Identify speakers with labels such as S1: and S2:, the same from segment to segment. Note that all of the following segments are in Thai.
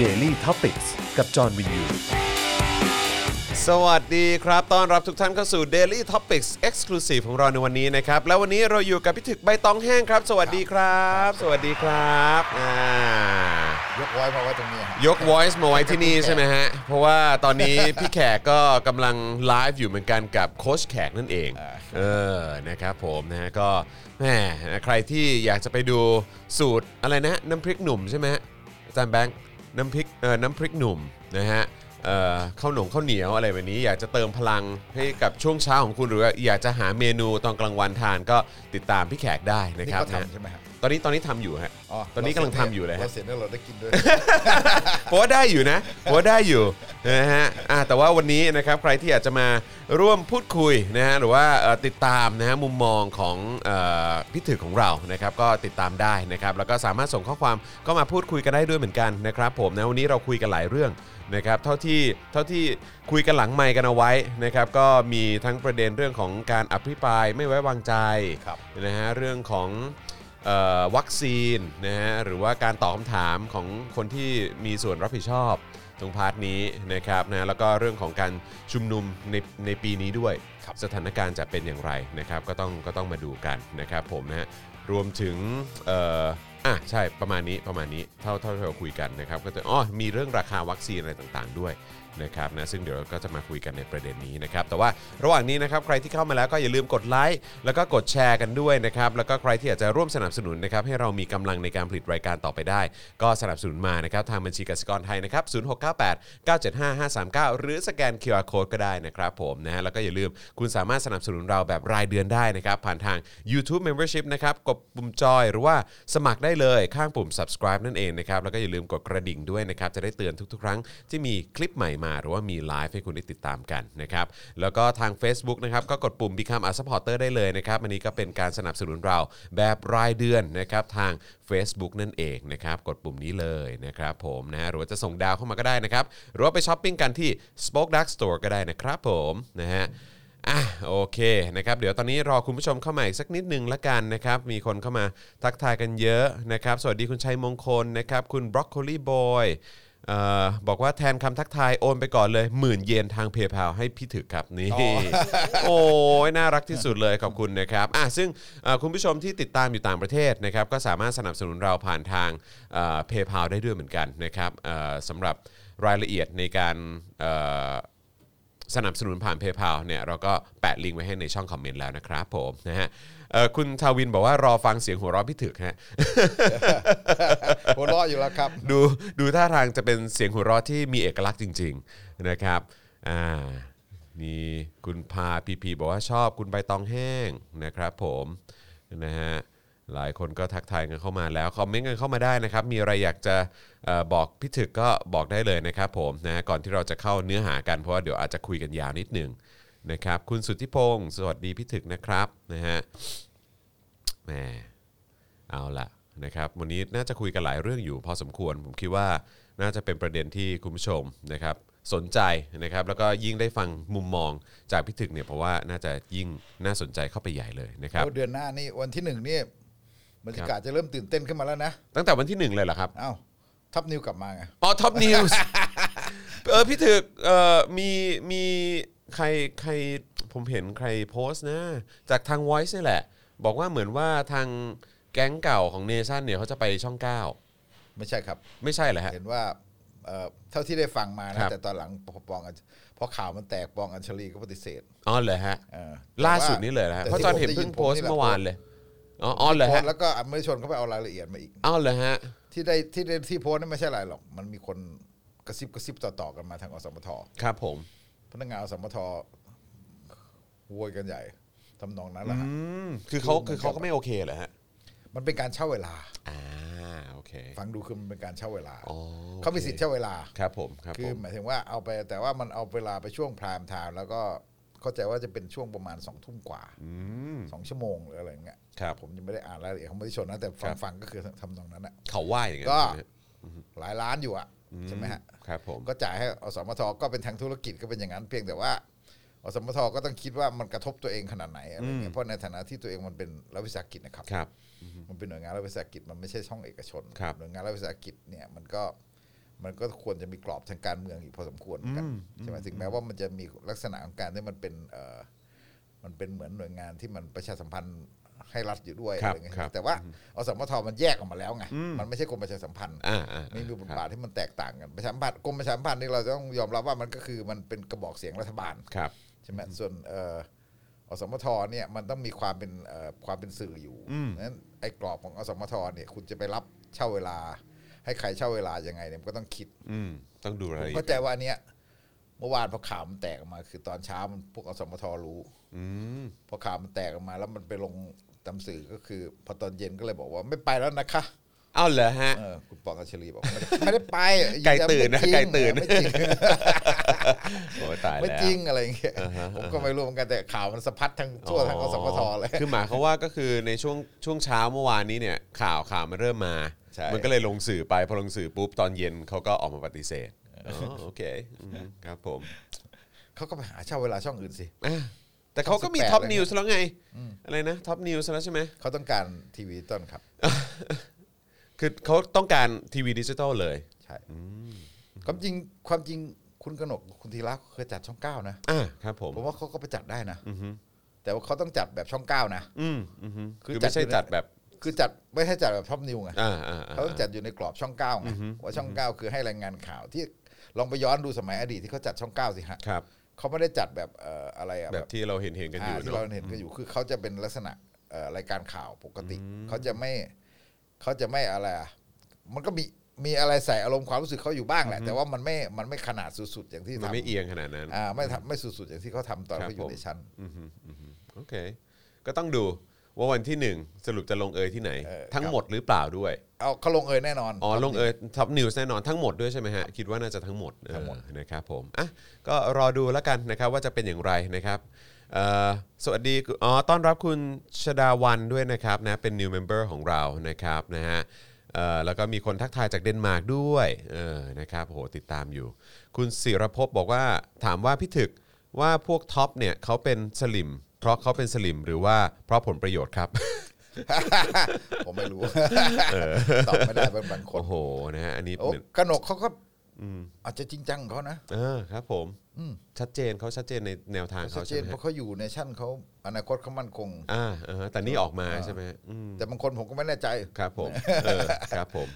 S1: Daily t o p i c กกับจอห์นวินยู
S2: สวัสดีครับ ต้อนรับทุกท่านเข้าสู่ Daily Topics Exclusive ของเราในวันนี้นะครับ แล้ววันนี้เราอยู่กับพี่ถึกใบตองแห้งครับ สวัสดีครับ สวัสดีครับอ่าย
S3: กไว้เพราะว่าตรงนี้ฮะ
S2: ยก voice มาไว้ที่นี่ใช่ไหมฮะ เพราะว่าตอนนี้ พี่แขกก็กำลังไลฟ์อยู่เหมือนกันกับโค้ชแขกนั่นเอง เออ นะครับผมนะฮะก็แหมใครที่อยากจะไปดูสูตรอะไรนะ น้ำพริกหนุ่มใช่ไหมฮะอาจารย์แบงค์น้ำพริกเอ่อน้ำพริกหนุ่มนะฮะ เอ่อข้าวหนมข้าวเหนียวอะไรแบบนี้ อยากจะเติมพลังให้กับช่วงเช้าของคุณหรือว่าอยากจะหาเมนูตอนกลางวันทานก็ติดตามพี่แขกได้นะ
S3: นี่
S2: ครับ
S3: ก็
S2: นะ
S3: ทำใช่ไหมฮะ
S2: ตอนนี้ตอนนี้ทำอยู่ฮะตอนนี้กำลังทำอยู่เลยฮะ
S3: เราเสร็จแล้วเราได้กิน ด้วย
S2: เพราะว่าได้อยู่นะเพราะว่าได้อยู่นะฮะอ่ะแต่ว่าวันนี้นะครับใครที่อยากจะมาร่วมพูดคุยนะฮะหรือว่าเอ่อติดตามนะฮะมุมมองของเอ่อพี่ถือของเรานะครับก็ติดตามได้นะครับแล้วก็สามารถส่งข้อความก็มาพูดคุยกันได้ด้วยเหมือนกันนะครับผมนะวันนี้เราคุยกันหลายเรื่อง นะครับเท่าที่เท่าที่คุยกันหลังไมค์กันเอาไว้นะครับก็มีทั้งประเด็นเรื่องของการอภิปรายไม่ไว้วางใจ
S3: ครับ
S2: นะฮะเรื่องของเออวัคซีนนะฮะหรือว่าการตอบคำถามของคนที่มีส่วนรับผิดชอบตรงพาร์ทนี้นะครับนะแล้วก็เรื่องของการชุมนุมในในปีนี้ด้วย สถานการณ์จะเป็นอย่างไรนะครับก็ต้องก็ต้องมาดูกันนะครับผมนะฮะรวมถึงเอ่ออ่ะใช่ประมาณนี้ประมาณนี้เท่าเท่าที่เราคุยกันนะครับก็จะอ๋อมีเรื่องราคาวัคซีนอะไรต่างๆด้วยนะครับนะซึ่งเดี๋ยวเราก็จะมาคุยกันในประเด็นนี้นะครับแต่ว่าระหว่างนี้นะครับใครที่เข้ามาแล้วก็อย่าลืมกดไลค์แล้วก็กดแชร์กันด้วยนะครับแล้วก็ใครที่อยากจะร่วมสนับสนุนนะครับให้เรามีกำลังในการผลิตรายการต่อไปได้ ก็สนับสนุนมานะครับทางบัญชีกสิกรไทยนะครับ0698 975 539 หรือสแกน QR Code ก็ได้นะครับผมนะฮะแล้วก็อย่าลืมคุณสามารถสนับสนุนเราแบบรายเดือนได้นะครับ ผ่านทาง YouTube Membership นะครับกดปุ่มจอยหรือว่าสมัครได้เลยข้างปุ่ม subscribe นั่นเองนะครับ แล้วก็อย่าลืมกดกระดิ่งด้วยนะครับ จะได้เตือนทุกๆ ครั้งที่มีคลิปใหม่มา หรือว่ามีไลฟ์ให้คุณได้ติดตามกันนะครับ แล้วก็ทาง Facebook นะครับก็กดปุ่ม Become a supporter ได้เลยนะครับอันนี้ก็เป็นการสนับสนุนเราแบบรายเดือนนะครับทาง Facebook นั่นเองนะครับกดปุ่มนี้เลยนะครับผมนะหรือว่าจะส่งดาวเข้ามาก็ได้นะครับ หรือว่าไปช้อปปิ้งกันที่ Spoke Dark Store ก็ได้นะครับผมนะฮะอ่ะโอเคนะครับเดี๋ยวตอนนี้รอคุณผู้ชมเข้ามาอีกสักนิดนึงละกันนะครับ มีคนเข้ามาทักทายกันเยอะนะครับ สวัสดีคุณชัยมงคลนะครับ คุณบรอกโคลีบอยบอกว่าแทนคำทักทายโอนไปก่อนเลยหมื่นเยนทางเพย์พาให้พี่ถึกครับนี่ โอ้ยน่ารักที่สุดเลยขอบคุณนะครับอ่ะซึ่งเอ่อคุณผู้ชมที่ติดตามอยู่ต่างประเทศนะครับก็สามารถสนับสนุนเราผ่านทางเพย์พาได้ด้วยเหมือนกันนะครับเอ่อสำหรับรายละเอียดในการเอ่อ สนับสนุนผ่านเพย์พาเนี่ยเราก็แปะลิงก์ไว้ให้ในช่องคอมเมนต์แล้วนะครับผมนะฮะเอ่อคุณทาวินบอกว่ารอฟังเสียงหัวเราะพี่ถึกฮะ
S3: หัวเราะอยู่แล้วครับ
S2: ดูดูท่าทางจะเป็นเสียงหัวเราะที่มีเอกลักษณ์จริง ๆนะครับอ่ามีคุณพาพีพีบอกว่าชอบคุณใบตองแห้งนะครับผมนะฮะหลายคนก็ทักทายกันเข้ามาแล้วคอมเมนต์กันเข้ามาได้นะครับ มีอะไรอยากจะเออบอกพี่ถึกก็บอกได้เลยนะครับผมนะก่อนที่เราจะเข้าเนื้อหากันเพราะว่าเดี๋ยวอาจจะคุยกันยาวนิดหนึงนะครับคุณสุทธิพงศ์สวัสดีพี่ถึกนะครับนะฮะแหม เอาละนะครับวันนี้น่าจะคุยกันหลายเรื่องอยู่พอสมควร ผมคิดว่าน่าจะเป็นประเด็นที่คุณผู้ชมนะครับสนใจนะครับแล้วก็ยิ่งได้ฟังมุมมองจากพิถึกเนี่ยเพราะว่าน่าจะยิ่งน่าสนใจเข้าไปใหญ่เลยนะครับ
S3: โอ้เดือนหน้านี่วันที่หนึ่งนี่บรรยากาศจะเริ่มตื่นเต้นขึ้นมาแล้วนะ
S2: ตั้งแต่วันที่หนึ่งเลยเหรอครับ
S3: เอ้าทับนิวกลับมาไง
S2: อ๋อท็อปนิวส์ เออพิถึกเออมีมีใครใครผมเห็นใครโพสต์นะ จากทาง Voice นี่แหละ บอกว่าเหมือนว่าทางแก๊งเก่าของเนชั่นเนี่ยเขาจะไปช่องเก้า
S3: ไม่ใช่ครับ
S2: ไม่ใช่เหรอฮะ
S3: เห็นว่าเอ่อเท่าที่ได้ฟังมา
S2: ครั
S3: นะ
S2: บ
S3: แต่ตอนหลังพอปองอัญพอข่าวมันแตกปองอัญชลีก็ปฏิเสธ
S2: อ๋อเหรอฮะ
S3: เออ
S2: ล่าสุดนี้เลยนะฮะ
S3: แต่
S2: เพ
S3: ว่
S2: ราะจอนเห็น
S3: แต่
S2: เพิ่ง
S3: ที่ผ
S2: โพส
S3: ได้ยิ
S2: ต์
S3: ผ
S2: เมื่อวานเลยอ๋ออ๋อเหรอ
S3: โพส
S2: ฮะ
S3: ต์แล้วก็อัมเมอชนเขาไปเอารายละเอียดมาอีก
S2: อ้าวเหรอฮะ
S3: ที่ได้ที่ได้ที่โพสต์นี่ไม่ใช่อะไรหรอก มันมีคนกระซิบกระซิบต่อๆกันมาทางอสมท
S2: ครับผม
S3: พนักงานอสมทโวยกันใหญ่ทำนองนั้นแหละฮะ
S2: อืมคือเขา
S3: เหมือน
S2: คือเขาก็ไม่โอเคเหรอฮะ
S3: มันเป็นการเช่าเวลา
S2: อ่าโอเค
S3: ฟังดูคือมันเป็นการเช่าเวลา
S2: อ๋อโอค
S3: เขามีสิทธิ์เช่าเวลา
S2: ครับผมครับ
S3: คื
S2: ผ
S3: อ
S2: ม
S3: หมายถึงว่าเอาไปแต่ว่ามันเอาเวลาไปช่วงพรามไทม์แล้วก็เข้าใจว่าจะเป็นช่วงประมาณสองทุ่มกว่า
S2: อืม
S3: สองชั่วโมงหรืออะไรอย่างเงี้ย
S2: ครับ
S3: ผมยังไม่ได้อ่านรายละเอียดของบริชนนะแต่
S2: ค
S3: ฟั
S2: รั
S3: ง
S2: บ
S3: ฟังก็คือทำนองนั้นอะ
S2: เขาว่าอย่างเงี้ย
S3: ก็
S2: ใช่ไหมฮะ
S3: หลายล้านอยู่อะใช่ไหมฮะ
S2: ครับผม
S3: ก็จ่ายให้อสมทก็เป็นทางธุรกิจก็เป็นอย่างนั้นเพียงแต่ว่าอสมทก็ต้องคิดว่ามันกระทบตัวเองขนาดไหนอะไรเงี้ยเพราะในฐานะที่ตัวเองมันเป็นรัฐวิสาหกิจนะครับ
S2: ครับ
S3: มันเป็นหน่วยงานรัฐวิสาหกิจมันไม่ใช่ช่องเอกชน
S2: ครับ
S3: หน่วยงานรัฐวิสาหกิจเนี่ยมันก็ มันก็ควรจะมีกรอบทางการเมืองอีกพอสมควรเหมือนกันใช่ไหมถึงแม้ว่ามันจะมีลักษณะของการที่มันเป็นเอ่อมันเป็นเหมือนหน่วยงานที่มันประชาสัมพันธ์ให้รัฐอยู่ด้วย
S2: ครับ
S3: อะไรเงี้ย
S2: ครับ
S3: แต่ว่าอสมทมันแยกออกมาแล้วไงมันไม่ใช่กรมประชาสัมพันธ์
S2: อ่าอ่าอ่า
S3: ไม่มีบทบาทที่มันแตกต่างกันประชาสัมพันธ์กรมประชาสัมพันธ์นี่เราต้องยอมรับว่ามันก็คือมันเป็นกระบอกเสียงรัฐบาล
S2: ครับ
S3: ใช่ไหมส่วนเอ่ออสมทเนี่ยมันต้องมีความเป็นเอ่อความเป็นสื่ออยู่นั้นไอ้กรอบของอสมทเนี่ยคุณจะไปรับเช่าเวลา ให้ใครเช่าเวลายังไงเนี่ยมันก็ต้องคิด
S2: อืมต้องดูอะไรายละเอียด
S3: เข้าใจว่าเนี่ยเมื่อวานพอข่าวมันแตกออกมา คือตอนเช้ามันพวกอสมทรู้
S2: อืม
S3: พอข่าวมันแตกออกมา แล้วมันไปลงตามสื่อก็คือ พอตอนเย็นก็เลยบอกว่าไม่ไปแล้วนะคะ
S2: เอาเหรอฮะ
S3: เออคุณปอกับเชลีบอกไม่ได้ไม่ได้ไป
S2: ไก่ตื่นนะไก่ตื่น
S3: ไม่จริง
S2: โอ้ยตายแล้ว
S3: ไม่จริงอะไรอย่างเงี้ย
S2: อ่าฮะ
S3: ผมก็ไม่รู้เหมือนกันแต่ข่าวมันสะพัดทั้งทั่วทั้งอสมทเลย
S2: คือหมายเขามว่าก็คือในช่วงช่วงเช้าเมื่อวานนี้เนี่ยข่าวข่าวมันเริ่มมา
S3: ใช่
S2: มันก็เลยลงสื่อไปพอลงสื่อปุ๊บตอนเย็นเขาก็ออกมาปฏิเสธอ๋อโอเคอืมครับผม
S3: เขาก็ไปหาเช่าเวลาช่องอื่นสิ
S2: อ่ะแต่เขาก็มี
S3: สิบแปด
S2: ท็อป
S3: เลยนะ
S2: นิวส์แล้วไง อะไรนะท็อปนิวส์แล้วใช่ไหม
S3: เขาต้องการทีวีต้นครับ
S2: คือเขาต้องการทีวีดิจิตอลเลย
S3: ใช่ความจริงความจริงคุณกนกคุณธีระเคยจัดช่องเก้านะ
S2: อ่ะครับผม
S3: ผมว่าเขาก็ไปจัดได้นะแต่ว่าเขาต้องจัดแบบช่องเก้านะ
S2: อืมอืม
S3: คื
S2: คือ
S3: อ
S2: ไม่ใช่
S3: จัดอยู่ใน
S2: จัดแบบ
S3: คือจัดไม่ให้จัดแบบท็อปนิวไง
S2: อ่าอ่าอ่า
S3: เขาต้องจัดอยู่ในกรอบช่องเก้าไงว่าช่องเก้าคือให้รายงานข่าวที่ลองไปย้อนดูสมัยอดีตที่เขาจัดช่องเก้าสิฮะ
S2: ครับ
S3: เขาไม่ได้จัดแบบเอ่ออะไรอะ
S2: แบบที่เราเห็นเห็นกันอยู่
S3: อ่าที่
S2: เนาะ
S3: เราเห็นกันอยู่คือเขาจะเป็นลักษณะเอ่อรายการข่าวปกติ เขาจะไม่เขาจะไม่อะไรอ่ะมันก็มีมีอะไรใส่อารมณ์ความรู้สึกเขาอยู่บ้างแหละ แต่ว่ามันไม่มันไม่ขนาดสุดๆอย่างที่
S2: มัน
S3: ทำ
S2: ไม่เอียงขนาดนั้น
S3: อ่าไม่ทำไม่สุดๆอย่างที่เขาทำตอน
S2: ครับ
S3: เขาอ
S2: ผ
S3: ยู่
S2: ม
S3: ในชั้น
S2: อืมฮึอืมฮึโอเค ก็ต้องดูว่าวันที่หนึ่งสรุปจะลงเอยที่ไหน ทั้งหมดหรือเปล่าด้วย
S3: เอาเขาลงเอยแน่นอน
S2: อ๋อ ลงเอยท็อปนิวส์แน่นอนทั้งหมดด้วยใช่ไหมฮะ คิดว่าน่าจะทั้งหมด
S3: ทั้งหมด
S2: เออนะครับผม อ่ะ ก็รอดูแล้วกันนะครับว่าจะเป็นอย่างไรนะครับเอ่อสวัสดี อ๋อ ต้อนรับคุณชดาวันด้วยนะครับนะ เป็น new member ของเรานะครับนะฮะเอ่อแล้วก็มีคนทักทายจากเดนมาร์กด้วยเออนะครับโหติดตามอยู่ คุณศิรภพบอกว่าถามว่าพี่ถึกว่าพวกท็อปเนี่ยเขาเป็นสลิม เพราะเขาเป็นสลิมหรือว่าเพราะผลประโยชน์ครับ
S3: ผมไม่รู้ ตอบไม่ได้บางบางคน
S2: โอ้โหนะฮะอันนี้
S3: โอ้
S2: เป็น
S3: กนกเขาก็อาจจะจริงจังของเขานะ
S2: เออครับผมชัดเจนเขาชัดเจนในแนวทาง
S3: ชั
S2: เขา
S3: ดเจ
S2: ใช่
S3: น
S2: ไหม
S3: เพ
S2: ฮะ
S3: ราะเขาอยู่ในชั้นเขาอนาคตเขามั่นคง
S2: อ่าอ่าฮะแต่นี่ออกมาใช่ไหมฮะอืม
S3: แต่บางคนผมก็ไม่แน่ใจ
S2: ครับ ผมเออครับผม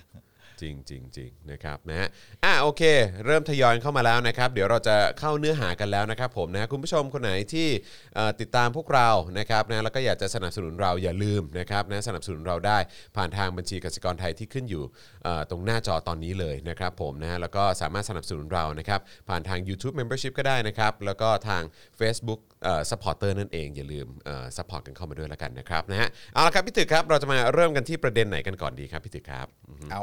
S2: จริงจริงจริงนะครับนะฮะอ่ะโอเค เริ่มทยอยเข้ามาแล้วนะครับ เดี๋ยวเราจะเข้าเนื้อหากันแล้วนะครับผมนะคุณผู้ชมคนไหนที่เอ่อติดตามพวกเรานะครับนะแล้วก็อยากจะสนับสนุนเราอย่าลืมนะครับนะสนับสนุนเราได้ผ่านทางบัญชีกสิกรไทยที่ขึ้นอยู่เอ่อตรงหน้าจอตอนนี้เลยนะครับผมนะฮะแล้วก็สามารถสนับสนุนเรานะครับผ่านทาง YouTube Membership ก็ได้นะครับแล้วก็ทาง Facebook เอ่อ supporter นั่นเอง อย่าลืมเอ่อ support กันเข้ามาด้วยแล้วกันนะครับนะฮะเอาละครับพี่ตึกครับเราจะมาเริ่มกันที่ประเด็นไหนกันก่อนดีครับพี่ตึกครับอืม
S3: เอา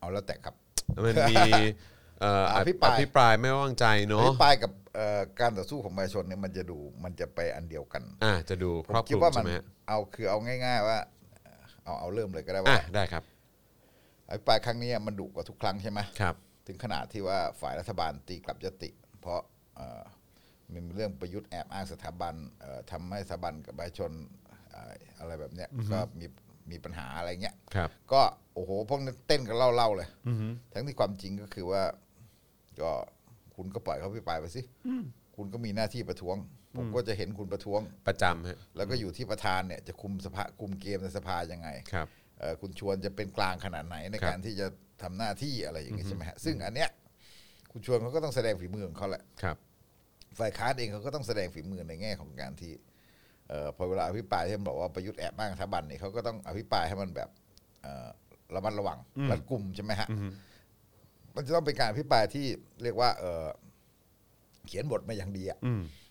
S3: เอาแล้วแต่ครับ
S2: มัน มีเอ่ออ
S3: อภิ
S2: ภิ
S3: ปราย
S2: ปรายไม่ไว้วางใจ
S3: อ
S2: เนาะ
S3: ภิปรายกับเอ่อการต่อสู้ของประชาชนเนี่ยมันจะดูมันจะไปอันเดียวกัน
S2: อ่ะจะดูครอบค
S3: คิ
S2: ลุ
S3: ด
S2: ม
S3: ว่ามั
S2: ใช่ไหมฮะ
S3: เอาคือเอาง่าย ๆ ว่าเอาเอาเริ่มเลยก็ได้
S2: อ่ะ
S3: ว่า
S2: ได้ครับ
S3: อภิปรายครั้งเนี้ยมันดุกว่าทุกครั้งใช่ไหม
S2: ครับ
S3: ถึงขนาดที่ว่าฝ่ายรัฐบาลตีกลับยติ เพราะเอ่อมันมีเรื่องประยุทธ์แอบอ้างสถาบันเอ่อทำให้สถาบันกับประชาชนเอ่ออะไรแบบเนี้ยก็มีมีปัญหาอะไรเงี้ย
S2: ครับ
S3: ก็โอ้โหพวกนั้นเต้นกันเล่าๆเลยทั้งที่ความจริงก็คือว่า ก็คุณก็ปล่อยเขาไปไปไปสิคุณก็มีหน้าที่ประท้วง ผมก็จะเห็นคุณประท้วง
S2: ประจำฮะ
S3: แล้วก็อยู่ที่ประธานเนี่ยจะคุมสภาคุมเกมในสภายังไง
S2: ครับ
S3: เอ่อคุณชวนจะเป็นกลางขนาดไหนใน
S2: ครับ
S3: การที่จะทำหน้าที่อะไรอย่างเงี้ยใช่ไหมฮะซึ่งอันเนี้ยคุณชวนเขาก็ต้องแสดงฝีมือของเขาแหละ
S2: ครับ
S3: ฝ่ายค้านเองเขาก็ต้องแสดงฝีมือในแง่ของการที่เอ่อพอเวลาอภิปรายที่มันบอกว่าประยุทธ์แอบอ้างสถาบันเนี่ยเขาก็ต้องอภิปรายให้มันแบบเอ่อระมัดระวังรัดกุมใช่ไหมฮะมันจะต้องเป็นการอภิปรายที่เรียกว่า เอ่อเขียนบทมาอย่างดีอะ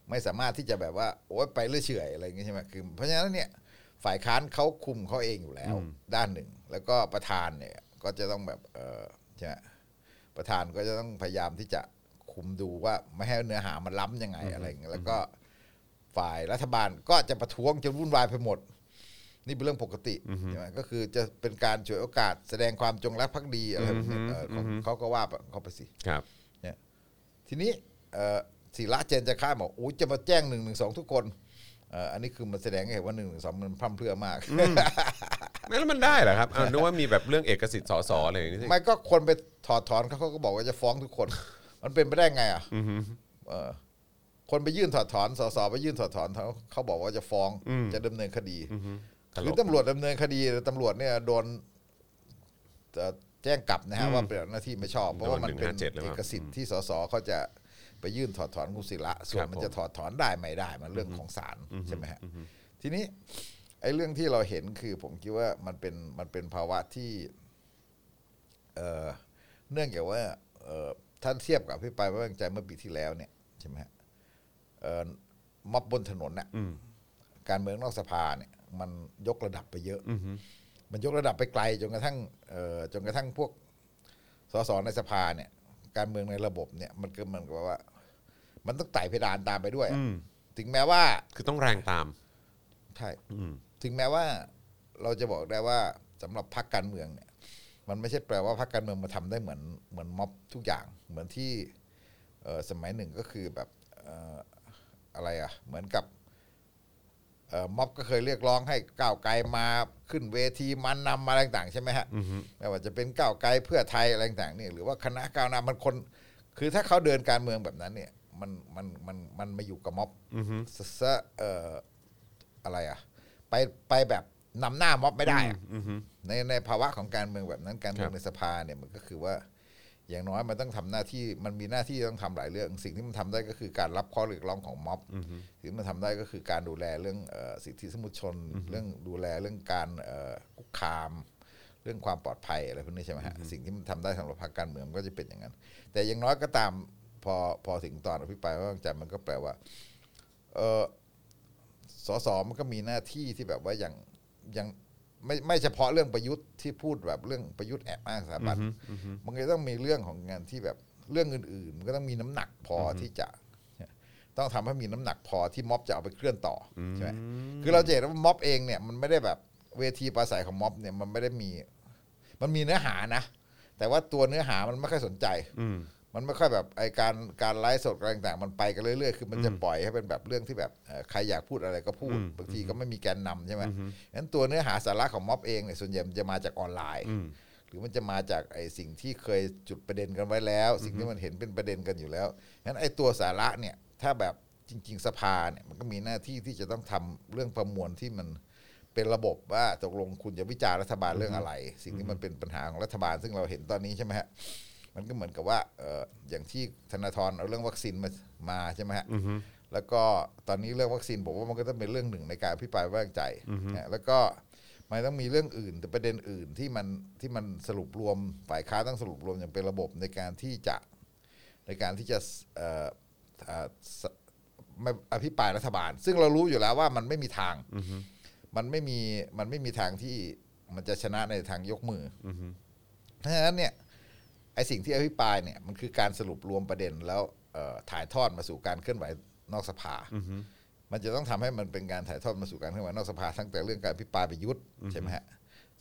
S3: ไม่สามารถที่จะแบบว่าโอ๊ยไปเรื่อยเฉอยอะไรอย่างเงี้ยใช่ไหมคือเพราะฉะนั้นเนี่ยฝ่ายค้านเขาคุมเขาเองอยู่แล้ว ด้านหนึ่ง แล้วก็ประธานเนี่ย ก็จะต้องแบบเอ่อใช่ไหม ประธานก็จะต้องพยายามที่จะคุมดูว่าไม่ให้เนื้อหามันล้ำยังไงอะไรอย่างเงี้ยแล้วก็ฝ่ายรัฐบาลก็จะประท้วงจนวุ่นวายไปหมด นี่เป็นเรื่องปกติใช่ไหมก็คือจะเป็นการฉวยโอกาสแสดงความจงรักภักดีอะไรแบบเนี้ยเออของเขาก็ว่าเขาไปสิ
S2: ครับ
S3: เนี่ยทีนี้เอ่อศิระเจนจะข้ามบอกโอ้ยจะมาแจ้งหนึ่งหนึ่งสองทุกคนเอ่ออันนี้คือมันแสดงให้เห็นว่าหนึ่งหนึ่งสองมันพร่ำเพรื่อมาก
S2: นั่นแล้วมันได้เหรอครับอ้าวนึกว่ามีแบบเรื่องเอกสิทธิ์สสอะไรอย่างนี้สิ
S3: ไม่ก็คนไปถอดถอนเขาเขาก็บอกว่าจะฟ้องทุกคน มันเป็นไปได้ไงอ่ะเออ คนไปยื่นถอดถอนสสไปยื่นถอดถอนเขาเขาบอกว่าจะฟ้องจะดำเนินคดี
S2: ตล
S3: หรือก ตำรวจดำเนินคดีแต่ตำรวจเนี่ยโดนเอ่อแจ้งกลับนะฮะว่าปฏิบัติหน้าที่ไม่ชอบ เพราะว่ามันเป็นเอกสิทธิ์ที่สสเขาจะไปยื่นถอดถอนคุณศิระส่วนมันจะถอดถอนได้ไม่ได้มันเรื่องของศาลใช่ไหมฮะทีนี้ ไอ้เรื่องที่เราเห็นคือผมคิดว่ามันเป็นมันเป็นภาวะที่ เอ่อเนื่องจากว่าเอ่อท่านเทียบกับพี่ปรายไม่ไว้วางใจเมื่อปีที่แล้วเนี่ยใช่ไหมฮะเอ่อม็อบบนถนนเนี่ยการเมืองนอกสภาเนี่ย มันยกระดับไปเยอะมันยกระดับไปไกลจนกระทั่งเอ่อจนกระทั่งพวกสสในสภาเนี่ย การเมืองในระบบเนี่ย มันก็เหมือนกับว่า มันต้องไต่เพดานตามไปด้วยอะถึงแม้ว่า
S2: คือต้องแรงตาม
S3: ใช่ถึงแม้ว่าเราจะบอกได้ว่าสำหรับพรรคการเมืองเนี่ย มันไม่ใช่แปลว่าพรรคการเมืองมาทำได้เหมือนเหมือนม็อบทุกอย่าง เหมือนที่เอ่อสมัยหนึ่งก็คือแบบเอ่ออะไรอ่ะ เหมือนกับเอ่อม็อบก็เคยเรียกร้องให้ก้าวไกลมาขึ้นเวทีมันนำมาอะไรต่างๆใช่ไหมฮะไม่ว่าจะเป็นก้าวไกลเพื่อไทยอะไรต่างๆเนี่ยหรือว่าคณะก้าวหน้ามันคน คือถ้าเขาเดินการเมืองแบบนั้นเนี่ย มันมันมันมันมาอยู่กับม็อบซะเอ่อ อะไรอ่ะไปไปแบบนำหน้าม็อบไม่ได้อะในในภาวะของการเมืองแบบนั้นการเมืองในสภาเนี่ยมันก็คือว่า อย่างน้อยมันต้องทำหน้าที่มันมีหน้าที่ต้องทำหลายเรื่อง สิ่งที่มันทำได้ก็คือการรับข้อเรียกร้องของม็อบสิ่งที่มันทำได้ก็คือการดูแลเรื่องเอ่อสิทธิสมุชน เรื่องดูแลเรื่องการเอ่อคุกคาม เรื่องความปลอดภัยอะไรพวกนี้ใช่ไหมฮะสิ่งที่มันทำได้สำหรับพรรคการเมืองมันก็จะเป็นอย่างนั้น แต่อย่างน้อยก็ตามพอพอถึงตอนอภิปรายไม่ไว้วางใจมันก็แปลว่า เออ สสมันก็มีหน้าที่ที่แบบว่าอย่างอย่างไม่ไม่เฉพาะเรื่องประยุทธ์ที่พูดแบบเรื่องประยุทธ์แอบอ้างสถาบันมันก็ต้องมีเรื่องของงานที่แบบเรื่องอื่นๆมันก็ต้องมีน้ำหนักพออที่จะ ต้องทำให้มีน้ำหนักพอที่ม็อบจะเอาไปเคลื่อนต่ออใช่ไหมคือเราจะเห็นว่าม็อบเองเนี่ยมันไม่ได้แบบเวทีปราศัยของม็อบเนี่ยมันไม่ได้มี มันมีเนื้อหานะ แต่ว่าตัวเนื้อหามันไม่ค่อยสนใจ มันไม่ค่อยแบบไอการการไลฟ์สดอะไรต่างๆ มันไปกันเรื่อยๆ คือมันจะปล่อยให้เป็นแบบเรื่องที่แบบเอ่อใครอยากพูดอะไรก็พูด บางทีก็ไม่มีแกนนำใช่ไหมนั้นตัวเนื้อหาสาระของม็อบเองเนี่ยส่วนใหญ่มันจะมาจากออนไลน์ หรือมันจะมาจากไอสิ่งที่เคยจุดประเด็นกันไว้แล้ว สิ่งที่มันเห็นเป็นประเด็นกันอยู่แล้วนั้นไอตัวสาระเนี่ย ถ้าแบบจริง ๆ สภาเนี่ยมันก็มีหน้าที่ที่จะต้องทำเรื่องประมวลที่มันเป็นระบบว่าตกลงคุณจะวิจารณ์รัฐบาลเรื่องอะไร สิ่งที่มันเป็นปัญหาของรัฐบาล ซึ่งเราเห็นตอนนี้ใช่ไหมฮะ มันก็เหมือนกับว่าเอ่ออย่างที่ธนาธรเอาเรื่องวัคซีนมามาใช่ไหมฮะแล้วก็ตอนนี้เรื่องวัคซีนผมว่ามันก็ต้องเป็นเรื่องหนึ่งในการพิปรายไว้วางใจนะแล้วก็มันต้องมีเรื่องอื่นแต่ประเด็นอื่นที่มันที่มันสรุปรวมฝ่ายค้านต้องสรุปรวมอย่างเป็นระบบในการที่จะในการที่จะเอ่อเอ่อสไม่อภิปรายรัฐบาล ซึ่งเรารู้อยู่แล้วว่ามันไม่มีทางมันไม่มีมันไม่มีทางที่มันจะชนะในทางยกมืออเพราะฉะนั้นเนี่ย ไอสิ่งที่อภิปรายเนี่ยมันคือการสรุปรวมประเด็นแล้วเอ่อถ่ายทอดมาสู่การเคลื่อนไหวนอกสภา มันจะต้องทำให้มันเป็นการถ่ายทอดมาสู่การเคลื่อนไหวนอกสภา ตั้งแต่เรื่องการพิปรายประยุทธ์ใช่ไหมฮะ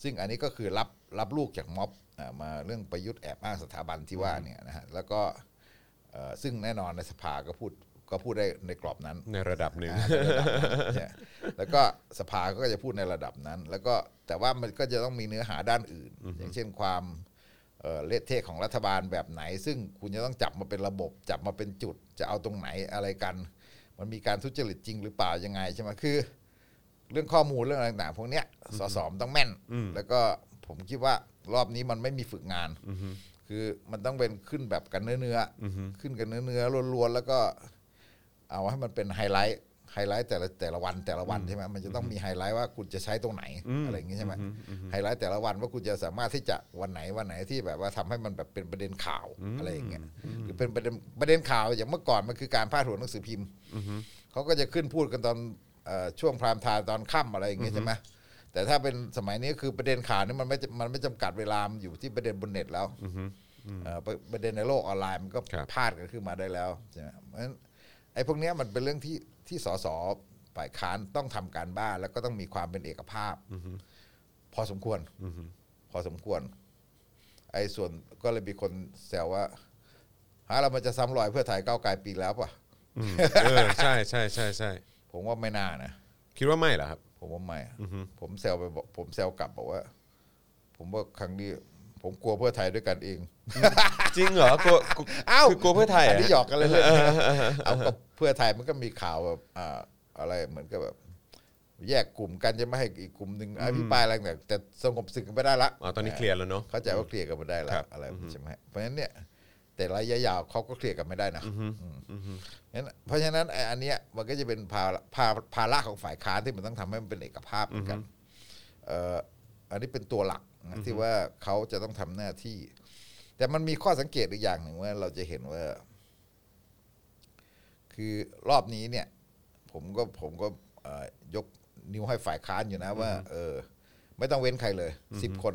S3: ซึ่งอันนี้ก็คือรับรับลูกจากม็อบอ่ามาเรื่องประยุทธ์แอบอ้างสถาบันที่ว่าเนี่ยนะฮะแล้วก็เอ่อซึ่งแน่นอนในสภาก็พูดก็พูดได้ในกรอบนั้น
S2: ในระดับหนึ่ง
S3: อ่าในระดับนั้น ใช่แล้วก็สภาก็จะพูดในระดับนั้น แล้วก็แต่ว่ามันก็จะต้องมีเนื้อหาด้านอื่น อย่างเช่นความเอ่อเละเทะของรัฐบาลแบบไหน ซึ่งคุณจะต้องจับมาเป็นระบบ จับมาเป็นจุด จะเอาตรงไหนอะไรกัน มันมีการทุจริตจริงหรือเปล่ายังไงใช่ไหมคือ เรื่องข้อมูลเรื่องอะไรต่างๆพวกเนี้ยสอสอมนต้องแม่น แล้วก็ผมคิดว่ารอบนี้มันไม่มีฝึกงาน คือมันต้องเป็นขึ้นแบบกันเนื้อเนื้อๆขึ้นกันเนื้อเนื้อๆล้วนๆแล้วก็ เอาให้มันเป็นไฮไลท์ไฮไลท์แต่ละแต่ละวันแต่ละวันใช่ไหมมันจะต้องมีไฮไลท์ว่าคุณจะใช้ตรงไหนอะไรอย่างงี้ใช่ไหมไฮไลท์แต่ละวันว่าคุณจะสามารถที่จะวันไหนวันไหนที่แบบว่าทำให้มันแบบเป็นประเด็นข่าวอะไรอย่างเงี้ยหรือเป็นประเด็นประเด็นข่าวอย่างเมื่อก่อนมันคือการพาดหัวหนังสือพิมพ์เขาก็จะขึ้นพูดกันตอนเอ่อช่วงพรามไทม์ตอนค่ำอะไรอย่างเงี้ยใช่ไหมแต่ถ้าเป็นสมัยนี้คือประเด็นข่าวนี่มันไม่มันไม่จำกัดเวลามันอยู่ที่ประเด็นบนเน็ตแล้ว เอ่อประประเด็นในโลกออนไลน์มันก็
S2: ครับ
S3: พาดกันขึ้นมาได้แล้วใช่ไหมเพราะฉะนั้นไอ้พวกเนี้ยมันเป็นเรื่องที่ที่สสฝ่ายค้านต้องทำการบ้าน แล้วก็ต้องมีความเป็นเอกภาพพอสมควรพอสมควร ไอ้ส่วนก็เลยมีคนแซวว่าฮะเรามันจะซ้ำรอยเพื่อไทยก้าวไกลปีแล้วป่ะ
S2: เออใช่ใช่ใช่ใช่
S3: ผมว่าไม่น่านะ
S2: คิดว่าไม่เหรอครับ
S3: ผ ผมว่าไม่อะผมแซวไปบอกผมแซวกลับบอกว่า ผมว่าครั้งนี้ ผมกลัวเพื่อไทยด้วยกันเอง
S2: จริงเหรอกลัวกลัว
S3: อ้าว
S2: คือกลัวเพื่อไทย
S3: อั
S2: อะ
S3: นนี้หยอกกันเลยเลยๆเอากับเพื่อไทยมันก็มีข่าวแบบอ่าอะไรเหมือนกับแบบ แยกกลุ่มกันจะไม่ให้อีกกลุ่มหนึ่งอภิปรายอะไรต่างๆแต่สงบศึกกันไม่ได้ละ
S2: อ๋อตอนนี้เคลียร์แล้วเนาะ
S3: เข้าใจว่าเคลียร์กันไม่ได้แล้ว
S2: ครับ
S3: อะไรใช่ไหมฮะเพราะฉะนั้นเนี่ย แต่ระยะยาวเขาก็เคลียร์กันไม่ได้นะอืมงั้นเพราะฉะนั้นไอ้อันเนี้ยมันก็จะเป็นภาระภาภาระของฝ่ายค้านที่มันต้องทำให้มันเป็นเอกภาพเหมือนกันเอ่ออันนี้เป็นตัวหลักนะที่ว่าเขาจะต้องทำหน้าที่ แต่มันมีข้อสังเกตอีกอย่างหนึ่งว่าเราจะเห็นว่า คือรอบนี้เนี่ย ผมก็ผมก็เอ่อยกนิ้วให้ฝ่ายค้านอยู่นะว่า เออ ไม่ต้องเว้นใครเลยสิบคน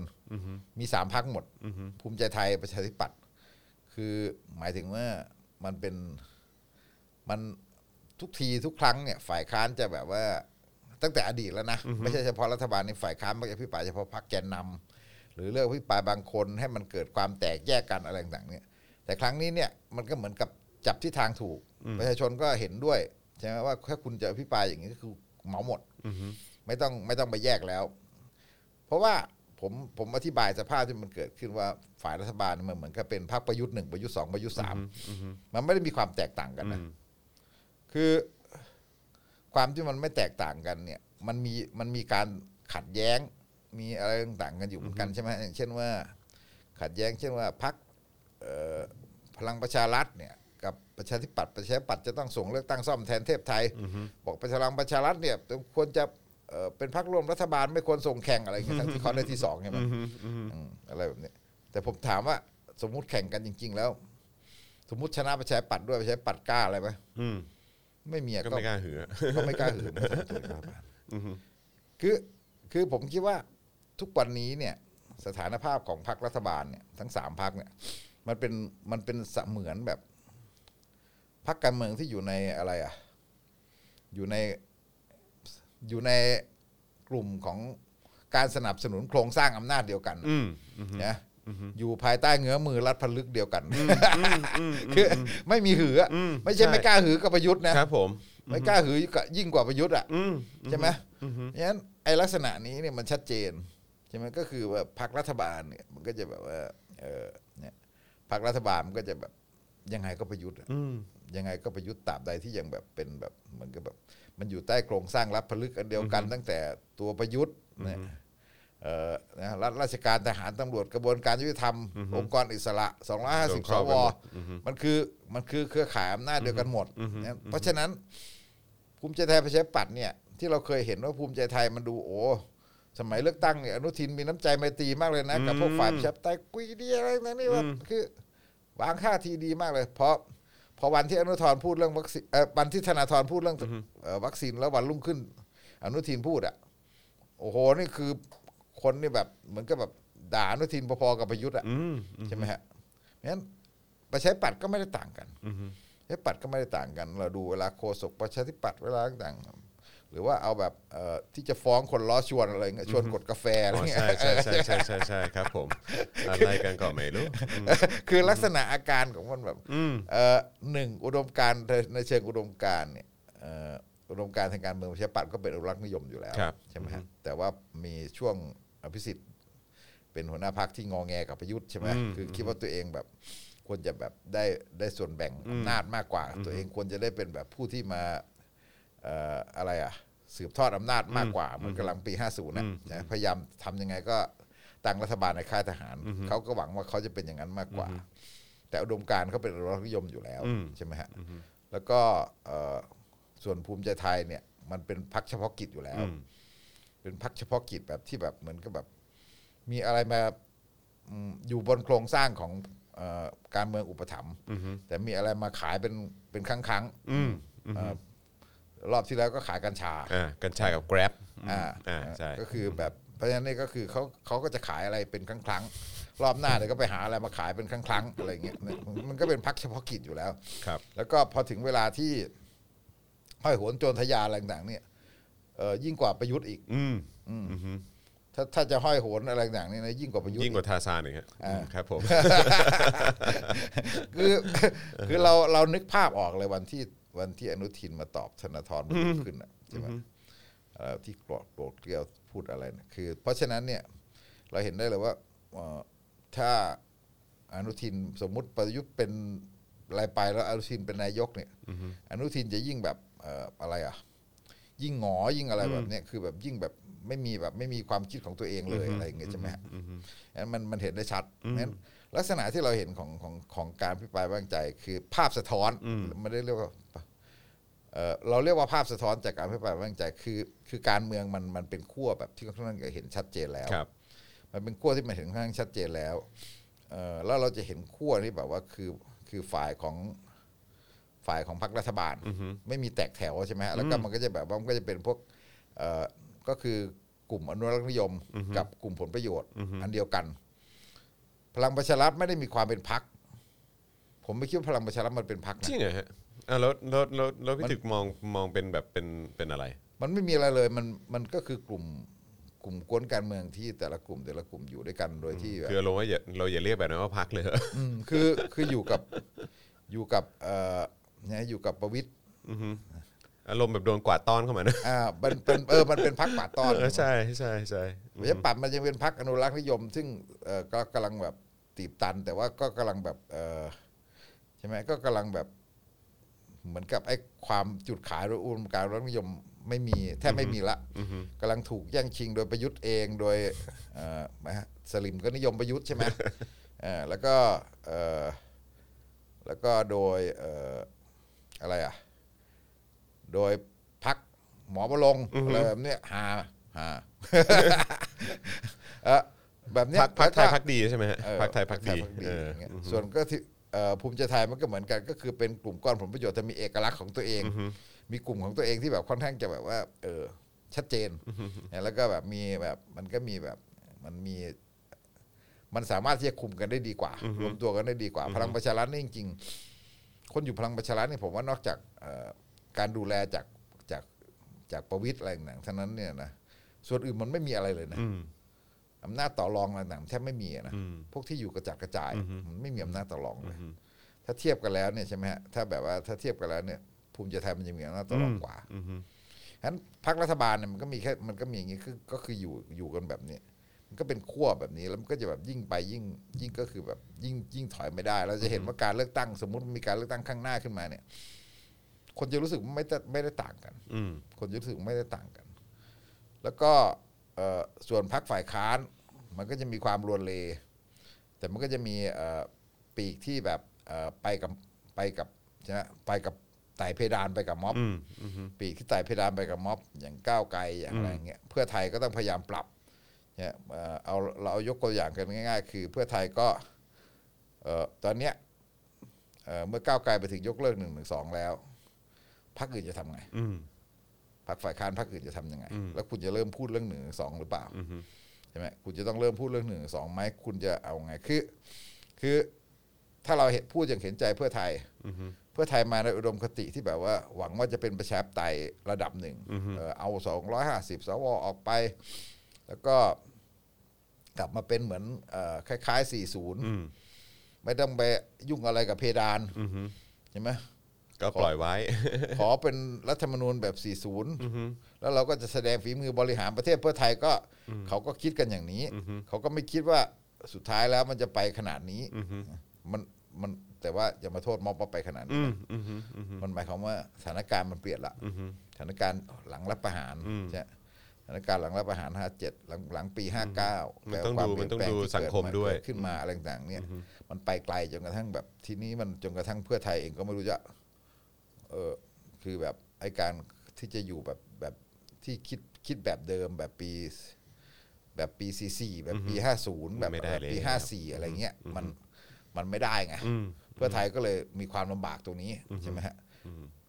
S3: มีสามพักหมด ภูมิใจไทยประชาธิปัตย์คือหมายถึงว่ามันเป็นมันทุกทีทุกครั้งเนี่ย ฝ่ายค้านจะแบบว่า ตั้งแต่อดีตแล้วนะ ไม่ใช่เฉพาะรัฐบาลในฝ่ายค้านไม่ใช่พิปรายเฉพาะพรรคแกนนำหรือเลือกพิปรายบางคนให้มันเกิดความแตกแยกกันอะไรต่างๆเนี่ย แต่ครั้งนี้เนี่ยมันก็เหมือนกับจับที่ทางถูก ประชาชนก็เห็นด้วยใช่ไหมว่าถ้าคุณจะพิปรายอย่างนี้ก็คือเหมาหมดไม่ต้องไม่ต้องไปแยกแล้ว เพราะว่าผมผมอธิบายสภาพที่มันเกิดขึ้นว่าฝ่ายรัฐบาลมันเหมือนกับเป็นพรรคประยุทธ์หนึ่งประยุทธ์สองประยุทธ์สามมันไม่ได้มีความแตกต่างกันนะคือความที่มันไม่แตกต่างกันเนี่ย มันมีมันมีการขัดแย้งมีอะไรต่างๆกันอยู่เหมือนกันใช่ไหมอย่างเช่นว่า ขัดแย้งเช่นว่าพรรคเอ่อพลังประชารัฐเนี่ยกับประชาธิปัตย์ประชาธิปัตย์จะต้องส่งเลือกตั้งซ่อมแทนเทพไทย บอกพลังประชารัฐเนี่ยควรจะเอ่อเป็นพรรคร่วมรัฐบาลไม่ควรส่งแข่งอะไรอย่างเงี้ยทั้งที่เขาได้ที่สองใช่ไหมอืมอะไรแบบเนี้ยแต่ผมถามว่าสมมุติแข่งกันจริง ๆ แล้ว สมมติชนะประชาธิปัตย์ด้วยประชาธิปัตย์กล้าอะไรไหม
S2: อืม
S3: ไม่มีอะ
S2: ก็ไม่กล้าหือ
S3: ก็ไม่กล้าหือคือคือผมคิดว่าทุกวันนี้เนี่ย สถานภาพของพรรครัฐบาลเนี่ยทั้งสามพรรคเนี่ย มันเป็นมันเป็นเสมือนแบบพรรคการเมืองที่อยู่ในอะไรอ่ะ อยู่ในอยู่ในกลุ่มของการสนับสนุนโครงสร้างอำนาจเดียวกัน
S2: อืม
S3: นะอยู่ภายใต้เงื้อมือรัดพลึกเดียวกัน คือไม่มีหืออะ
S2: อืม
S3: ไม่ใช่
S2: ใช่
S3: ไม่กล้าหือกับประยุทธ์นะ
S2: ครับผม
S3: ไม่กล้าหือก็ยิ่งกว่าประยุทธ์อ่ะ
S2: อืม
S3: ใช่ไหมงั้นไอ้ลักษณะนี้เนี่ยมันชัดเจนใช่ไหมก็คือว่าพรรครัฐบาลเนี่ยมันก็จะแบบว่าเออเนี่ยพรรครัฐบาลมันก็จะแบบยังไงก็ประยุทธ์อะยังไงก็ประยุทธ์ตราบใดที่ยังแบบเป็นแบบเหมือนกับแบบ มันอยู่ใต้โครงสร้างรัฐพลึกอันเดียวกัน ตั้งแต่ตัวประยุทธ์เนี่ยเอ่อนะรัฐราชการทหารตำรวจกระบวนการยุติธรรมองค์กรอิสระ
S2: โดน
S3: 250
S2: ค
S3: ส
S2: รอบ
S3: ว
S2: ไปหมด
S3: มันคือมันคือเครือข่ายอำนาจเดียวกันหมดนะเพราะฉะนั้น ภูมิใจไทยประชาธิปัตย์เนี่ยที่เราเคยเห็นว่าภูมิใจไทยมันดูโอ้สมัยเลือกตั้งเนี่ยอนุทินมีน้ำใจไมตรีมากเลยนะ กับพวกฝ่ายประชาธิปไตยกุยดีอะไรนะนี่ว่าคือวางค่าทีดีมากเลย เพราะพอวันที่อนุธรพูดเรื่องวัคซีนเอ่อวันที่ธนาธรพูดเรื่องเอ่อวัคซีนแล้ววันรุ่งขึ้น อนุทินพูดอ่ะ โอ้โหนี่คือคนนี่แบบเหมือนกับแบบด่าอนุทินพอๆกับประยุทธ์อ่ะใช่ไหมฮะเพราะฉะนั้นประชาธิปัตย์ก็ไม่ได้ต่างกัน ประชาธิปัตย์ก็ไม่ได้ต่างกัน เราดูเวลาโคศกประชาธิปัตย์เวลาต่างๆหรือว่าเอาแบบเอ่อที่จะฟ้องคนล้อชวนอะไรเงี้ยชวนกดกาแฟอะไร
S2: อ๋อ
S3: เงี้ย
S2: ใช่ใช่ใช่ใช่ใช่ใช่ครับ ผมอะไรกันก็ไม่รู้
S3: คือลักษณะอาการของมันแบบเอ่อหนึ่งอุดมการณ์ในเชิงอุดมการณ์เนี่ยเอ่ออุดมการณ์ทางการเมืองประชาธิปัตย์ก็เป็นอนุรักษ์นิยมอยู่แล้ว
S2: ครับ
S3: ใช่ไหมฮะแต่ว่ามีช่วงอภิสิทธิ์ เป็นหัวหน้าพักที่งอแงกับประยุทธ์ใช่ไหมคือคิดว่าตัวเองแบบควรจะแบบได้ได้ส่วนแบ่งอำนาจมากกว่า ตัวเองควรจะได้เป็นแบบผู้ที่มาเอ่ออะไรอ่ะ สืบทอดอำนาจมากกว่าเหมันกำลังปี 50นะนะพยายามทำยังไงก็ตั้งรัฐบาลในค่ายทหาร เขาก็หวังว่าเขาจะเป็นอย่างนั้นมากกว่า แต่อุดมการณ์เขาเป็นอนุรัฐนิยมอยู่แล้วใช่ไหมฮะแล้วก็เอ่อส่วนภูมิใจไทยเนี่ยมันเป็นพรรคเฉพาะกิจอยู่แล้ว เป็นพรรคเฉพาะกิจแบบที่แบบเหมือนกับแบบ มีอะไรมาอืมอยู่บนโครงสร้างของเออการเมืองอุปถัมภ์แต่มีอะไรมาขายเป็นเป็นครั้งครั้งๆเอ่อรอบที่แล้วก็ขายกัญชา
S2: อ่ากัญชากับแกร็บ
S3: อ่า
S2: อ่าใช่
S3: ก็คือแบบเพราะฉะนั้นนี่ก็คือเขาเขาก็จะขายอะไรเป็นครั้งครั้งๆรอบหน้าเดี๋ยวก็ไปหาอะไรมาขายเป็นครั้งครั้งๆอะไรอย่างเงี้ยมันมันก็เป็นพักเฉพาะกิจอยู่แล้ว
S2: ครับ
S3: แล้วก็พอถึงเวลาที่ห้อยโหนโจรทยาอะไรต่างๆเนี่ยเอ่อยิ่งกว่าประยุทธ์อีก
S2: อืม
S3: ถ้าถ้าจะห้อยโหนอะไรต่างๆเนี่ยนะยิ่งกว่าประยุทธ์
S2: ยิ่ง
S3: อีก
S2: กว่าทาซานอีกฮะอืมครับ ผม
S3: คือคือเราเรานึกภาพออกเลยวันที่วันที่อนุทินมาตอบธนาธรเมื่อวันขึ้นน่ะใช่ไหม เอ่อที่โปรดโปรดเกลียวพูดอะไรนะคือ เพราะฉะนั้นเนี่ยเราเห็นได้เลยว่าเอ่อถ้าอนุทินสมมุติประยุทธ์เป็นรายไปแล้วอนุทินเป็นนายกเนี่ยอนุทินจะยิ่งแบบเอ่ออะไรอ่ะ ยิ่งหงอยิ่งอะไรแบบเนี้ยคือแบบยิ่งแบบไม่มีแบบไม่มีความคิดของตัวเองเลยอะไรอย่างเงี้ยใช่ไหมฮะงั้นมันมันเห็นได้ชัดงั้นลักษณะที่เราเห็นของของของการพิปรายไว้วางใจ คือภาพสะท้อนไม่ได้เรียกว่าเอ่อเราเรียกว่าภาพสะท้อนจากการพิปรายไว้วางใจคือ คือการเมืองมันมันเป็นขั้วแบบที่ค่อนข้างจะเห็นชัดเจนแล้ว
S2: ครับ
S3: มันเป็นขั้วที่มันเห็นค่อนข้างชัดเจนแล้วเอ่อแล้วเราจะเห็นขั้วที่แบบว่าคือคือฝ่ายของฝ่ายของพรรครัฐบาล ไม่มีแตกแถวใช่ไหมฮะแล้วก็มันก็จะแบบว่ามันก็จะเป็นพวกเอ่อก็คือกลุ่มอนุรักษนิยม กับกลุ่มผลประโยชน์ อันเดียวกัน พลังประชารัฐไม่ได้มีความเป็นพรรคผมไม่คิดว่าพลังประชารัฐมันเป็นพรรคนะ
S2: จริงเหรอฮะอ่ะแล้วแล้วแล้วแล้วพี่
S3: มัน
S2: ถึกมองมองเป็นแบบเป็นเป็นอะไร
S3: มันไม่มีอะไรเลยมันมันก็คือกลุ่มกลุ่มกวนการเมืองที่แต่ละกลุ่ม แต่ละกลุ่มอยู่ด้วยกันโดยที่แบบ
S2: คือเราว่าอย่าเราอย่าเรียกแบบนั้นว่าพักเลยเหรอ
S3: อืมคือคืออยู่กับอยู่กับเอ่อเนี่ยอยู่กับประวิตย์
S2: อารมณ์แบบโดนกวาดต้อนเข้ามานะ
S3: อ่ามันเป็นเออมันเป็นพักป่าตอน
S2: เออใช่ใช่ใช่
S3: ประชาธิปัตย์มันยังเป็นพักอนุรักษ์นิยม ซึ่งเอ่อก็กำลังแบบตีบตัน แต่ว่าก็กำลังแบบเอ่อใช่ไหมก็กำลังแบบ เหมือนกับไอ้ความจุดขายหรืออุดมการณ์อนุรักษ์นิยมไม่มีแทบไม่มีละกำลังถูกแย่งชิงโดยประยุทธ์เองโดยเอ่อนะฮะสลิมก็นิยมประยุทธ์ใช่ไหม เอ่อแล้วก็เอ่อแล้วก็โดยเอ่ออะไรอ่ะ โดยพักหมอประลงค์อะไรแบบเนี้ยหา หา เอ่อแบบเนี้ย
S2: พักพักไทย
S3: แล้วถ้า
S2: พักดีใช่ไหมฮะ
S3: เออ
S2: พักไทยพักดี
S3: พรรคไทยพรรคดี
S2: เออ
S3: อ
S2: อย่าง
S3: เงี้ยส่วนก็ที่เอ่อภูมิใจไทยมันก็เหมือนกันก็คือเป็นกลุ่มก้อนผลประโยชน์แต่มีเอกลักษณ์ของตัวเอง มีกลุ่มของตัวเองที่แบบค่อนข้างจะแบบว่า เออชัดเจนนะแล้วก็แบบมีแบบมันก็มีแบบมันมี มันสามารถที่จะคุมกันได้ดีกว่ารวมตัวกันได้ดีกว่า พลังประชารัฐนี่จริง ๆ คนอยู่พลังประชารัฐเนี่ยผมว่านอกจากเอ่อการดูแลจากจากจากประวิตยอะไรต่างๆเท่านั้นเนี่ยนะส่วนอื่นมันไม่มีอะไรเลยนะ
S2: อืม
S3: อำนาจต่อรองอะไรต่างๆแทบไม่มีอะนะ
S2: อืม
S3: พวกที่อยู่กระจัดกระจาย
S2: อือฮึ
S3: มันไม่มีอำนาจต่อรองเลยถ้าเทียบกันแล้วเนี่ยใช่ไหมฮะถ้าแบบว่าถ้าเทียบกันแล้วเนี่ยภูมิใจไทยมันจะมีอำนาจต่อรองกว่า
S2: อืมอืม
S3: ฉะนั้นพรรครัฐบาลเนี่ยมันก็มีแค่มันก็มีอย่างงี้คือก็คืออยู่อยู่กันแบบนี้ มันก็เป็นขั้วแบบนี้แล้วมันก็จะแบบยิ่งไปยิ่งยิ่งก็คือแบบยิ่งยิ่งถอยไม่ได้ เราจะเห็นว่าการเลือกตั้ง สมมติมีการเลือกตั้งข้างหน้าขึ้นมาเนี่ย คนจะรู้สึกไม่ได้ไม่ได้ต่างกัน
S2: อืม
S3: คนจะรู้สึกไม่ได้ต่างกัน แล้วก็เอ่อส่วนพักฝ่ายค้าน มันก็จะมีความรวนเล แต่มันก็จะมีเอ่อปีกที่แบบเอ่อไปกับไปกับใช่ไหมไปกับไต่เพดานไปกับม็อบ
S2: อืมอืม
S3: ปีกที่ไต่เพดานไปกับม็อบ อย่างก้าวไกลอย่างอะไรอย่างเงี้ยเพื่อไทยก็ต้องพยายามปรับเนี่ยเอ่อเอาเราเอายกตัวอย่างกันง่าย ๆ คือเพื่อไทยก็เอ่อตอนเนี้ยเอ่อเมื่อก้าวไกลไปถึงยกเลิกหนึ่งหนึ่งสองแล้วพรรคอื่นจะทำไง
S2: อืม
S3: พรรคฝ่ายค้านพรรคอื่นจะทำยังไง แล้วคุณจะเริ่มพูดเรื่องหนึ่งสองหรือเปล่าใช่ไหมคุณจะต้องเริ่มพูดเรื่องหนึ่งสองไหมคุณจะเอาไงคือคือถ้าเราเห็นพูดอย่างเห็นใจเพื่อไทยเพื่อไทยมาในอุดมคติที่แบบว่า หวังว่าจะเป็นประชาธิปไตยระดับหนึ่งเอ่อเอาสองร้อยห้าสิบสวออกไป แล้วก็กลับมาเป็นเหมือนเอ่อคล้ายๆสี่ศูนย์
S2: อืม
S3: ไม่ต้องไปยุ่งอะไรกับเพดาน
S2: อืมอืม
S3: ใช่ไหม
S2: ก็ปล่อยไว้
S3: ขอเป็นรัฐธรรมนูญแบบ 40 แล้วเราก็จะแสดงฝีมือบริหารประเทศเพื่อไทยก็เขาก็คิดกันอย่างนี้ เขาก็ไม่คิดว่าสุดท้ายแล้วมันจะไปขนาดนี้ มันมันแต่ว่าอย่ามาโทษม็อบว่าไปขนาดนี้นะมันหมายความว่าสถานการณ์มันเปลี่ยนละสถานการณ์หลังรัฐประหารใช่สถานการณ์หลังรัฐประหาร 57 หลังหลังปี 59
S2: มันต้องดูมันต้องดู
S3: ที่เกิ
S2: สังคมด้วย
S3: เกิขึ้นมาอะไรต่างๆเนี่ยมันไปไกลจนกระทั่งแบบทีนี้มันจนกระทั่งเพื่อไทยเองก็ไม่รู้จะ เออคือแบบไอการที่จะอยู่แบบแบบที่คิดคิดแบบเดิมแบบปี แบบปีสี่สี่แบบปีห้าศูนย์แบบ
S2: ไม่ได้เลย
S3: ปี
S2: ครั
S3: ห้า
S2: บ
S3: สี่อะไรเงี้ยมันมันไม่ได้ไงเพื่อไทยก็เลยมีความลำบากตรงนี้ใช่ไหมฮะ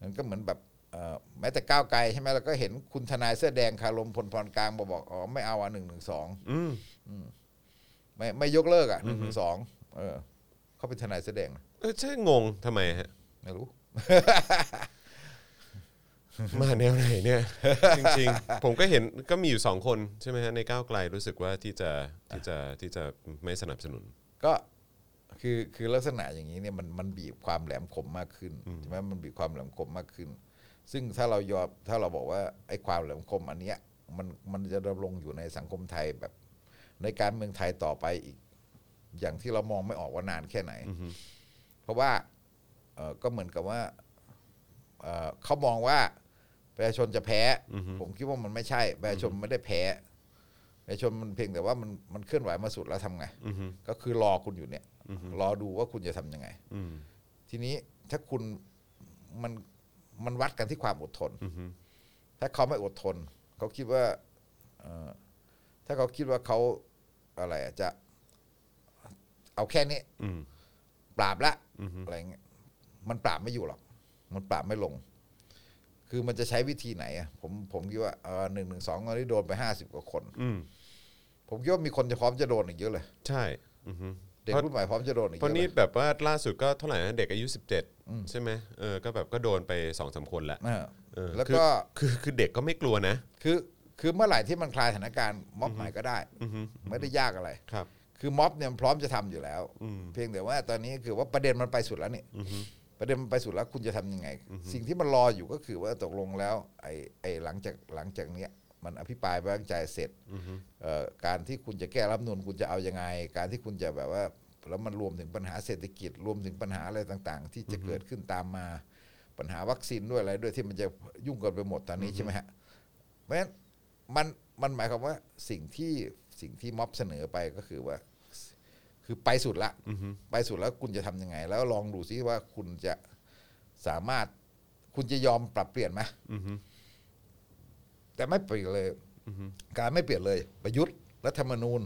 S3: มันก็เหมือนแบบเอ่อแม้แต่ก้าวไกลใช่ไหมเราก็เห็นคุณทนายเสื้อแดงคารมพลพรกลางบอกบอกอ๋อไม่เอาอ่ะหนึ่งหนึ่งสอง
S2: อืม
S3: ไม่ไม่ยกเลิกอ่ะหนึ่งหนึ่งสองเออเขาเป็นทนายเสื้อแดงนะ
S2: เออใช่งงทำไมฮะ
S3: ไม่รู้
S2: มาแนวไหนเนี่ย จริงๆ ผมก็เห็นก็มีอยู่สองคนใช่ไหมฮะในก้าวไกลรู้สึกว่าที่จะที่จะที่จะไม่สนับสนุน
S3: ก็คือคือลักษณะอย่างนี้เนี่ยมันมันบีบความแหลมคมมากขึ้นใช่ไหมมันบีบความแหลมคมมากขึ้น ซึ่งถ้าเรายอมถ้าเราบอกว่าไอ้ความเหลื่อมคมอันเนี้ยมันมันจะดำรงอยู่ในสังคมไทยแบบในการเมืองไทยต่อไปอีก อย่างที่เรามองไม่ออกว่านานแค่ไหน เพราะว่าเอ่อก็เหมือนกับว่าเอ่อเขามองว่าประชาชนจะแพ้ ผมคิดว่ามันไม่ใช่ประชาชนไม่ได้แพ้ประชาชนมันเพียงแต่ว่ามันมันเคลื่อนไหวมาสุดแล้วทำไง ก็คือรอคุณอยู่เนี่ย รอดูว่าคุณจะทำยังไง ทีนี้ถ้าคุณมันมันวัดกันที่ความอดทน ถ้าเขาไม่อดทน เขาคิดว่าเอ่อถ้าเขาคิดว่าเขาอะไรอะจะ เอาแค่นี้ ปราบละอะไรเงี้ยมันปราบไม่อยู่หรอก มันปราบไม่ลง คือมันจะใช้วิธีไหนอะผมผมคิดว่าหนึ่งหนึ่งสองตอนนี้โดนไปห้าสิบกว่าคน ผมคิดว่ามีคนจะพร้อมจะโดนอีกเยอะเลย
S2: ใช่อือฮึ
S3: เด็กรุ่นใหม่พร้อมจะโดนอีก
S2: เพ
S3: เย
S2: ราะ
S3: อะเล
S2: นี่
S3: ย
S2: แบบว่าล่าสุดก็เท่าไหร่นะเด็กอายุ 17 ใช่ไหมเออก็แบบก็โดนไปสองสามคนละ
S3: เออ
S2: เออ
S3: แล้ว
S2: คือ
S3: ก็
S2: คือคือเด็กก็ไม่กลัวนะ
S3: คือคือเมื่อไหร่ที่มันคลายสถานการณ์ม็อบใหม่ก็ได้ ไม่ได้ยากอะไร
S2: ครับ
S3: คือม็อบเนี่ยมันพร้อมจะทำอยู่แล้ว
S2: อืม
S3: เพียงแต่ว่าตอนนี้คือว่าประเด็นมันไปสุดแล้วนี่ประเด็นมันไปสุดแล้วคุณจะทำยังไง สิ่งที่มันรออยู่ก็คือว่าตกลงแล้วไอ้ไอ้หลังจากหลังจากเนี้ยมันอภิปรายไว้วางใจเสร็จเอ่อการที่คุณจะแก้รัฐธรรมนูนคุณจะเอายังไง การที่คุณจะแบบว่าแล้วมันรวมถึงปัญหาเศรษฐกิจ รวมถึงปัญหาอะไรต่างๆ ที่จะเกิดขึ้นตามมา ปัญหาวัคซีนด้วยอะไรด้วยที่มันจะยุ่งกันไปหมดตอนนี้ใช่ไหมฮะเพราะฉะนั้นมันมันหมายความว่าสิ่งที่สิ่งที่ม็อบเสนอไปก็คือว่า คือไปสุดละไปสุดแล้วคุณจะทำยังไง แล้วลองดูซิว่าคุณจะสามารถคุณจะยอมปรับเปลี่ยนไหมแต่ไม่เปลี่ยนเลยการไม่เปลี่ยนเลย ประยุทธ์รัฐธรรมนูญ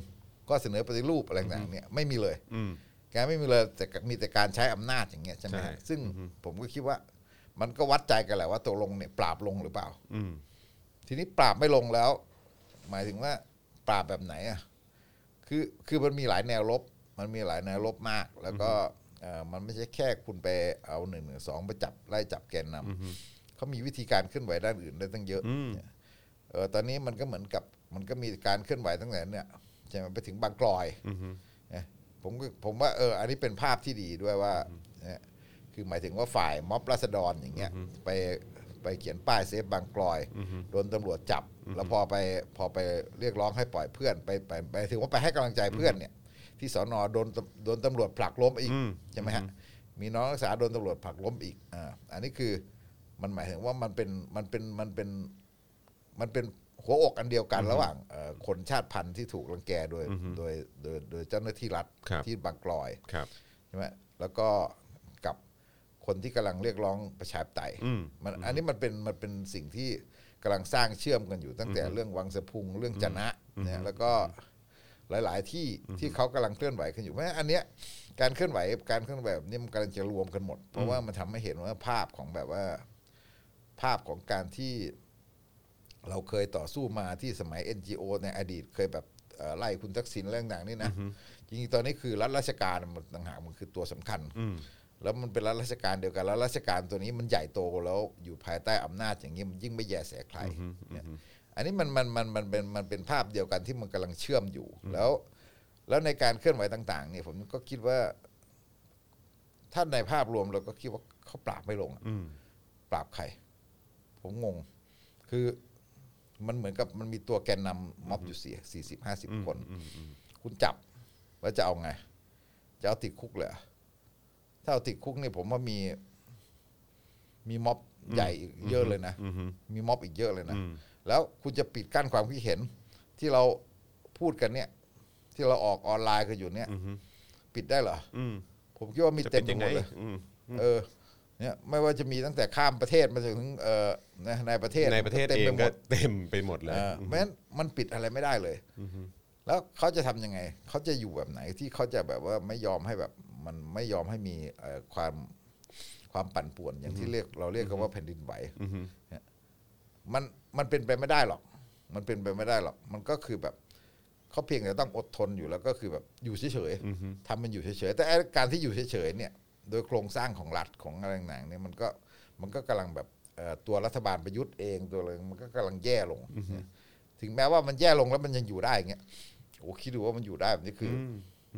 S3: ก็เสนอปฏิรูปอะไรต่างๆเนี่ยไม่มีเลย
S2: อืม
S3: แกไม่มีเลยแต่มีแต่การใช้อำนาจอย่างเงี้ยใช่ไหม
S2: ใช่
S3: ฮะซึ่งผมก็คิดว่า มันก็วัดใจกันแหละว่าตกลงเนี่ยปราบลงหรือเปล่า
S2: อืม
S3: ทีนี้ปราบไม่ลงแล้ว หมายถึงว่าปราบแบบไหนอ่ะคือคือมันมีหลายแนวลบ มันมีหลายแนวลบมาก แล้วก็เอ่อมันไม่ใช่แค่คุณไปเอาหนึ่งหนึ่งสองไปจับไล่จับแกนนำเขามีวิธีการเคลื่อนไหวด้านอื่นได้ตั้งเยอะเนี่ยเออตอนนี้มันก็เหมือนกับมันก็มีการเคลื่อนไหวตั้งแต่เนี่ยใช่ไหมไปถึงบางกลอยนะผมก็ผมว่าเอออันนี้เป็นภาพที่ดีด้วยว่าเนี่ยคือหมายถึงว่าฝ่ายม็อบราษฎรอย่างเงี้ยไปไปเขียนป้ายเซฟบางกลอย โดนตำรวจจับ แล้วพอไปพอไปเรียกร้องให้ปล่อยเพื่อนไปไปไปถึงว่าไปให้กำลังใจเพื่อนเนี่ย ที่สอนอโดนตำโดนตำรวจผลักล้มอีกใช่ไหมฮะมีน้องนักศึกษาโดนตำรวจผลักล้มอีกอ่าอันนี้คือมันหมายถึงว่ามันเป็นมันเป็นมันเป็นมันเป็นหัวอกอันเดียวกันระหว่างเอ่อคนชาติพันธุ์ที่ถูกรังแกโดยโดยโดยโดยเจ้าหน้าที่รัฐ
S2: ครับ
S3: ที่บางกลอย
S2: ครับ
S3: ใช่ไหมแล้วก็กับคนที่กำลังเรียกร้องประชาธิปไตย
S2: อืม
S3: มันอันนี้มันเป็นมันเป็นสิ่งที่กำลังสร้างเชื่อมกันอยู่ตั้งแต่เรื่องวังสะพุงเรื่องจนะเนี่ยแล้วก็หลาย ๆ ที่ที่เขากำลังเคลื่อนไหวกันอยู่เพราะฉะนั้นอันเนี้ยการเคลื่อนไหวการเคลื่อนไหวแบบนี้มันกำลังจะรวมกันหมด เพราะว่ามันทำให้เห็นว่าภาพของแบบว่า ภาพของการที่เราเคยต่อสู้มาที่สมัย NGO ในอดีตเคยแบบเอ่อไล่คุณทักษิณเรื่องต่างๆนี่นะจริงๆตอนนี้คือรัฐราชการมันต่างหากมันคือตัวสำคัญ แล้วมันเป็นรัฐราชการเดียวกันแล้วรัฐราชการตัวนี้มันใหญ่โตแล้วอยู่ภายใต้อำนาจอย่างนี้มันยิ่งไม่แยแสใครเนี่ยอันนี้มันมันมันมันเป็นมันเป็นภาพเดียวกันที่มันกำลังเชื่อมอยู่แล้ว แล้วในการเคลื่อนไหวต่าง ๆ เนี่ยผมก็คิดว่า ถ้าในภาพรวมเราก็คิดว่าเขาปราบไม่ลงอะปราบใคร ผมงง คือมันเหมือนกับมันมีตัวแกนนำม็อบอยู่เสียสี่สิบห้าสิบคน คุณจับแล้วจะเอาไง จะเอาติดคุกเหรอถ้าเอาติดคุกเนี่ยผมว่ามี มีม็อบใหญ่อีกเยอะเลยนะ มีม็อบอีกเยอะเลยนะ แล้วคุณจะปิดกั้นความคิดเห็น ที่เราพูดกันเนี่ย ที่เราออกออนไลน์กันอยู่เนี่ย ปิดได้เหรออ
S2: ม
S3: ผมคิดว่ามี
S2: จะ
S3: เต็
S2: เป็
S3: ม
S2: น
S3: ไป
S2: ยังไง
S3: หมดเลย
S2: อืม
S3: เออเนี่ยไม่ว่าจะมีตั้งแต่ข้ามประเทศมาจนถึงเออนะในประเทศ
S2: ในประเทศ
S3: ต็ม
S2: เอง
S3: ไหม
S2: ก็
S3: ด
S2: เต็มไปหมดเลย
S3: เออเพราะฉะนั้นมันปิดอะไรไม่ได้เลยแล้วเขาจะทำยังไง เขาจะอยู่แบบไหนที่เขาจะแบบว่าไม่ยอมให้แบบมันไม่ยอมให้มีเอ่อความความปั่นป่วนอย่างที่เรียกเราเรียกกันว่าแผ่นดินไหวเนี่ยมันมันเป็นไปไม่ได้หรอก มันเป็นไปไม่ได้หรอก มันก็คือแบบเขาเพียงแต่ต้องอดทนอยู่แล้วก็คือแบบอยู่เฉยๆทำมันอยู่เฉยๆแต่ไอ้การที่อยู่เฉยๆเนี่ย โดยโครงสร้างของรัฐของอะไรต่างๆเนี่ยมันก็มันก็กำลังแบบเอ่อตัวรัฐบาลประยุทธ์เองตัวอะไรมันก็กำลังแย่ลงถึงแม้ว่ามันแย่ลงแล้วมันยังอยู่ได้อย่างเงี้ยโอ้คิดดูว่ามันอยู่ได้แบบนี้คืออ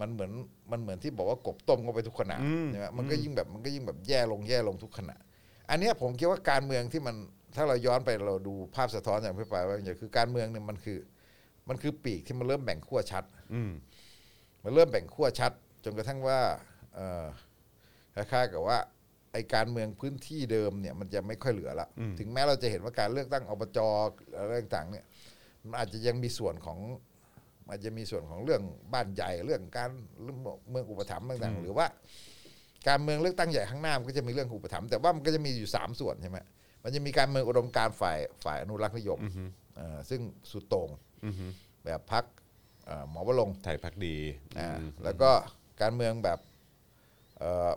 S3: มันเหมือนมันเหมือนที่บอกว่ากบต้มเข้าไปทุกขณะใช่ไหมมันก็ยิ่งแบบมันก็ยิ่งแบบแย่ลงแย่ลงทุกขณะ อันเนี้ยผมคิดว่าการเมืองที่มันถ้าเราย้อนไปเราดูภาพสะท้อนจากพี่ปรายว่าอย่างคือการเมืองเนี่ยมันคือ มันคือปีกที่มันเริ่มแบ่งขั้วชัด
S2: อืม
S3: มันเริ่มแบ่งขั้วชัด จนกระทั่งว่าเอ่อคล้ายๆกับว่าไอการเมืองพื้นที่เดิมเนี่ยมันจะไม่ค่อยเหลือละถึงแม้เราจะเห็นว่าการเลือกตั้งอบจอะไรต่างๆเนี่ยมันอาจจะยังมีส่วนของมันอาจจะมีส่วนของเรื่องบ้านใหญ่เรื่องการเรื่องเมืองอุปถัมภ์ต่างๆ หรือว่า การเมืองเลือกตั้งใหญ่ข้างหน้ามันก็จะมีเรื่องอุปถัมภ์แต่ว่ามันก็จะมีอยู่สามส่วนใช่ไหมมันจะมีการเมืองอุดมการณ์ฝ่ายฝ่ายอนุรักษ์นิยมเอ่อซึ่งสุดโต่งแบบพักหมอวรงค์
S2: ไทยพักดี
S3: อ่า
S2: อืม
S3: แล้วก็การเมืองแบบเอ่อ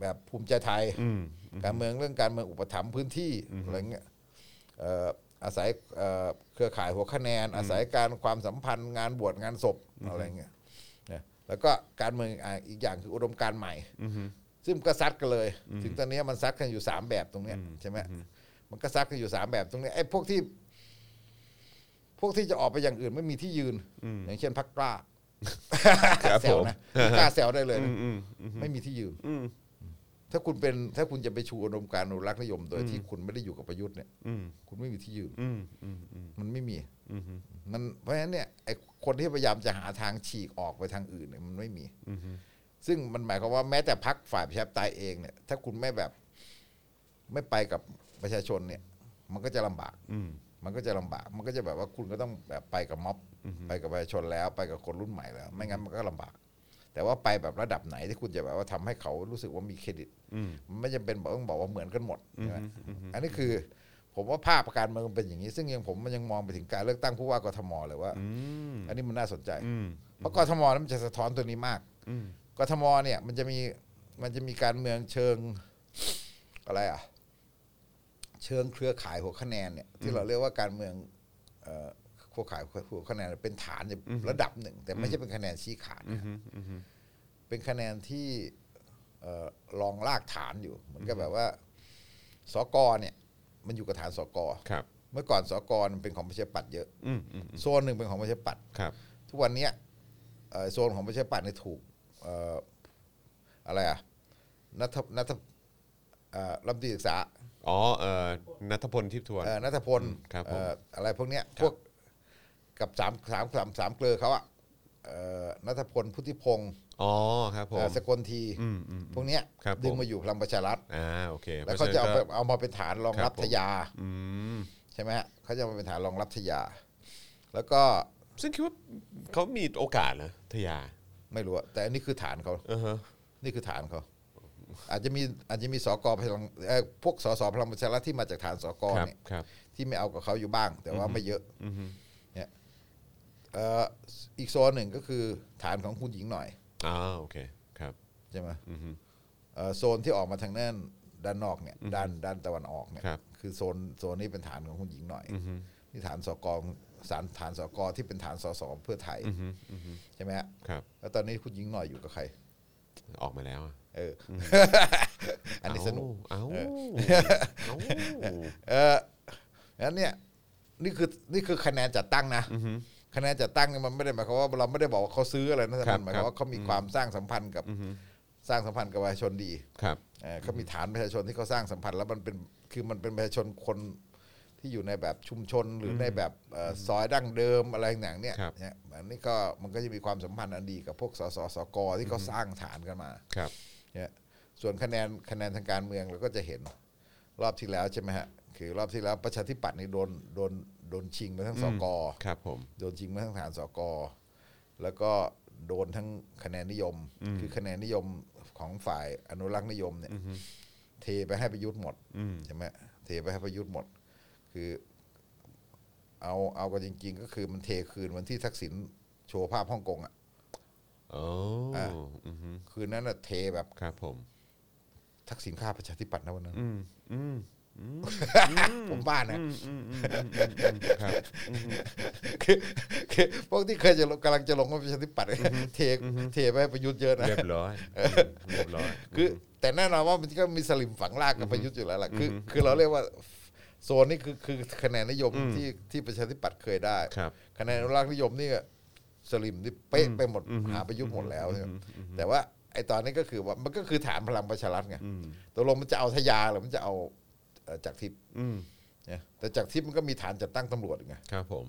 S3: แบบภูมิใจไทย
S2: อืม
S3: การเมืองเรื่องการเมืองอุปถัมภ์พื้นที่อะไรเงี้ยเอ่ออาศัยเอ่อเครือข่ายหัวคะแนน อาศัยการความสัมพันธ์งานบวชงานศพอะไรเงี้ยนะแล้วก็การเมืองอ่ะอีกอย่างคืออุดมการณ์ใหม่
S2: อืม
S3: ซึ่งมันก็ซัดกันเลย ถึงตอนเนี้ยมันซัดกันอยู่สามแบบตรงเนี้ยใช่ไหมมันก็ซัดกันอยู่สามแบบตรงเนี้ยไอ้พวกที่ พวกที่จะออกไปอย่างอื่นไม่มีที่ยืน อย่างเช่นพักกล้า
S2: ครับ
S3: แซวนะกล้าแซวได้เลยนะ
S2: อืมอืม
S3: ไม่มีที่ยืน
S2: อืม
S3: ถ้าคุณเป็น ถ้าคุณจะไปชูอุดมการณ์อนุรักษ์นิยม โดยที่คุณไม่ได้อยู่กับประยุทธ์เนี่ย
S2: อืม
S3: คุณไม่มีที่ยืน
S2: อืมอืมอืม
S3: มันไม่มี
S2: อืม
S3: มันเพราะฉะนั้นเนี่ยไอ้คนที่พยายามจะหาทางฉีกออกไปทางอื่นเนี่ยมันไม่มี
S2: อืม
S3: ซึ่งมันหมายความว่าแม้แต่พักฝ่ายประชาธิปไตยเองเนี่ย ถ้าคุณไม่แบบไม่ไปกับประชาชนเนี่ย มันก็จะลำบาก
S2: อืม
S3: มันก็จะลำบาก มันก็จะแบบว่าคุณก็ต้องแบบไปกับม็อบไปกับประชาชนแล้วไปกับคนรุ่นใหม่แล้ว ไม่งั้นมันก็ลำบาก แต่ว่าไปแบบระดับไหนที่คุณจะแบบว่าทำให้เขารู้สึกว่ามีเครดิต
S2: อืม
S3: มันไม่จำเป็นบอกต้องบอกว่าเหมือนกันหมดใช่ไหมอันนี้คือ ผมว่าภาพการเมืองมันเป็นอย่างนี้ ซึ่งยังผมมันยังมองไปถึงการเลือกตั้งผู้ว่ากทมเลยว่า
S2: อืม
S3: อันนี้มันน่าสนใจ
S2: อืม
S3: เพราะกทมนั้นมันจะสะท้อนตัวนี้มาก
S2: อืม
S3: กทมเนี่ยมันจะมีมันจะมีการเมืองเชิง อะไรอ่ะ เชิงเครือข่ายหัวคะแนนเนี่ยที่เราเรียกว่าการเมืองเอ่อเครือข่ายหัวคะแนนเป็นฐานอยู่ระดับหนึ่ง แต่ไม่ใช่เป็นคะแนนชี้ขาดนะเป็นคะแนนที่เอ่อรองลากฐานอยู่เหมือนกับแบบว่าสกเนี่ย มันอยู่กับฐานสก
S2: ครับ
S3: เมื่อก่อนสกมันเป็นของประชาธิปัตย์เยอะ
S2: อืมอืม
S3: โซนหนึ่งเป็นของประชาธิปัตย
S2: ครับ
S3: ทุกวันเนี้ยเอ่อโซนของประชาธิปัตย์เนี่ยถูกเอ่ออะไรอ่ะนัทนัทเอ่อรัฐมนตรีศึกษา
S2: อ๋อเอ่อนัทพลทิพย์ทวน
S3: เอ่อนัทพล
S2: ครับผม
S3: เอ่ออะไรพวกเนี้ยพวกกับสามสามสามสามเกลือเขาอ่ะเอ่อนัทพลพุทธิพงศ์
S2: อ๋อครับผม
S3: เอ่อสกลที
S2: อืมอืม
S3: พวกเนี้ย
S2: ครับ
S3: ดึง
S2: ผม
S3: มาอยู่พลังประชารัฐ
S2: อ่าโอเค
S3: แล้
S2: พ
S3: ว
S2: ร
S3: เขา
S2: ฉ
S3: จะ
S2: นั้น
S3: เอาไป
S2: ก็
S3: เอามาเป็นฐานรองรับ
S2: ครับผม
S3: ทยา
S2: อืม
S3: ใช่ไหมฮะเขาจะเอามาเป็นฐานรองรับทยา แล้วก็
S2: ซึ่งคิดว่าเขามีโอกาสนะทยา
S3: ไม่รู้อะแต่อันนี้คือฐานเขา
S2: อือฮะ
S3: นี่คือฐานเขาอาจจะมีอาจจะมีสกพลังเอ่อพวกสสพลังประชารัฐที่มาจากฐานสก
S2: ครับ
S3: เนี่ย
S2: ครับ
S3: ที่ไม่เอากับเขาอยู่บ้าง แต่ว่าไม่เยอะเนี่ยเอ่ออีกโซนหนึ่งก็คือฐานของคุณหญิงหน่อย
S2: อ๋อโอเคครับ
S3: ใช่ไหม
S2: อือฮึ
S3: เอ่อโซนที่ออกมาทางด้านด้านนอกเนี่ยด้านด้านตะวันออกเนี่ย
S2: ครับ
S3: คือโซนโซนนี้เป็นฐานของคุณหญิงหน่อย
S2: อือฮึ
S3: ที่ฐานสกสารฐานสกที่เป็นฐานสสเพื่อไทย
S2: อือฮึอือฮึ
S3: ใช่ไหมฮะ
S2: ครับ
S3: แล้วตอนนี้คุณหญิงหน่อยอยู่กับใคร
S2: ออกมาแล้วอะ
S3: เออออันนี้สนุก
S2: เอ้าเอ้าเอ้า
S3: เออนั้นเนี่ยนี่คือนี่คือคะแนนจัดตั้งนะ
S2: อือฮึ
S3: คะแนนจัดตั้งเนี่ยมันไม่ได้หมายความว่าเราไม่ได้บอกว่าเขาซื้ออะไรนะแต่
S2: ครั
S3: มั
S2: บ
S3: นหมายความว่าเขามีความสร้างสัมพันธ์กับ
S2: อือฮึ
S3: สร้างสัมพันธ์กับประชาชนดี
S2: ครับ
S3: เอ่อเขามีฐานประชาชนที่เขาสร้างสัมพันธ์แล้วมันเป็นคือมันเป็นประชาชนคนที่อยู่ในแบบชุมชนหรือในแบบเอ่ออซอยดั้งเดิมอะไรอย่างเนี่ย
S2: ครับ
S3: เนี่ยอันนี้ก็มันก็จะมีความสัมพันธ์อันดีกับพวกสสสกที่เขาสร้างฐานกันมา
S2: ครับ
S3: เนี่ยส่วนคะแนนคะแนนทางการเมืองเราก็จะเห็นรอบที่แล้วใช่ไหมฮะคือรอบที่แล้วประชาธิปัตย์นี่โดนโดนโดนชิงมาทั้งสก
S2: ครับผม
S3: โดนชิงมาทั้งฐานสกแล้วก็โดนทั้งคะแนนนิยม คือคะแนนนิยมของฝ่ายอนุรักษ์นิยมเนี่ยเทไปให้ประยุทธ์หมดใช่ไหมเทไปให้ประยุทธ์หมด คือเอาเอากันจริง ๆ ก็คือมันเทคืนวันที่ทักษิณโชว์ภาพฮ่องกงอ่ะ
S2: โอ้อือฮึ
S3: คืนนั้นน่ะเทแบบ
S2: ครับผม
S3: ทักษิณฆ่าประชาธิปัตย์นะวันนั้น
S2: อืมอืม
S3: ผมว่านะ
S2: อืมอืมอืมอืมอืมครับ
S3: คือคือพวกที่เคยจะลงกำลังจะลงว่าประชาธิปัตย์เทเทไปให้ประยุทธ์เยอะนะ
S2: เรียบร้อยเรียบร้อย
S3: คือ แต่แน่นอนว่ามันก็มีสลิมฝังลากกับประยุทธ์อยู่แล้วล่ะคืออคือเราเรียกว่าโซนนี่คือคือคะแนนนิยมที่ที่ประชาธิปัตย์เคยได้
S2: ครับ
S3: คะแนนอนุรักษ์นิยมนี่ก็สลิมนี่เป๊ะไปหมดหาประยุทธ์หมดแล้วใช่ไหมแต่ว่า ไอ้ตอนนี้ก็คือว่ามันก็คือฐานพลังประชารัฐไงตกลงมันจะเอาทยาหรือมันจะเอาเอ่อจากทิพย์
S2: อืม
S3: เนี่ยแต่จากทิพย์มันก็มีฐานจัดตั้งตำรวจไง
S2: ครับผม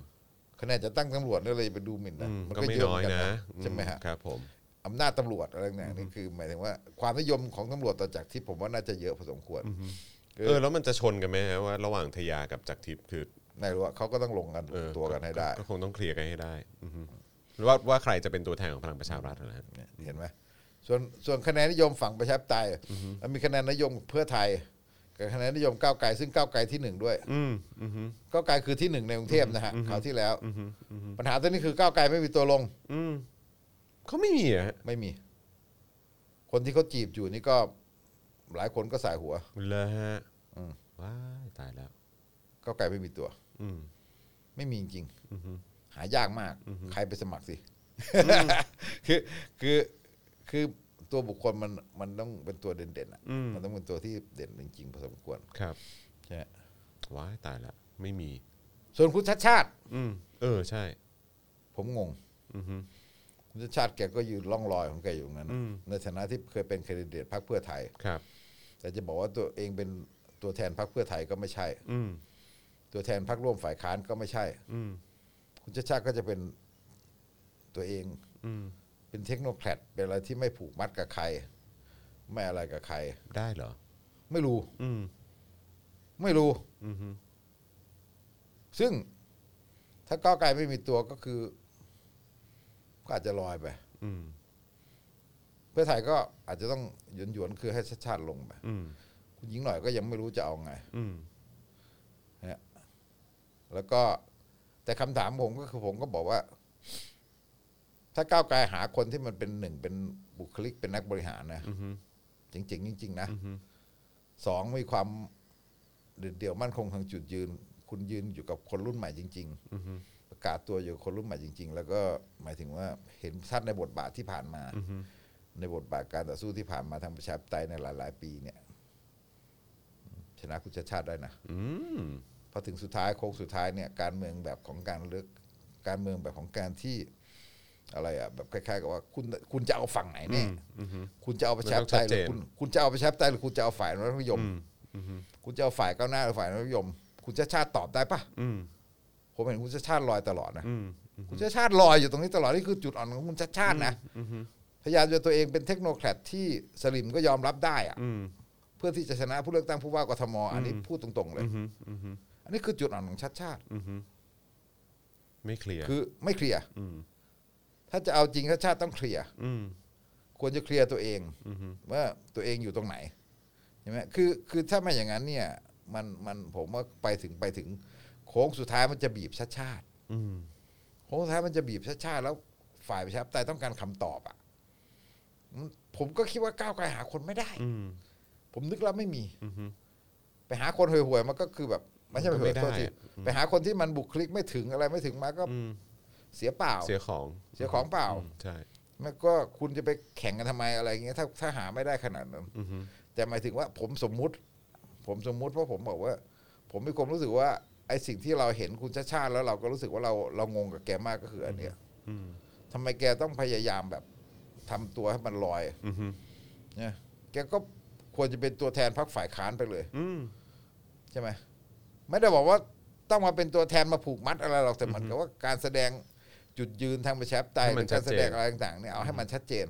S3: คะแนนจัดตั้งตำรวจนี่เลยไปดูหมิ่นนะ
S2: อืม
S3: มัน
S2: ก็ไม่
S3: เยอะ
S2: น้อย
S3: เหกั
S2: นะ
S3: ใช่ไหมฮะ
S2: ครับผม
S3: อำนาจตำรวจอะไรเนี่ยนี่คือหมายถึงว่าความนิยมของตำรวจต่อจากทิพย์ผมว่าน่าจะเยอะพอสมควรคือ
S2: เออแล้วมันจะชนกันไหมฮะว่า ระหว่างทยากับจักรทิพย์คือ
S3: ไม่รู้ว่าเขาก็ต้องลงกัน
S2: เออ
S3: ตัวกันให้ได้
S2: ก็คงต้องเคลียร์กันให้ได้อือฮึว่าว่าใครจะเป็นตัวแทนของพลังประชารัฐนะฮะ
S3: เนี่ยเห็นไหมส่วนส่วนคะแนนนิยมฝั่งประชาธิปไตยมันมีคะแนนนิยมเพื่อไทยกับคะแนนนิยมก้าวไกลซึ่งก้าวไกลที่หนึ่งด้วย
S2: อืมอือฮึ
S3: ก้าวไกลคือที่หนึ่งในกรุงเทพนะฮะคราวที่แล้วปัญหาตัวนี้คือก้าวไกลไม่มีตัวลง
S2: อืมเขาไม่มีอะฮะ
S3: ไม่มี คนที่เขาจีบอยู่นี่ก็หลายคนก็สายหัว
S2: เลยฮะ
S3: อืม
S2: ว้ายตายแล้ว
S3: ก้าวไกลไม่มีตัว
S2: อืม
S3: ไม่มีจริงๆ
S2: อือฮึ
S3: หายากมาก ใครไปสมัครสิ คือคือคือตัวบุคคลมันมันต้องเป็นตัวเด่นๆอะ
S2: อืม
S3: มันต้องเป็นตัวที่เด่นจริงๆพอสมควร
S2: ครับ
S3: ใช่
S2: ว้ายตายแล้วไม่มี
S3: ส่วนคุณชัดชาติ
S2: อืมเออใช่
S3: ผมงง
S2: อือฮึ
S3: คุณชัดชาติแกก็ยืนล่องลอยของแกอยู่งั้น
S2: อื
S3: น่ะ
S2: ม
S3: ในฐานะที่เคยเป็นแคนดิเดตพรรคเพื่อไทย
S2: ครับ
S3: แต่จะบอกว่าตัวเองเป็นตัวแทนพรรคเพื่อไทยก็ไม่ใช่
S2: อืม
S3: ตัวแทนพรรคร่วมฝ่ายค้านก็ไม่ใช่
S2: อืม
S3: คุณชัดชาติก็จะเป็นตัวเอง
S2: อืม
S3: เป็นเทคโนแครดเป็นอะไรที่ไม่ผูกมัดกับใคร ไม่อะไรกับใคร
S2: ได้เหรอ
S3: ไม่รู้
S2: อืม
S3: ไม่รู้
S2: อืมฮึ
S3: ซึ่งถ้าก้าวไกลไม่มีตัวก็คือ ก็อาจจะลอยไป
S2: อืม
S3: เพื่อไทยก็อาจจะต้องหยวนๆคือให้ชัดชาติลงไป
S2: อืม
S3: คุณหญิงหน่อยก็ยังไม่รู้จะเอาไง
S2: อืม
S3: แล้วก็แต่คำถามผมก็คือผมก็บอกว่า ถ้าก้าวไกลหาคนที่มันเป็นหนึ่งเป็นบุคลิกเป็นนักบริหารนะ
S2: อืมฮึ
S3: จริงๆจริงๆนะ
S2: อืมฮึ
S3: สองมีความเด็ดเดี่ยวมั่นคงทางจุดยืน คุณยืนอยู่กับคนรุ่นใหม่จริง
S2: อืมฮึ
S3: ๆ ประกาศตัวอยู่กับคนรุ่นใหม่จริง ๆ แล้วก็หมายถึงว่าเห็นชัดในบทบาทที่ผ่านมา
S2: อืมฮึ
S3: ในบทบาทการต่อสู้ที่ผ่านมาทางประชาธิปไตยในหลาย ๆ ปีเนี่ย ชนะคุณชาติชาติได้นะ
S2: อืม
S3: พอถึงสุดท้ายโค้งสุดท้ายเนี่ยการเมืองแบบของการเลือกการเมืองแบบของการที่อะไรอะแบบคล้ายๆกับว่าคุณคุณจะเอาฝั่งไหน
S2: อื
S3: แน่
S2: มอืมฮึ
S3: คุณจะเอาประชาธิปไต
S2: มั
S3: ย
S2: น
S3: ห
S2: ต้
S3: รื
S2: ชัด
S3: อ อง
S2: เจน
S3: คุณคุณจะเอาประชาธิปไตยหรือคุณจะเอาฝ่ายอนุรัฐนิยม
S2: อืมอืมฮึ
S3: คุณจะเอาฝ่ายก้าวหน้าหรือฝ่ายอนุรัฐนิยม คุณชาติชาติตอบได้ปะ
S2: อืม
S3: ผมเห็นคุณชาติชาติลอยตลอดนะ
S2: อืมอืม
S3: คุณชาติชาติลอยอยู่ตรงนี้ตลอดนี่คือจุดอ่อนของคุณชาติชาตินะ
S2: อืมฮึ
S3: พยายามจะตัวเองเป็นเทคโนแครดที่สลิมก็ยอมรับได้อะ
S2: อืม
S3: เพื่อที่จะชนะผู้เลือกตั้งผู้ว่ากทมอันนี้พูดตรงๆ เลย
S2: อืมฮึอืมฮึ
S3: อันนี้คือจุดอ่อนของชาติชาติ
S2: อืมฮึไม่เคลียร์
S3: คือไม่เคลียร์
S2: อืม
S3: ถ้าจะเอาจริงชาติชาติต้องเคลียร์
S2: อืม
S3: ควรจะเคลียร์ตัวเอง
S2: อืมฮึ
S3: ว่าตัวเองอยู่ตรงไหนใช่ไหมคือคือถ้าไม่อย่างนั้นเนี่ยมันมันผมว่าไปถึงไปถึงโค้งสุดท้ายมันจะบีบชาติชาติ
S2: อืม
S3: โค้งสุดท้ายมันจะบีบชาติชาติแล้วฝ่ายประชาธิปไตยต้องการคำตอบอ่ะมันผมก็คิดว่าก้าวไกลหาคนไม่ได้
S2: อืม
S3: ผมนึกแล้วไม่มี
S2: อืมฮึ
S3: ไปหาคนห่วยๆมันก็คือแบบไม่ใช่
S2: มั
S3: ไป
S2: นก็ไม่
S3: ห่วยๆโทษ
S2: ได้
S3: ที
S2: อะ
S3: ไปหาคนที่มันบุคลิกไม่ถึงอะไรไม่ถึงมาก็
S2: อืม
S3: เสียเปล่า
S2: เสียของ
S3: เสียของเปล่า
S2: มใช่
S3: แล้วก็คุณจะไปแข่งกันทำไมอะไรอย่างเงี้ยถ้าถ้าหาไม่ได้ขนาดนั้น
S2: อืมฮึ
S3: แต่หมายถึงว่าผมสมมุติ ผมสมมุติเพราะผมบอกว่า ผมมีความรู้สึกว่าไอ้สิ่งที่เราเห็นคุณชาติชาติแล้วเราก็รู้สึกว่าเราเรางงกับแกมากก็คืออันเนี้ย
S2: อืม
S3: ทำไมแกต้องพยายามแบบทำตัวให้มันลอย
S2: อืมฮึ
S3: เนี่ยแกก็ควรจะเป็นตัวแทนพรรคฝ่ายค้านไปเลย
S2: อืม
S3: ใช่ไหมไม่ได้บอกว่าต้องมาเป็นตัวแทนมาผูกมัดอะไรหรอกแต่เหมือนกับว่าการแสดงจุดยืนทางประชาธิปไตย
S2: ให้
S3: ห
S2: มั
S3: รื
S2: น
S3: อการ
S2: ชัด
S3: แส
S2: เจน
S3: ดงอะไรต่างๆเนี่ยเอาให้มันชัดเจน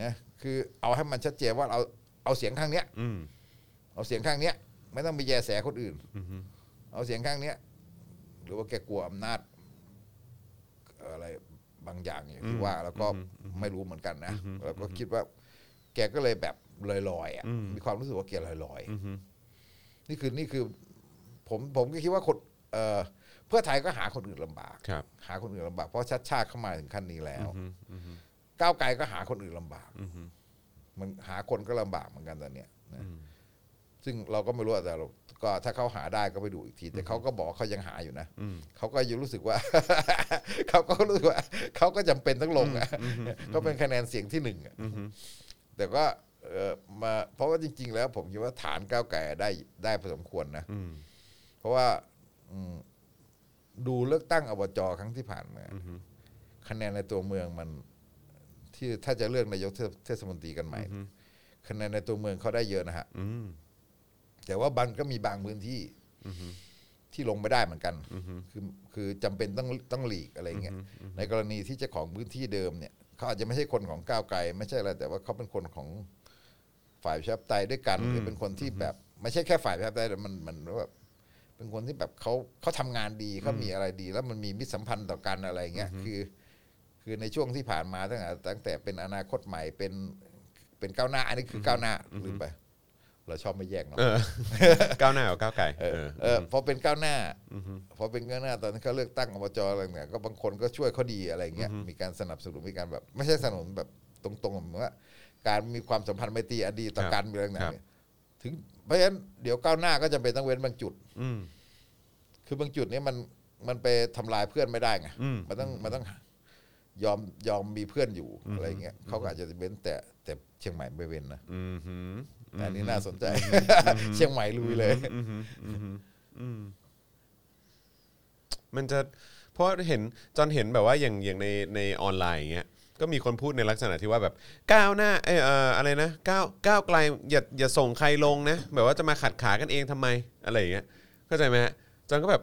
S3: นะคือเอาให้มันชัดเจนว่าเราเอาเสียงข้างเนี้ย
S2: อืม
S3: เอาเสียงข้างเนี้ย ไม่ต้องไปแยแสคนอื่น
S2: อืมฮึ
S3: เอาเสียงข้างเนี้ย หรือว่าแกกลัวอำนาจ อะไรบางอย่างอย่างที่ว่า แล้วก็ไม่รู้เหมือนกันนะแล้วก็คิดว่า แกก็เลยแบบลอยๆอ่ะมีความรู้สึกว่าแกลอย
S2: อืมฮึ
S3: ๆนี่คือนี่คือ ผมผมก็คิดว่าคนเอ่อเพื่อไทยก็หาคนอื่นลำบาก
S2: ครับ
S3: หาคนอื่นลำบากเพราะชัดชาติเข้ามาถึงขั้นนี้แล้ว
S2: อืมอืมฮึ
S3: ก้าวไกลก็หาคนอื่นลำบาก
S2: อืมฮึ
S3: มันหาคนก็ลำบากเหมือนกันตอนเนี้ยนะ
S2: อืม
S3: ซึ่งเราก็ไม่รู้แต่เราก็ถ้าเขาหาได้ก็ไปดูอีกที แต่เขาก็บอกเขายังหาอยู่นะ
S2: อืม
S3: เขาก็ยังรู้สึกว่า เขาก็รู้สึกว่าเขาก็จำเป็นต้องลงอ่ะเขาเป็นคะแนนเสียงที่หนึ่งอะ
S2: อืมฮึ
S3: แต่ก็เอ่อมาเพราะว่าจริง ๆ แล้ว ผมคิดว่าฐานก้าวไก่ได้ได้พอสมควรนะ
S2: อืม
S3: เพราะว่าอืมดูเลือกตั้งอบจครั้งที่ผ่านมา
S2: อืมฮึ
S3: คะแนนในตัวเมืองมัน ที่ถ้าจะเลือกนายกเทศเทศมนตรีกันใหม่คะแนนในตัวเมืองเขาได้เยอะนะฮะ
S2: อืม
S3: แต่ว่าบันก็มีบางพื้นที่ที่ลงไม่ได้เหมือนกัน คือคือจำเป็นต้องต้องหลีกอะไรเงี้ยในกรณีที่เจ้าของพื้นที่เดิมเนี่ยเขาอาจจะไม่ใช่คนของก้าวไกล ไม่ใช่อะไรแต่ว่าเขาเป็นคนของฝ่ายประชาธิปไตยด้วยกันหรือเป็นคนที่แบบ ไม่ใช่แค่ฝ่ายประชาธิปไตยแต่มันมันแบบเป็นคนที่แบบเขาเขาทำงานดีเขามีอะไรดี แล้วมันมีมิตรสัมพันธ์ต่อกันอะไรเงี้ยคือ คือในช่วงที่ผ่านมาตั้งแต่ตั้งแต่เป็นอนาคตใหม่เป็นเป็นก้าวหน้า อันนี้คืออก้าวหน้าลืมไป เราชอบไม่แยกเนาะ
S2: เออ ก้าวหน้ากับก้าวไก่
S3: เออ
S2: เออ
S3: เออพอเป็นก้าวหน้าพอเป็นก้าวหน้าตอนที่เขาเลือกตั้งอบจอะไรเนี่ยก็บางคนก็ช่วยเขาดีอะไรเงี้ยมีการสนับสนุนมีการแบบ ไม่ใช่สนับสนุนแบบตรงๆเหมือนว่า การมีความสัมพันธ์ไม่ตรีอันดีต่อ
S2: ครับ
S3: กันมีอะไรต่าง
S2: ครับ
S3: ๆถึงเพราะฉะนั้นเดี๋ยวก้าวหน้าก็จะเป็นต้องเว้นบางจุด
S2: อืม
S3: คือบางจุดเนี่ยมันมันไปทำลายเพื่อนไม่ได้ไง
S2: อืม
S3: มันต้องมันต้องยอมยอมมีเพื่อนอยู่อะไรเงี้ยเขาก็อาจจะเว้นแต่แต่เชียงใหม่ไม่เว้นนะ
S2: อืมหืม
S3: แต่อันนี้น่าสนใจ เชียงใหม่ลุยเลย
S2: อืมหืมอืมหืมอืมมันจะเพราะเห็นจอนเห็นแบบว่าอย่างอย่างในในออนไลน์อย่างเงี้ยก็มีคนพูดในลักษณะที่ว่าแบบก้าวหน้าเอยเอออะไรนะก้าวก้าวไกลอย่าอย่าส่งใครลงนะแบบว่าจะมาขัดขากันเองทำไมอะไรอย่างเงี้ยเข้าใจไหมฮะจอนก็แบบ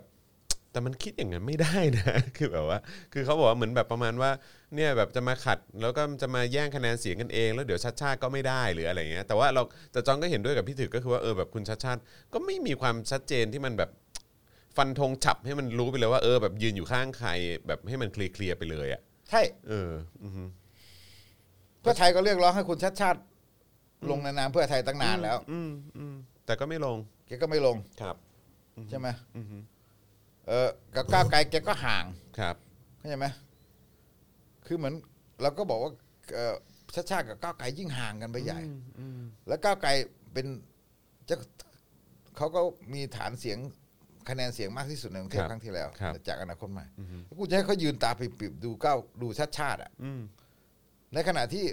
S2: แต่มันคิดอย่างนั้นไม่ได้นะ คือแบบว่า คือเขาบอกว่าเหมือนแบบประมาณว่า เนี่ยแบบจะมาขัด แล้วก็จะมาแย่งคะแนนเสียงกันเอง แล้วเดี๋ยวชัดชาติก็ไม่ได้หรืออะไรเงี้ย แต่ว่าเราแต่จองก็เห็นด้วยกับพี่ถือก็คือว่าเออแบบคุณชัดชาติก็ไม่มีความชัดเจนที่มันแบบฟันธงฉับให้มันรู้ไปเลยว่าเออแบบยืนอยู่ข้างใคร แบบให้มันเคลียร์ๆไปเลยอะ่ะ
S3: ใช่
S2: เออ อือฮึ
S3: เพื่อไทยก็เรียกร้องให้คุณชัดชาติ ลงในนามเพื่อไทยตั้งนานแล้ว
S2: อืมอืมแต่ก็ไม่ลง
S3: แกก็ไม่ลง
S2: ครับ
S3: ใช่ไหมเออกับก้าวไกลแกก็ห่าง
S2: ครับ
S3: เข้าใจไหมคือเหมือนเราก็บอกว่าเอ่อชัดชาติกับก้าวไกลยิ่งห่างกันไปใหญ่ แล้วก้าวไกลเป็นเจ้าเขาก็มีฐานเสียงคะแนนเสียงมากที่สุดในกรุงเท
S2: ครั
S3: พ
S2: บ
S3: ครั้งที่แล้ว
S2: ครับ
S3: จากอนาคตใหม่แล้วกูจะให้เขายืนตาปิบๆดูก้าวดูชาติชาติอ่ะ
S2: อืม
S3: ในขณะที่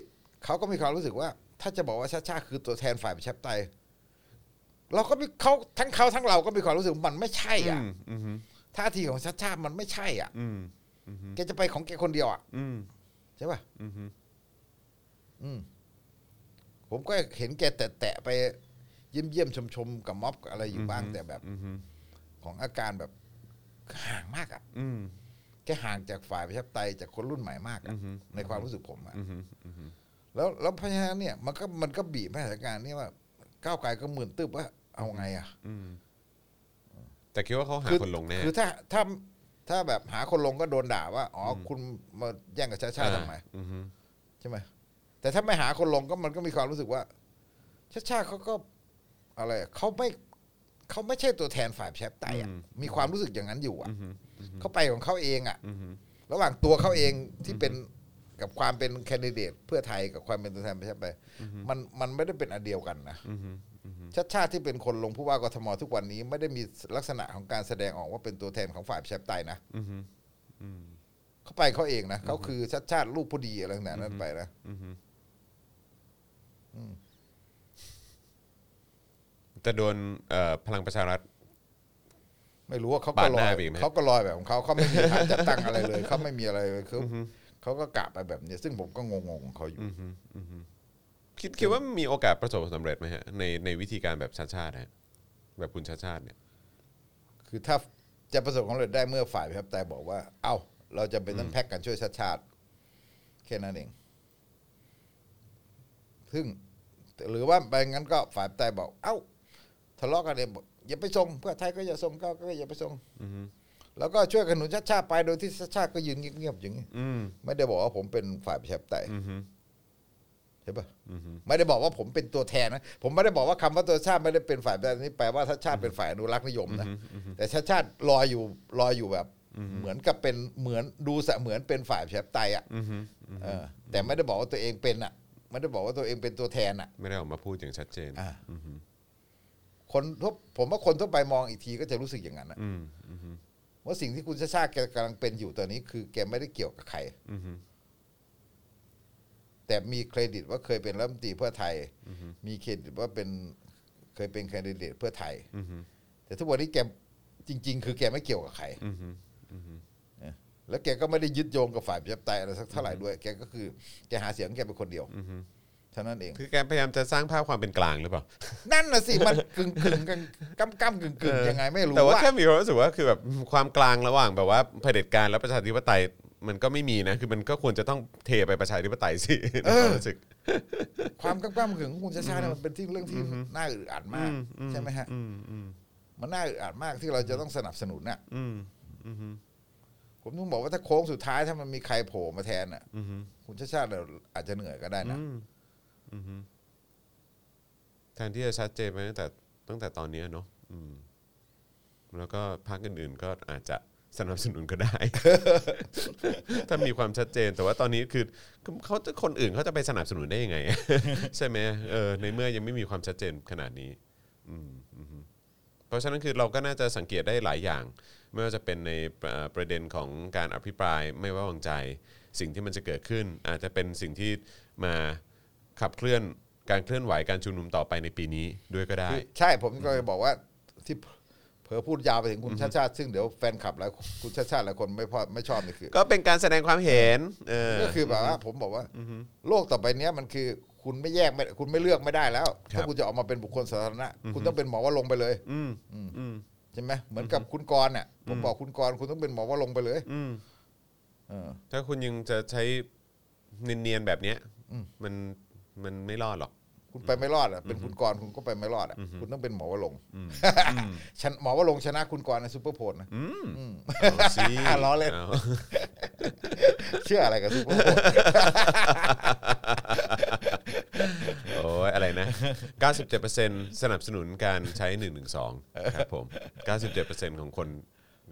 S3: เขาก็มีความรู้สึกว่า ถ้าจะบอกว่าชาติชาติคือตัวแทนฝ่ายประชาธิปไตยเราก็มีเขาทั้งเขาทั้งเราก็มีความรู้สึกว่ามันไม่ใช่
S2: อื
S3: อ่ะ
S2: มอืม
S3: ท่าทีของชาติชาติมันไม่ใช่อ่ะ
S2: อืม
S3: แกจะไปของแกคนเดียวอ่ะ
S2: อืม
S3: ใช่ป่ะ
S2: อืม
S3: อืมผมก็เห็นแกแตะๆไปเยี่ยมเยี่ยมชมชมๆกับม็อบกับอะไรอยู่บ้างแต่แบบ
S2: อืมอืม
S3: ของอาการแบบห่างมากอะ่ะ
S2: อืม
S3: แกห่างจากฝ่ายประชาธิปไตยจากคนรุ่นใหม่มากอะ
S2: อือฮึ
S3: ในความรู้สึกผมอะ
S2: อืม
S3: แล้วแล้วเพราะฉะนั้นเนี่ยมันก็มันก็บีบให้สถานการณ์เนี่ยว่าก้าวไกลก็หมื่นตึบว่าเอาไงอะ่ะ
S2: อืมแต่คิดว่าเขาหาคนลงแน่
S3: คือถ้าถ้าถ้าแบบหาคนลงก็โดนด่าว่าอ๋ออคุณมาแย่งกับชาติชาติทำไม
S2: อือฮึ
S3: ใช่ไหมแต่ถ้าไม่หาคนลงก็มันก็มีความรู้สึกว่า ชาติชาติเขาก็อะไรอะเขาไม่เขาไม่ใช่ตัวแทนฝ่ายประชาธิปไตยอะมีความรู้สึกอย่างนั้นอยู่อะ
S2: อือฮึ
S3: เขาไปของเขาเองอ่ะ
S2: อือฮึ
S3: ระหว่างตัวเขาเองที่เป็นกับความเป็นแคนดิเดตเพื่อไทยกับความเป็นตัวแทนประชาธิปไตยมันมันไม่ได้เป็นอันเดียวกันนะ
S2: อือฮึอือฮึ
S3: ชาติชาติที่เป็นคนลงผู้ว่ากทมทุกวันนี้ ไม่ได้มีลักษณะของการแสดงออกว่าเป็นตัวแทนของฝ่ายประชาธิปไตยนะ
S2: อือฮึอืม
S3: เขาไปเขาเองนะเขาคือชาติชาติลูกผู้ดีอะไรต่างๆนั้นไปนะ
S2: อือฮึแต่โดนเอ่อพลังประชารัฐ
S3: ไม่รู้ว่าเขาก็ล
S2: าดห
S3: อบย
S2: น้าไปอีกไหม
S3: เขาก็ลอยแบบของเขาเขาไม่มีทางจัดตั้งอะไรเลยเขาไม่มีอะไรเลยเขาเขาก็กะไปแบบนี้ซึ่งผมก็งงๆของเขาอยู่
S2: คิดคิดว่ามีโอกาสประสบความสำเร็จไหมฮะในในวิธีการแบบชาติชาติฮะแบบคุณชาติชาติเนี่ย
S3: คือถ้าจะประสบความสำเร็จได้เมื่อฝ่ายประชาธิปไตยบอกว่า เอ้า เราจะเป็นต้องแพ็กกันช่วยชาติชาติ แค่นั้นเอง ซึ่ง หรือว่าไปงั้นก็ฝ่ายประชาธิปไตยบอก เอ้า ทะเลาะกันเองบอกอย่าไปส่งเพื่อไทยก็อย่าส่งก้าวก็อย่าไปส่งแล้วก็ช่วยกันหนุนชาติชาติไปโดยที่ชาติชาติก็ยืนเงียบๆอย่างนี้
S2: อืม
S3: ไม่ได้บอกว่าผมเป็นฝ่ายประชาธิปไตย
S2: อือฮึ
S3: ใช่ปะ
S2: อือฮึ
S3: ไม่ได้บอกว่าผมเป็นตัวแทนนะผมไม่ได้บอกว่าคำว่าตัวชาติไม่ได้เป็นฝ่ายประชาธิปไตยนี่แปลว่าชาติชาติเป็นฝ่ายอนุรักษ์นิยมนะ
S2: อือฮึ
S3: แต่ชาติชาติรออยู่รออยู่แบบ เหมือนกับเป็นเหมือนดูเสเหมือนเป็นฝ่ายประชาธิปไตยอ่ะ
S2: อือฮึ
S3: เออ แต่ไม่ได้บอกว่าตัวเองเป็นอ่ะ ไม่ได้บอกว่าตัวเองเป็นตัวแทนอ่ะ
S2: ไม่ได้ออกมาพูดอย่างชัดเจน
S3: อ่าคนทั่วผมว่าคนทั่วไปมองอีกทีก็จะรู้สึกอย่างนั้นอะ
S2: อืมอือฮึ
S3: ว่าสิ่งที่คุณชาติชาติแกกำลังเป็นอยู่ตอนนี้ คือแกไม่ได้เกี่ยวกับใคร
S2: อือฮึ
S3: แต่มีเครดิตว่าเคยเป็นรัฐมนตรีเพื่อไทย มีเครดิตว่าเป็นเคยเป็นแคนดิเดตเพื่อไทย
S2: อือฮึ
S3: แต่ทุกวันนี้แกจริง ๆ คือแกไม่เกี่ยวกับใคร
S2: อือฮึ
S3: เออ แล้วแกก็ไม่ได้ยึดโยงกับฝ่ายประชาธิปไตยอะไรสักเท่าไหร่ด้วย แกก็คือแกหาเสียงของแกเป็นคนเดียวเท่านั้นเอง
S2: คือการพยายามจะสร้างภาพความเป็นกลางหรือเปล่า
S3: นั่นน่ะสิมันกึ่งกึ่งกันกำกำกึ่งกึ่งยังไงไม่รู้
S2: แต่ว่า
S3: ว่า
S2: แค่มีความรู้สึกว่าคือแบบความกลางระหว่างแบบว่าเผด็จการและประชาธิปไตยมันก็ไม่มีนะ คือมันก็ควรจะต้องเทไปประชาธิปไตยสิในความรู้สึก
S3: ความกำกำกึ่งของคุณชาชาเนี่ยมันเป็นที่เรื่องที่น่าอึดอัดมากใช่ไหมฮะมันน่าอึดอัดมากที่เราจะต้องสนับสนุนน่ะผมต้องบอกว่าถ้าโค้งสุดท้ายถ้ามันมีใครโผล่มาแทนน่ะคุณชาชาเราอาจจะเหนื่อยก็ได้นะ
S2: แทนที่จะชัดเจนมาตั้งแต่ตั้งแต่ตอนเนี้ยเนาะอืมแล้วก็พรรคอื่นๆก็อาจจะสนับสนุนก็ได้ ถ้ามีความชัดเจน แต่ว่าตอนนี้คือเขาจะคนอื่นเขาจะไปสนับสนุนได้ยังไง ใช่ไหมเออในเมื่อยังไม่มีความชัดเจนขนาดนี้ อืมอืมเพราะฉะนั้นคือเราก็น่าจะสังเกตได้หลายอย่าง ไม่ว่าจะเป็นในเอ่อประเด็นของการอภิปรายไม่ไว้วางใจ สิ่งที่มันจะเกิดขึ้น อาจจะเป็นสิ่งที่มาขับเคลื่อนการเคลื่อนไหวการชุมนุมต่อไปในปีนี้ด้วยก็ได้
S3: คือใช่ผมก็เลยบอกว่าที่เผลอพูดยาวไปถึงคุณชาชาซึ่งเดี๋ยวแฟนคลับหลายคนคุณชาชาหลายคนไม่พอไม่ชอบนี่คือ
S2: ก็เป็นการแสดงความเห็นเออ
S3: ก็คือแบบว่าผมบอกว่าโลกต่อไปเนี้ยมันคือคุณไม่แยกไม่คุณไม่เลือกไม่ได้แล้
S2: ค
S3: ว
S2: รับ
S3: ถ้าคุณจะออกมาเป็นบุคคลสาธารณะ คุณต้องเป็นหมอว่าลงค์ไปเลย
S2: อืม
S3: ใช่ไหมเหมือนกับคุณกรณ์เนี่ยผมบอกคุณกรณ์คุณต้องเป็นหมอว่าลงค์ไปเลย
S2: อืม
S3: เออ
S2: ถ้าคุณยังจะใช้เนียนๆแบบเนี้ย
S3: อืม
S2: มันมันไม่รอด หรอก
S3: คุณไปไม่รอดอ่ะเป็นคุณกรณ์คุณก็ไปไม่รอดอ่ะคุณต้องเป็นหมอว่าลงค์ ฉันหมอว่าลงค์ชนะคุณกรณ์ในซูเปอร์โพลนะ
S2: อืมเอาสิ
S3: ล้อเล่น
S2: า
S3: เชื่ออะไรกับซูเปอร์โพล
S2: โอ้ยอะไร นะ 97%สนับสนุนการใช้ 112 ครับผม 97%ของคน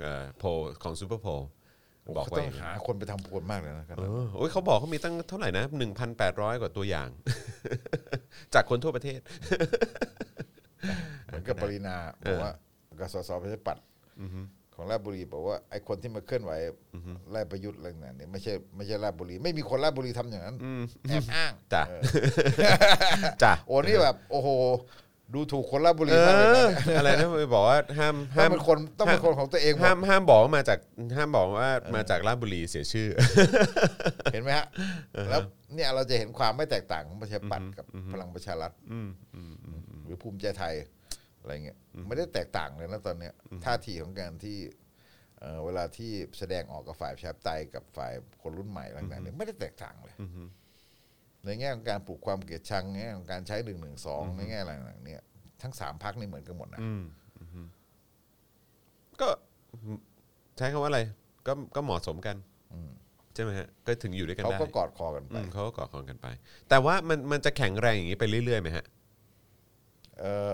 S2: เอ่อโพลของซูเปอร์โพลบอก
S3: เขา
S2: ไว้
S3: ต้อ
S2: อง ย่างนั้น
S3: หาคนไปทำโพลมากเลยนะครับ
S2: เออโอ้ยเขาบอกเขามีตั้งเท่าไหร่นะ 1,800 กว่าตัวอย่าง จากคนทั่วประเทศ
S3: เหมือนกับปรินาบอกว่ากบสสประชาธิปัตย์ของราชบุรีบอกว่าไอ้คนที่มาเคลื่อนไหวไล่ประยุทธ์อะไรเนี่ยเนี่ยไม่ใช่ไม่ใช่ราชบุรี ไม่มีคนราชบุรีทำอย่างนั้นแอบอ้าง
S2: จ้ะ จ้ะ
S3: โอ้นี่แบบ โอ้โห ดูถูกคนราชบุรี
S2: เอ
S3: มาก
S2: อ
S3: เลยนะ
S2: อะไรนะไปบอกว่าห้าม
S3: ต้อ
S2: ห้าง ม
S3: เป็นคนต้องเป็นคนของตัวเองหม
S2: ห้า
S3: ด
S2: มห้ามบอกว่ามาจากห้ามบอกว่ามาจากราชบุรีเสียชื่อ
S3: เห็นไหมฮะ แล้วเนี่ยเราจะเห็นความไม่แตกต่างของประชาธิปัตย์กับพลังประชารัฐหรือภูมิใจไทยอะไรเงี้ยไม่ได้แตกต่างเลยนะตอนเนี้ยท่าทีของการที่เอ่อเวลาที่แสดงออกกับฝ่ายประชาธิปไตยกับฝ่ายคนรุ่นใหม่ต่างๆเนี่ยไม่ได้แตกต่างเลยในแง่ของการปลูกความเกลียดชังในแง่ของการใช้หนึ่งหนึ่งสองในแง่อะไรต่างๆเนี่ยทั้งสามพักนี่เหมือนกันหมดนะ
S2: ก็ใช้คำว่าอะไร ก็ก็เหมาะสมกันใช่ไหมฮะก็ถึงอยู่ด้วยกัน
S3: เขา
S2: ได้
S3: ก็กอดคอกันไป
S2: อืมเขาก็กอดคองกันไป แต่ว่ามันมันจะแข็งแรงอย่างนี้ไปเรื่อยๆไหมฮะ
S3: เออ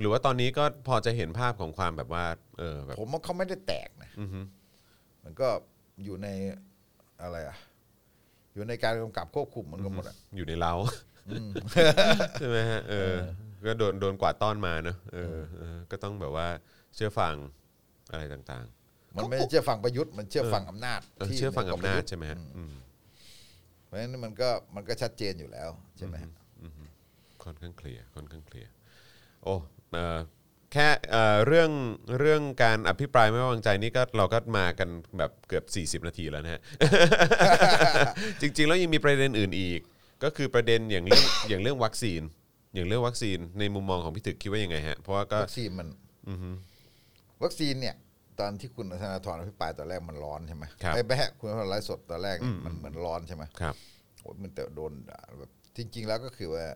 S2: หรือว่าตอนนี้ก็พอจะเห็นภาพของความแบบว่าเออ แบบ
S3: ผมว่าเขาไม่ได้แตกนะมันก็อยู่ในอะไรอ่ะ อยู่ในการกำกับควบคุมเหมันก็หมดอ่ะ
S2: อยู่ในเล้า ใช่ไหมฮะเออ ก็โดนโดนกวาดต้อนมาเนอะเออเออ ก็ต้องแบบว่าเชื่อฟังอะไรต่าง ๆ
S3: มันไม่ได้เชื่อฟังประยุทธ์มันเชื่อฟังอำนาจ
S2: เออเชื่อฟังอำนาจ
S3: เห
S2: ใช่ไหมฮะอืม
S3: เพราะฉะนั้นมันก็มันก็ชัดเจนอยู่แล้วใช่ไหมฮะ
S2: ค่อนข้างเคลียร์ค่อนข้างเคลียร์โอ้เอ่อแค่เอ่อเรื่องเรื่องการอภิปรายไม่ไว้วางใจนี่ก็เราก็มากันแบบเกือบ 40 นาทีแล้วนะฮะ จริงๆแล้วยังมีประเด็นอื่นอีก ก็คือประเด็นอย่างเรื่อง อย่างเรื่องวัคซีน อย่างเรื่องวัคซีนในมุมมองของพี่ถึกคิดว่ายังไงฮะเพราะว่าก็
S3: วัคซีนมันวัคซีนเนี่ย ตอนที่คุณธนาธรอภิปรายตอนแรกมันร้อนใช่ไหมไอ้แบะคุณธนาธรไลฟ์สดตอนแรกเนี่ยมันเหมือนร้อนใช่ไหม
S2: ครับ
S3: โอ้ยมันแต่โดนด่าแบบจริง ๆ แล้วก็คือว่า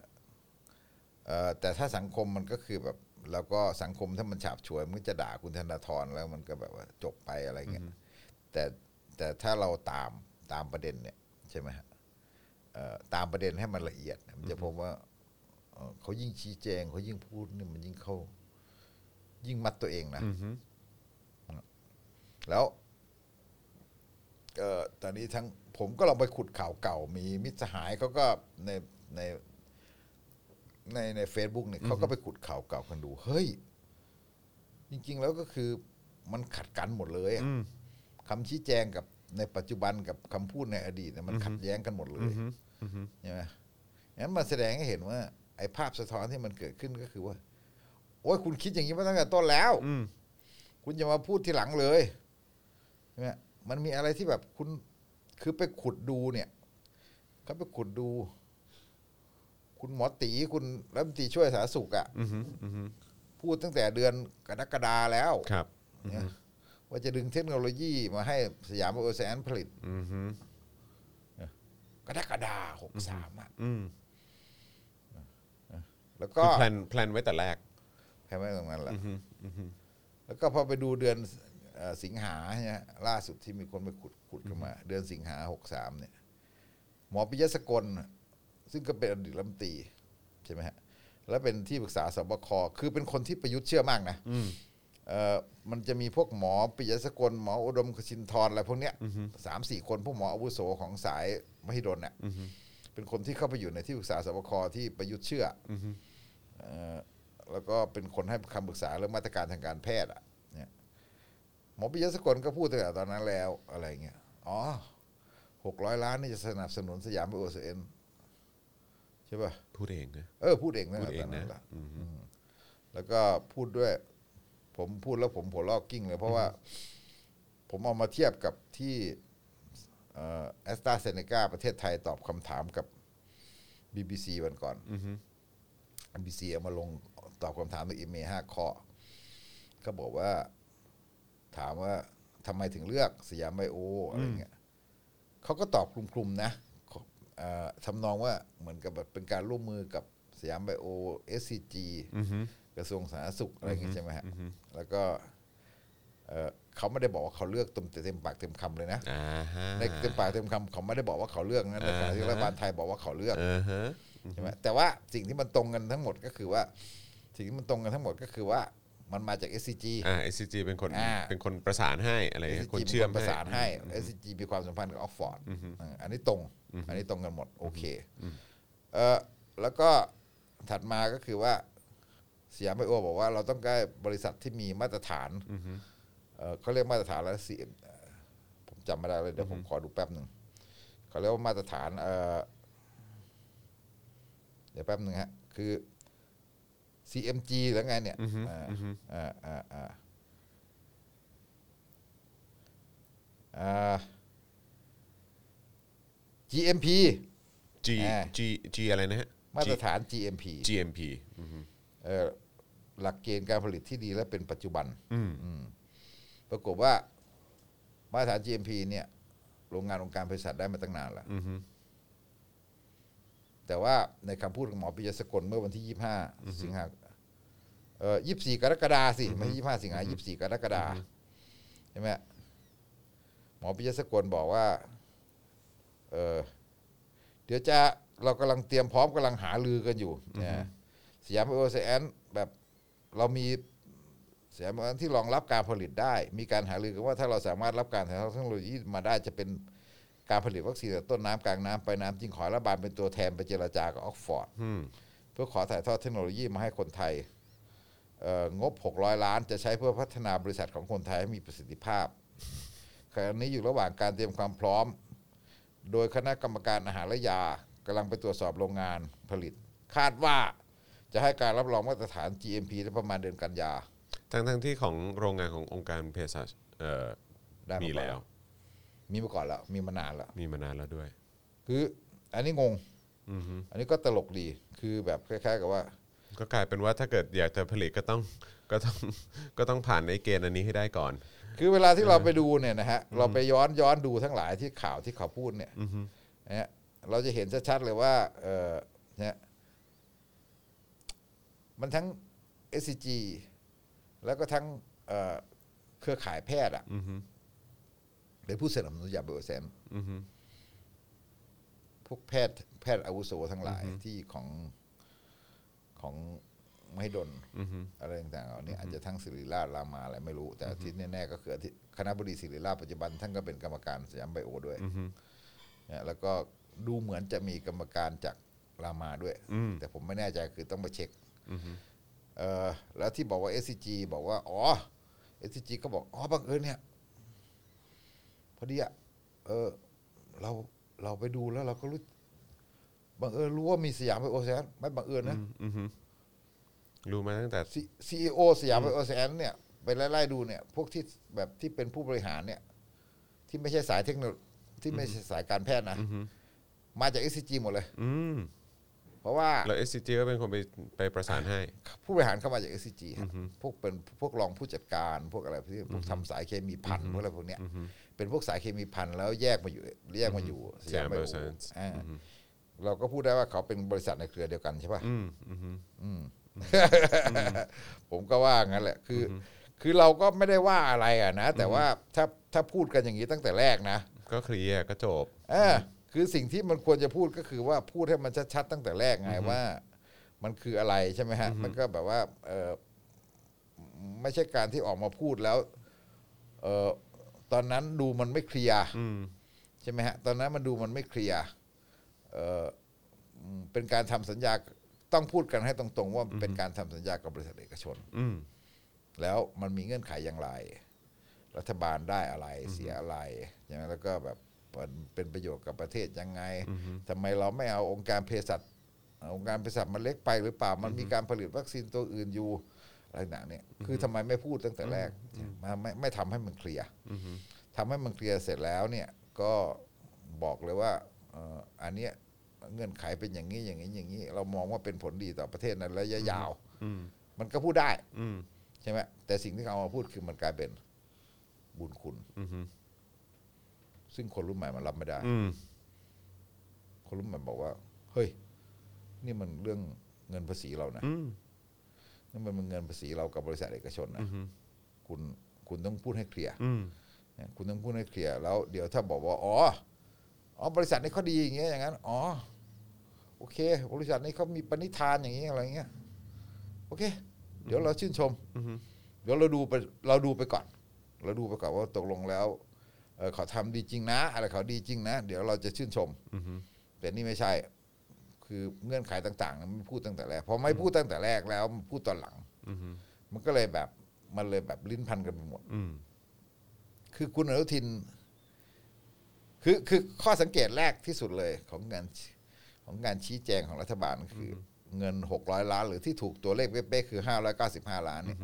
S3: เอ่อแต่ถ้าสังคมมันก็คือแบบ แล้วก็สังคมถ้ามันฉาบฉวยมันก็จะด่าคุณธนาธรแล้วมันก็แบบว่าจบไปอะไรเงี้ยแต่แต่ถ้าเราตามตามประเด็นเนี่ยใช่ไหมฮะเอ่อตามประเด็นให้มันละเอียดเนี่ยมันจะพบว่าเอ่อเขายิ่งชี้แจงเขายิ่งพูดเนี่ยมันยิ่งเข้า ยิ่งมัดตัวเองนะแล้ว เอ่อตอนนี้ทั้งผมก็ลองไปขุดข่าวเก่า มีมิตรสหายเขาก็ในในในในเฟซบุ๊กเนี่ยเขาก็ไปขุดข่าวเก่ากันดู เฮ้ย จริง ๆ แล้วก็คือมันขัดกันหมดเลยอะคำชี้แจงกับในปัจจุบันกับคำพูดในอดีตเนี่ยมันขัดแย้งกันหมดเลยใช่ไหมงั้นมันแสดงให้เห็นว่า ไอ้ภาพสะท้อนที่มันเกิดขึ้นก็คือว่า โอ้ยคุณคิดอย่างนี้มาตั้งแต่ต้นแล้ว คุณอย่ามาพูดทีหลังเลยใช่ไหม มันมีอะไรที่แบบคุณคือไปขุดดูเนี่ยเขาไปขุดดู คุณหมอตีคุณรัฐมนตรีช่วยสาธารณสุขอะ่ะ
S2: อือฮึอือฮึ
S3: พูดตั้งแต่เดือนกรกฎาแล้ว
S2: ครับ
S3: เนี่ยว่าจะดึงเทคโนโลยีมาให้สยามโอเซนผลิต
S2: อือฮึ
S3: กรกฎาหกสามอ่ะ
S2: อืม
S3: แล้ว
S2: คื
S3: ก็
S2: อแพลนแพลนไว้แต่แรก
S3: แพ้ไม่ตรงนั้นแหละ
S2: อืมอืมอืม
S3: แล้วก็พอไปดูเดือนเอ่อสิงหาเนี่ยล่าสุดที่มีคนไปขุดขุดขึ้นมา เดือนสิงหาหกสามเนี่ย หมอปิยะสกลน่ะซึ่งก็เป็นอดีตรัฐมนตรีใช่ไหมฮะแล้วเป็นที่ปรึกษาสบคคือเป็นคนที่ประยุทธ์เชื่อมากนะเอ่อมันจะมีพวกหมอปิยะสกลหมออุดมคชินทรอะไรพวกเนี้ยสามสี่คนพวกหมออาวุโสของสายมหิดลเนี่ยเป็นคนที่เข้าไปอยู่ในที่ปรึกษาสบคที่ประยุทธ์เชื่ออเอ่อ แล้วก็เป็นคนให้คำปรึกษาเรื่องมาตรการทางการแพทย์อ่ะเนี่ยหมอปิยะสกลก็พูดตั้งแต่ตอนนั้นแล้วอะไรเงี้ยอ๋อหกร้อยล้านนี่จะสนับสนุนสยามไปโอเอ็นใช่ป่ะ
S2: พูดเองนะ
S3: เออ พูดเองนะ
S2: พูดเอ
S3: ต
S2: ง
S3: อน
S2: นะ
S3: นั้นละ
S2: อืม
S3: แล้วก็พูดด้วย ผมพูดแล้วผมหัวลอกกิ้งเลยเพราะว่า ผมเอามาเทียบกับที่แอสตราเซเนกาประเทศไทยตอบคำถามกับ BBC วันก่อน
S2: อือฮึ
S3: BBC เอามาลงตอบคำถามในอีเมลห้าข้อ ก็บอกว่า ถามว่าทำไมถึงเลือกสยามไบโออะไรเงี้ยเขาก็ตอบคลุมๆนะเอ่อทำนองว่าเหมือนกับแบบเป็นการร่วมมือกับสยามไบโอ SCG
S2: อือฮึ
S3: กระทรวงสาธารณสุขอะไรเงี้ยใช่ไหมฮะแล้วก็เอ่อเขาไม่ได้บอกว่าเขาเลือกเต็มเต็มปากเต็มคำเลยนะ
S2: อ่าฮะ
S3: ในเต็มปากเต็มคำเขาไม่ได้บอกว่าเขาเลือกนะแต่ขณะที่
S2: อ่าฮะ
S3: รัฐบาลไทยบอกว่าเขาเลือก
S2: อ่าฮะ
S3: ใช่ไหมแต่ว่าสิ่งที่มันตรงกันทั้งหมดก็คือว่า สิ่งที่มันตรงกันทั้งหมดก็คือว่ามันมาจาก SCG
S2: อ่า SCG เป็นคน
S3: อ่า
S2: เป็นคนประสานให้อะไรเงี้ย
S3: SCG
S2: คนเชื่อม
S3: ประสานให้
S2: อืม
S3: SCG มีความสัมพันธ์กับออกฟอร์ดอันนี้ตรง อันนี้ตรงกันหมด โอเคเออแล้วก็ถัดมาก็คือว่าสยามไบโอบอกว่าเราต้องการบริษัทที่มีมาตรฐานเอ่อเขาเรียกมาตรฐานแล้วสีผมจำไม่ได้เลยเดี๋ยวผมขอดูแป๊บหนึ่งเขาเรียกว่ามาตรฐานเอ่อเดี๋ยวแป๊บหนึ่งฮะคือ CMG หรือไงเนี่ยอ่าอ่าอ่าอ่าอ่า GMP
S2: G
S3: อ่า
S2: G G อะไรนะฮะ
S3: มาตร
S2: G-
S3: ฐาน GMP
S2: GMP อือฮึ
S3: เอ่อหลักเกณฑ์การผลิตที่ดีและเป็นปัจจุบัน
S2: อืม
S3: ปรากฏว่ามาตรฐาน GMP เนี่ย โรงงานองค์การเภสัชได้มาตั้งนานแล้ว
S2: อือฮึ
S3: แต่ว่าในคำพูดของหมอปิยสกลเมื่อวันที่ 25 สิงหาเอ่อ24 กรกฎาสิไม่ใช่25 สิงหา24 กรกฎาใช่ไหมหมอปิยสกลบอกว่าเออเดี๋ยวจะเรากำลังเตรียมพร้อมกำลังหาลือกันอยู่นะสยามโอเซนแบบเรามีสยามโอเซนที่รองรับการผลิตได้ มีการหาลือกันว่าถ้าเราสามารถรับการถ่ายทอดเทคโนโลยีมาได้จะเป็น การผลิตวัคซีนจากต้นน้ำกลางน้ำไปลายน้ำจึงขอรัฐบาลเป็นตัวแทนไปเจรจากับออกฟอร์ด
S2: อืม
S3: เพื่อขอถ่ายทอดเทคโนโลยีมาให้คนไทยเอ่องบ 600 ล้านจะใช้เพื่อพัฒนาบริษัทของคนไทยให้มีประสิทธิภาพขณะนี้อยู่ระหว่างการเตรียมความพร้อม โดยคณะกรรมการอาหารและยากำลังไปตรวจสอบโรงงานผลิต คาดว่าจะให้การรับรองมาตรฐาน GMP ได้ประมาณเดือนกันยา
S2: ทั้งทั้งที่ของโรงงานขององค์การเภสัชเอ่อ
S3: ได้า
S2: มีแล้ว
S3: มีมาก่อนแล้วมีมานานแล้ว
S2: มีมานานแล้วด้วย
S3: คืออันนี้งงอันนี้ก็ตลกดีคือแบบคล้ายๆกับว่า
S2: ก็กลายเป็นว่าถ้าเกิดอยากจะผลิตก็ต้องก็ต้องก็ต้องผ่านไอ้เกณฑ์อันนี้ให้ได้ก่อน
S3: คือเวลาที่เราไปดูเนี่ยนะฮะเราไปย้อนย้อนดูทั้งหลายที่ข่าวที่เขาพูดเนี่ยนะฮะเราจะเห็นชัดๆเลยว่าเออนะฮะมันทั้ง SCG แล้วก็ทั้งเอ่อเครือข่ายแพทย์อ่ะ
S2: อือฮึ
S3: เป็นผู้สนับสนุนยาเบลเซน
S2: อือฮึ
S3: พวกแพทย์แพทย์อาวุโสทั้งหลายที่ของของไม่ดล
S2: อือฮึ
S3: อะไรต่างๆเหล่านี้อาจจะทั้งศิริราชรามาอะไรไม่รู้ แต่ที่แน่ๆก็คือที่คณะบดีศิริราชปัจจุบันท่านก็เป็นกรรมการสยามไบโอด้วย
S2: อือฮึ
S3: เนี่ยแล้วก็ดูเหมือนจะมีกรรมการจากรามาด้วย
S2: อืม
S3: แต่ผมไม่แน่ใจคือต้องไปเช็ค
S2: อือฮึ
S3: เออแล้วที่บอกว่า SCG บอกว่า อ๋อ SCG ก็บอก อ๋อบังเอิญเนี่ย พอดีอะเออเราเราไปดูแล้วเราก็รู้บังเอิญรู้ว่ามีสยามไบโอแซนไม่บังเอิญนะ
S2: อืมอืมรู้มาตั้งแต่
S3: ซีอีโอสยามไบโอแซนเนี่ยไปไล่ๆดูเนี่ย พวกที่แบบที่เป็นผู้บริหารเนี่ย ที่ไม่ใช่สายเทคโนโลยีที่ไม่ใช่สายการแพทย์นะ มาจากเอสจีหมดเลย
S2: อืม
S3: เพราะว่า
S2: แล้ว SCG ก็เป็นคนไปไปประสานให้
S3: ผู้บริหารเข้ามาจากเอสจีพวกเป็นพวกรองผู้จัดการ พวกอะไรที่พวกทำสายเคมีพันพวกอะไรพวกเนี้ยเป็นพวกสายเคมีพันแล้วแยกมาอยู่แยกมาอยู่
S2: สยาม
S3: ไโอ
S2: Bioscience
S3: อ่าเราก็พูดได้ว่าเขาเป็นบริษัทในเครือเดียวกันใช่ป่ะ
S2: อืมอืม
S3: ผมก็ว่างั้นแหละคืออคือเราก็ไม่ได้ว่าอะไรอ่ะนะ แต่ว่าถ้าถ้าพูดกันอย่างนี้ตั้งแต่แรกนะ
S2: ก็เคลียร์ก็จบ
S3: เออคือสิ่งที่มันควรจะพูดก็คือว่าพูดให้มันชัดๆตั้งแต่แรกไงว่า มันคืออะไรใช่ไหมฮะ มันก็แบบว่าเออไม่ใช่การที่ออกมาพูดแล้วเออตอนนั้นดูมันไม่เคลียร์
S2: อืม
S3: ใช่ไหมฮะตอนนั้นมันดูมันไม่เคลียร์เอออืมเป็นการทำสัญญาต้องพูดกันให้ตรงๆ ว่าเป็นการทำสัญญากับบริษัทเอกชน
S2: อืม
S3: แล้วมันมีเงื่อนไขอย่างไร รัฐบาลได้อะไรเสียอะไรใช่ไหมแล้วก็แบบเป็นเป็นประโยชน์กับประเทศยังไงทำไมเราไม่เอาองค์การเภสัชเอาองค์การเภสัชมันเล็กไปหรือเปล่า มันมีการผลิตวัคซีนตัวอื่นอยู่อะไรต่างๆเนี่ย คือทำไมไม่พูดตั้งแต่แรกมาไม่ไม่ทำให้มันเคลียร์ทำให้มันเคลียร์เสร็จแล้วเนี่ยก็บอกเลยว่าเอ่ออันเนี้ยเงื่อนไขเป็นอย่างนี้อย่างนี้อย่างนี้ เรามองว่าเป็นผลดีต่อประเทศนั้นระยะยาว
S2: อืม
S3: มันก็พูดได้
S2: อืม
S3: ใช่ไหมแต่สิ่งที่เขาเอามาพูดคือมันกลายเป็นบุญคุณ
S2: อืม
S3: ซึ่งคนรุ่นใหม่มันรับไม่ได้
S2: อืม
S3: คนรุ่นใหม่บอกว่า เฮ้ย นี่มันเรื่องเงินภาษีเรานะ
S2: อืม
S3: นี่มันเป็นเงินภาษีเรากับบริษัทเอกชนนะคุณคุณต้องพูดให้เคลียร์
S2: อืม
S3: นะคุณต้องพูดให้เคลียร์แล้วเดี๋ยวถ้าบอกว่าอ๋ออ๋อบริษัทนี้เขาดีอย่างเงี้ยอย่างนั้นอ๋อโอเค บริษัทนี้เขามีปณิธานอย่างเงี้ยอะไรเงี้ยโอเค เดี๋ยวเราชื่นชม
S2: อืม
S3: เดี๋ยวเราดูไปเราดูไปก่อน เราดูไปก่อนว่าตกลงแล้วเออเขาทำดีจริงนะ อะไรเขาดีจริงนะ เดี๋ยวเราจะชื่นชม
S2: อืม
S3: แต่นี่ไม่ใช่ คือเงื่อนไขต่างๆนั้นไม่พูดตั้งแต่แรกพอไม่พูดตั้งแต่แรกแล้วมันพูดตอนหลัง
S2: อืม
S3: มันก็เลยแบบมันเลยแบบลิ้นพันกันไปหมด
S2: อืม
S3: คือคุณอนุทิน คือคือข้อสังเกตแรกที่สุดเลยของงานของงานชี้แจงของรัฐบาลคือ เงินหกร้อยล้าน หรือที่ถูกตัวเลขเป๊ะๆคือห้าร้อยเก้าสิบห้าล้านเนี่ย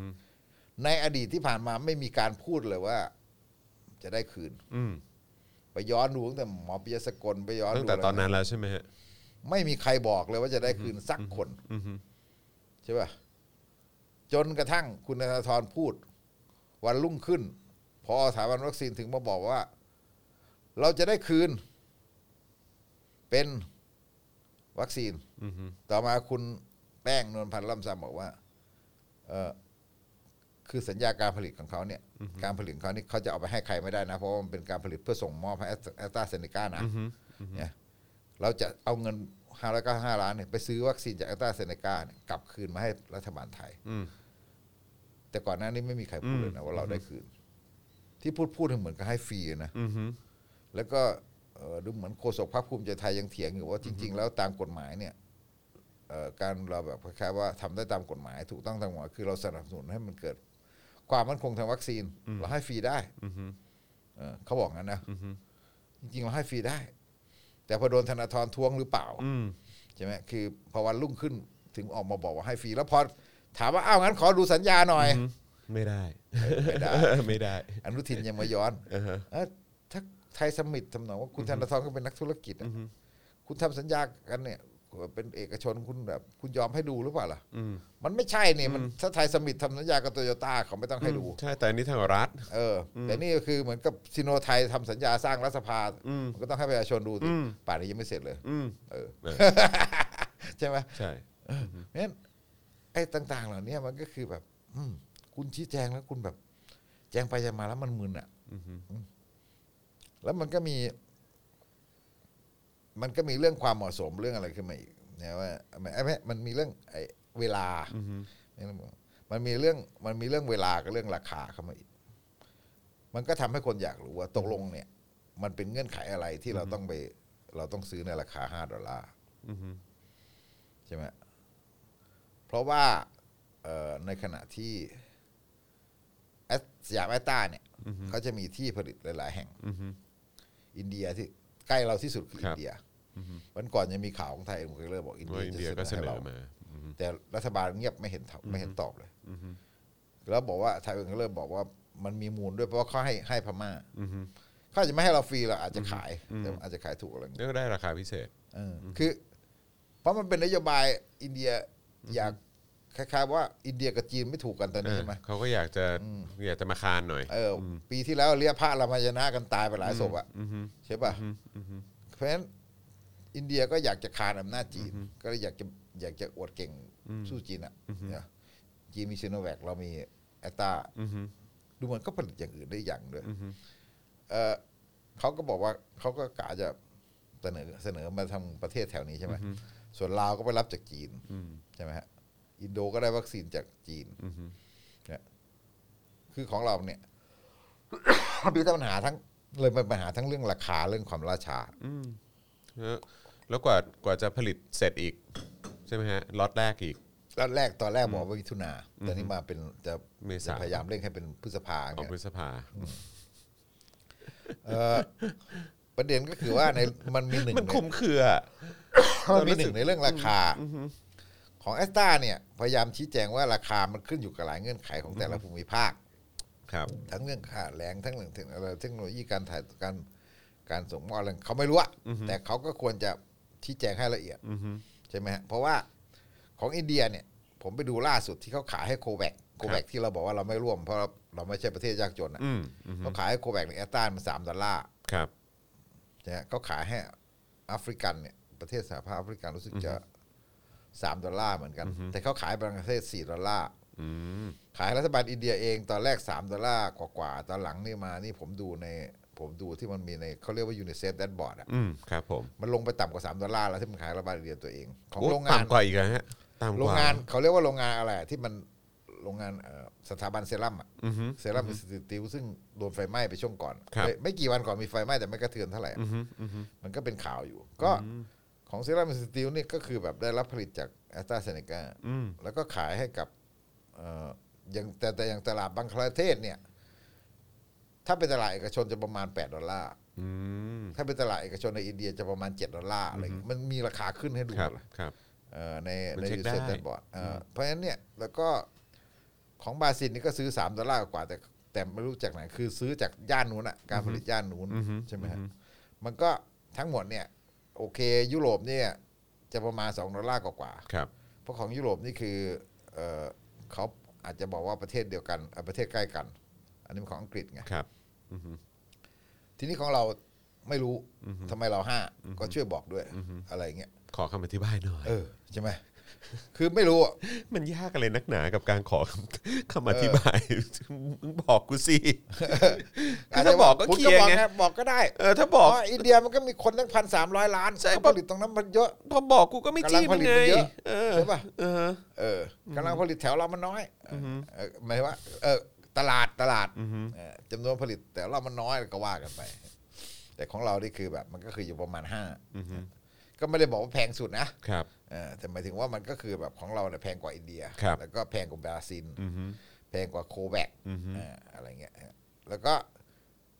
S3: ในอดีตที่ผ่านมาไม่มีการพูดเลยว่า จะได้คืน
S2: อืม
S3: ไปย้อนดูตั้งแต่หมอปิยสกลไปย้อน
S2: ตั้ง
S3: ดู
S2: แต่ตอนะ
S3: ไร
S2: นั้นแล้วใช่ไหมฮะ
S3: ไม่มีใครบอกเลยว่าจะได้คืนสักคน
S2: อืมฮึ
S3: ใช่ป่ะจนกระทั่งคุณธนาธรพูด วันรุ่งขึ้น พอสถาบันวัคซีนถึงมาบอกว่า เราจะได้คืน เป็นวัคซีน
S2: อืมฮึ
S3: ต่อมาคุณแป้งนวลพันธ์ล่ำซำบอกว่าเออคือสัญญาการผลิตของเขาเนี่ย การผลิตของเขานี่เขาจะเอาไปให้ใครไม่ได้นะ เพราะว่ามันเป็นการผลิตเพื่อส่งมอบให้แอสตราเซเนกานะ
S2: อืมฮึ
S3: เนี่ยเราจะเอาเงิน 595 ล้านเนี่ยไปซื้อวัคซีนจากแอสตราเซเนกากลับคืนมาให้รัฐบาลไทย
S2: อืม
S3: แต่ก่อนหน้านี้ไม่มีใครพูดเลยนะว่าเราได้คืน ที่พูดพูดเหมือนกับให้ฟรีนะ
S2: อืมฮึ
S3: แล้วก็เอ่อดูเหมือนโฆษกพรรคภูมิใจไทยยังเถียงอยู่ว่าจริง ๆ แล้วตามกฎหมายเนี่ยเอ่อการเราแบบคล้ายๆว่าทำได้ตามกฎหมาย ถูกต้องตามกฎหมายคือเราสนับสนุนให้มันเกิด ความมั่นคงทางวัคซีน เราให้ฟรีได้
S2: อืมฮึ
S3: เออเขาบอกงั้นนะจริงๆเราให้ฟรีได้ แต่พอโดนธนาธรทวงหรือเปล่า
S2: อืม
S3: ใช่ไหมคือพอวันรุ่งขึ้นถึงออกมาบอกว่าให้ฟรีแล้วพอถามว่าอ้าวงั้นขอดูสัญญาหน่อย
S2: ไม่ได้
S3: ไม่ได้
S2: ไม่ได้
S3: อนุทินยังมาย้อนเอ้อถ้าไทยสมิตทำนองว่าคุณธนาธรก็เป็นนักธุรกิจอะคุณทำสัญญากันเนี่ยเป็นเอกชนคุณแบบ คุณยอมให้ดูหรือเปล่าล่ะ
S2: อืม
S3: มันไม่ใช่เนี่ยมันถ้าไทยสมิตทำสัญญากับโตโยต้าเขาไม่ต้องให้ดู
S2: ใช่แต่อันนี้ทางรัฐ
S3: เอออแต่นี่ก็คือเหมือนกับซิโนไทยทำสัญญาสร้างรัฐสภา
S2: อืม
S3: มันก็ต้องให้ประชาชนดูสิ
S2: อืม
S3: ป่านนี้ยังไม่เสร็จเลย
S2: อืม
S3: เออ
S2: เออ
S3: ใช่ไหม
S2: ใช่
S3: เพราะฉะนั้นไอ้ต่าง ๆ เหล่านี้มันก็คือแบบ อืมคุณชี้แจงแล้วคุณแบบ แจงไปแจงมาแล้วมันมึนอ่ะอืมแล้วมันก็มี มันก็มีเรื่องความเหมาะสมเรื่องอะไรขึ้นมาอีกนะว่าไม่ไม่มันมีเรื่องไอ้เวลาไม่ต้องบอกมันมีเรื่อง มันมีเรื่องเวลากับเรื่องราคาเข้ามาอีก มันก็ทำให้คนอยากรู้ว่าตกลงเนี่ย มันเป็นเงื่อนไขอะไรที่เราต้องไป เราต้องซื้อในราคาห้าดอลลาร์
S2: อืมฮึ
S3: ใช่ไหมเพราะว่าเอ่อในขณะที่แอสสยามแอตตาเนี่ยเขาจะมีที่ผลิตหลาย ๆ แห่ง
S2: อืมฮึ
S3: อินเดียที่ใกล้เราที่สุดคือ
S2: ครั
S3: อิ
S2: บ
S3: นเดียวันก่อนยังมีข่าวของไทยผมก็เลยบอกอิน
S2: ว่าอิน
S3: เดี
S2: เดี
S3: ย
S2: ย
S3: จะ
S2: ก็
S3: เส
S2: เส
S3: นอน
S2: อ
S3: ให้เรา
S2: มาอืม
S3: แต่รัฐบาลเงียบไม่เห็นตอบไม่เห็นตอบเลยแล้วบอกว่าไทยเองก็เริ่มบอกว่ามันมีมูลด้วยเพราะว่าเขาให้ให้พม่า เขาอาจจะไม่ให้เราฟรีเราอาจจะขายแต่อาจจะขายถูกอะไรอย่างเงี้ย
S2: เลือกได้ราคาพิเศษ
S3: เอออคือ เพราะมันเป็นนโยบายอินเดียอยากคล้ายๆว่าอินเดียกับจีนไม่ถูกกันตอนนี้ใช่ไหม
S2: เขาก็อยากจะอยากจะมาคานหน่อย
S3: เอออปีที่แล้วเรียกพระรามาชนะกันตายไปหลายศพอ่ะใช่ป่ะเพราะฉะนั้นอินเดียก็อยากจะคานอำนาจจีน ก็เลยอยากจะอยากจะอวดเก่งสู้จีนอ่ะเนี่ยจีนมีซีโนแวคเรามีแอตตาดูเหมือนก็ผลิตอย่างอื่นได้อย่างด้วยเออเขาก็บอกว่าเขาก็กะจะเสนอเสนอมาทางประเทศแถวนี้ใช่ไหมส่วนลาวก็ไปรับจากจีน ใช่ไหมฮะอินโดก็ได้วัคซีนจากจีนนะคือของเราเนี่ย มีแต่ปัญหาทั้งเลยเป็นปัญหาทั้งเรื่องราคาเรื่องความราชา
S2: แล้วแล้วกว่ากว่าจะผลิตเสร็จอีก ใช่ไหมฮะล็อตแรกอีก
S3: แล้วแรกตอนแรกบอกว่ามิถุนาแต่นี่มาเป็นจะ
S2: เมษา
S3: จะพยายามเร่งให้เป็นพฤษภา
S2: ของ
S3: เนี่ย
S2: พฤษภา
S3: เอ่อประเด็นก็คือว่าในมันมีหนึ่ง
S2: มันคลุมเครือ
S3: ในมันมีหนึ่งในเรื่องราคา ของแอสตาเนี่ย พยายามชี้แจงว่าราคามันขึ้นอยู่กับหลายเงื่อนไขของแต่ละภูมิภาค
S2: ครับ
S3: ทั้งเรื่องค่าแรงทั้งเรื่องเทคโนโลยีเทคโนโลยีการถ่ายการการส่งมอบอะไรเขาไม่รู้อะแต่เขาก็ควรจะชี้แจงให้ละเอียดใช่ไหมฮะเพราะว่าของอินเดียเนี่ย ผมไปดูล่าสุดที่เขาขายให้โคแวกโคแวกที่เราบอกว่าเราไม่ร่วมเพราะเราเราไม่ใช่ประเทศยากจนอะ
S2: อืมอืม
S3: เขาขายให้โคแวกในแอตตานมันสามดอลลาร์
S2: ครับ
S3: นะฮะเขาขายให้แอฟริกันเนี่ยประเทศสหภาพแอฟริกันรู้สึกจะสามดอลลาร์เหมือนกัน แต่เขาขายบางประเทศสี่ดอลลาร์
S2: อืม
S3: ขายรัฐบาลอินเดียเองตอนแรก 3 ดอลลาร์กว่าๆตอนหลังนี่มานี่ผมดูในผมดูที่มันมีในเขาเรียกว่ายูนิเซฟแดนบอร์ดอ่ะ
S2: อืมครับผม
S3: มันลงไปต่ำกว่า 3 ดอลลาร์แล้วที่มันขายรัฐบาลอินเดียตัวเอง ของ
S2: โอ้
S3: โรงงาน
S2: ต่ำกว่าอีกแล้วฮะต่ำกว่า
S3: โรงงานเขาเรียกว่าโรงงานอะไรที่มันโรงงานเอ่อสถาบันเซรั่มอ่ะ
S2: อือฮึ
S3: เซรั่มอินสติทิวซึ่งโดนไฟไหม้ไปช่วงก่อน
S2: ครับ
S3: ไม่ไม่กี่วันก่อนมีไฟไหม้แต่ไม่กระเทือนเท่าไหร่อะ
S2: อือฮึอือฮึ
S3: มันก็เป็นข่าวอยู่ ก็ของเซรั่มอินสติทิวนี่ก็คือแบบได้รับผลิตจากแอสตราเซเนกา
S2: อืม
S3: แล้วก็ขายให้กับเอ่ออย่างแต่แต่อย่างตลาดบังคลาเทศเนี่ย ถ้าเป็นตลาดเอกชนจะประมาณ 8 ดอลลาร์
S2: อืม
S3: ถ้าเป็นตลาดเอกชนในอินเดียจะประมาณ 7 ดอลลาร์อะไรอย่างงี้มันมีราคาขึ้นให้ดู
S2: ครับ
S3: เลย
S2: ครับ
S3: เอ่อใน
S2: มัน
S3: ใน
S2: เช็ค
S3: ยู
S2: ได้
S3: เซตันบอร์ดเพราะฉะนั้นเนี่ย แล้วก็ของบราซิลนี่ก็ซื้อ 3 ดอลลาร์กว่าแต่แต่ไม่รู้จากไหน คือซื้อจากย่านนู้นอะการผลิตย่านนู้นใช่ไหมฮะมันก็ทั้งหมดเนี่ย โอเค ยุโรปเนี่ยจะประมาณ 2 ดอลลาร์กว่าๆ
S2: ครับ
S3: เพราะของยุโรปนี่คือเอ่อเขาอาจจะบอกว่าประเทศเดียวกันเอ่อประเทศใกล้กัน อันนี้มันของอังกฤษไง
S2: ครับ
S3: ทีนี้ของเราไม่รู้ทำไมเราห้าก็ช่วยบอกด้วยอะไรเงี้ย
S2: ขอคำอธิบายหน่อย
S3: เออใช่ไหมคือไม่รู้อะ
S2: มันยากอะไรนักหนากับการขอคำคำอธิบายมึงบอกกูสิ คือถ้าบอกก็
S3: คุณ
S2: เคลียร์
S3: บอก
S2: ไง
S3: นะบอกก็ได้
S2: เออถ้าบอก
S3: เพราะอินเดียมันก็มีคนตั้งพันสามร้อยล้าน
S2: ใช่
S3: เขาผลิตตรงนั้นมันเยอะ
S2: พอบอกกูก็ไม่จี้
S3: กำลังผ
S2: มึง
S3: ลิต
S2: ไง
S3: มันเยอะ
S2: เออ
S3: ใช่ปะ
S2: เออ
S3: เออกำลังผลิตแถวเรามันน้อยเออหมายว่าเออตลาดตลาดเออจำนวนผลิตแต่เรามันน้อยก็ว่ากันไป แต่ของเรานี่คือแบบมันก็คืออยู่ประมาณห้าก็ไม่ได้บอกว่าแพงสุดนะครับ เออแต่หมายถึงว่ามันก็คือแบบของเราเนี่ยแพงกว่าอินเดีย
S2: ครับ
S3: แล้วก็แพงกว่าบราซิลแพงกว่าโคแบกอะไรเงี้ยฮะแล้วก็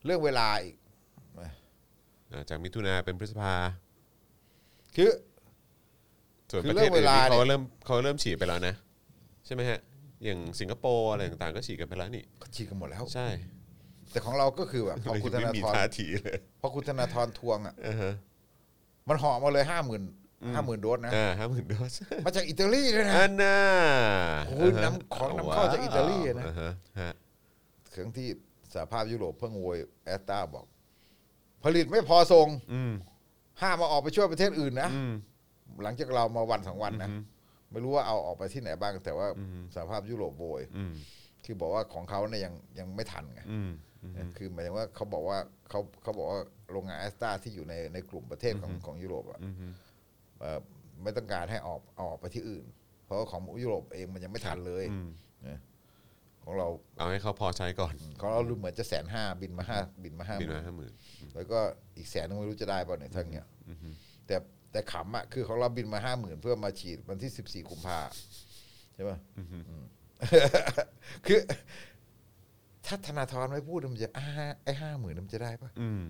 S3: เรื่องเวลาอีก
S2: อ่าจากมิถุนาเป็นพฤษภา
S3: คือ
S2: ส่วน
S3: คื
S2: ป
S3: อ
S2: ระเทศอื่น
S3: เรื่องเวลา
S2: นี่
S3: เนี่ย
S2: เขาเริ่มเขาเริ่มฉีดไปแล้วนะ ใช่ไหมฮะ อย่างสิงคโปร์อะไรต่างๆ ก็ฉีดกันไปแล้วนี่
S3: เขาฉีกกันหมดแล้ว
S2: ใช่
S3: แต่ของเราก็คือแบบพอ
S2: ไม่
S3: คุณธนา
S2: มี
S3: ธร
S2: ท่าทีเลย
S3: พอคุณธนาธรทวงอ่ะ
S2: อ่าฮะ
S3: มันห่อมาเลยห้าหมื่นห้าหมื่นโดสนะ
S2: อ่าห้าหมื่นโดส
S3: มาจากอิตาลีด้วยนะ
S2: อันน่า
S3: โอ้ยนำของนำเข้าจากอิตาลีอะนะ
S2: อ่าฮฮะ
S3: เครื่องที่สหภาพยุโรปเพิ่งโวยแอสตาบอก ผลิตไม่พอส่ง
S2: อืม
S3: ห้ามมาออกไปช่วยประเทศอื่นนะ
S2: อืม
S3: หลังจากเรามาวันสองวันนะ ไม่รู้ว่าเอาออกไปที่ไหนบ้าง แต่ว่าสหภาพยุโรปโวย
S2: อืม
S3: คือบอกว่าของเขาเนี่ยยังยังไม่ทันไง
S2: อืม
S3: คือหมายถึงว่าเขาบอกว่าเขาเขาบอกว่าโรงงานแอสตาที่อยู่ในในกลุ่มประเทศของของยุโรปอะเอ่อไม่ต้องการให้ออกเอาออกไปที่อื่น เพราะว่าของยุโรปเองมันยังไม่ทันเลยนะของเรา
S2: เอาให้เขาพอใช้ก่อน
S3: ของเราดูเหมือนจะแสนห้าบินมาห้าบินมาห้า
S2: บินมาห้าหมื่น
S3: แล้วก็อีกแสนนึงไม่รู้จะได้เปล่ะเนี่ยทั้งเนี้ยแต่แต่ขำอ่ะคือของเราบินมาห้าหมื่นเพื่อมาฉีดวันที่สิบสี่กุมภาใช่ป่ะอืม คือถ้าธนาธรไม่พูดมันจะอ้าไอ้ห้าหมื่นมันจะได้ป่ะ
S2: อืม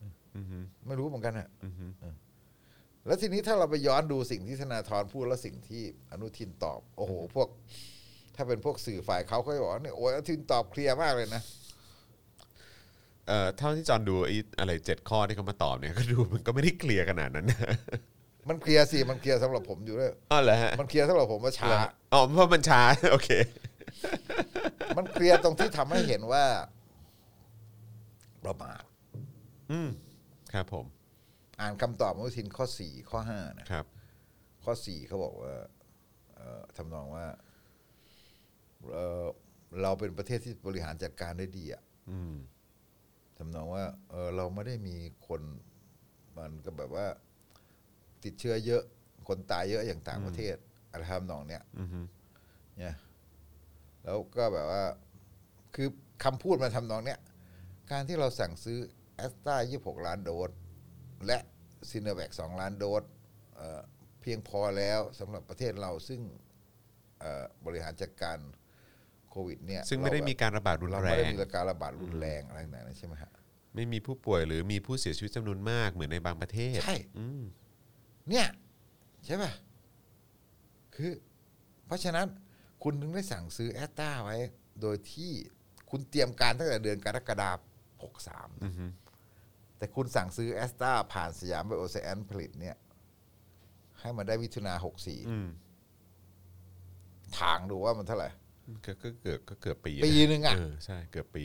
S2: อืมอืม
S3: ไม่รู้เหมือนกันอ่ะ
S2: อืม
S3: แล้วทีนี้ถ้าเราไปย้อนดูสิ่งที่ธนาธรพูดและสิ่งที่อนุทินตอบ โอ้โห พวก ถ้าเป็นพวกสื่อฝ่ายเขาเขาจะบอกว่าเนี่ยโอ้ยอนุทินตอบเคลียร์มากเลยนะ
S2: เอ่อเท่าที่จอนดูไอ้อะไรเจ็ดข้อที่เขามาตอบเนี่ยก็ดูมันก็ไม่ได้เคลียร์ขนาดนั้น นะ
S3: มันเคลียร์สิมันเคลียร์สำหรับผมอยู่ด้วย
S2: อ๋อเหรอฮะ
S3: มันเคลียร์สำหรับผมว่าช้า
S2: อ๋อเพราะมันช้า โอเค
S3: มันเคลียร์ตรงที่ทำให้เห็นว่าประมาท
S2: อืมครับผม
S3: อ่านคำตอบอนุทินข้อสี่ข้อห้านะ
S2: ครับ
S3: ข้อสี่เขาบอกว่าเอ่อทำนองว่าเอ่อเราเป็นประเทศที่บริหารจัดการได้ดีอะ
S2: อืม
S3: ทำนองว่าเอ่อเราไม่ได้มีคนมันก็แบบว่า ติดเชื้อเยอะ คนตายเยอะอย่างต่างประเทศอะไรทำนองเนี้ย
S2: อืมฮึ
S3: เนี่ยแล้วก็แบบว่า คือคำพูดมันทำนองเนี้ยการที่เราสั่งซื้อแอสตรา26 ล้านโดส และซีเนแวค2ล้านโดสเอ่อเพียงพอแล้วสำหรับประเทศเราซึ่งเอ่อบริหารจัดการโควิดเนี่ย
S2: ซึ่งไม่ได้มีการระบาดรุน
S3: เรา
S2: แร
S3: ไม่ได้
S2: ง
S3: มีการระบาดรุนแรงอะไรต่างๆนะใช่ไหมฮะ
S2: ไม่มีผู้ป่วยหรือมีผู้เสียชีวิตจำนวนมากเหมือนในบางประเทศ
S3: ใช่
S2: อืม
S3: เนี่ย ใช่ป่ะ คือ เพราะฉะนั้นคุณถึงได้สั่งซื้อแอสตราไว้ โดยที่คุณเตรียมการตั้งแต่เดือนกรกฎาคม63
S2: อือฮึ
S3: แต่คุณสั่งซื้อแอสตราผ่านสยามไบโอไซแอนผลิตเนี่ย ให้มันได้วิทุนา
S2: อืม
S3: 64 ถางดูว่ามันเท่าไหร่
S2: ก็ก็เกือบก็เกือบปี
S3: ปีหนึ่งอะ
S2: เออใช่เกือบปี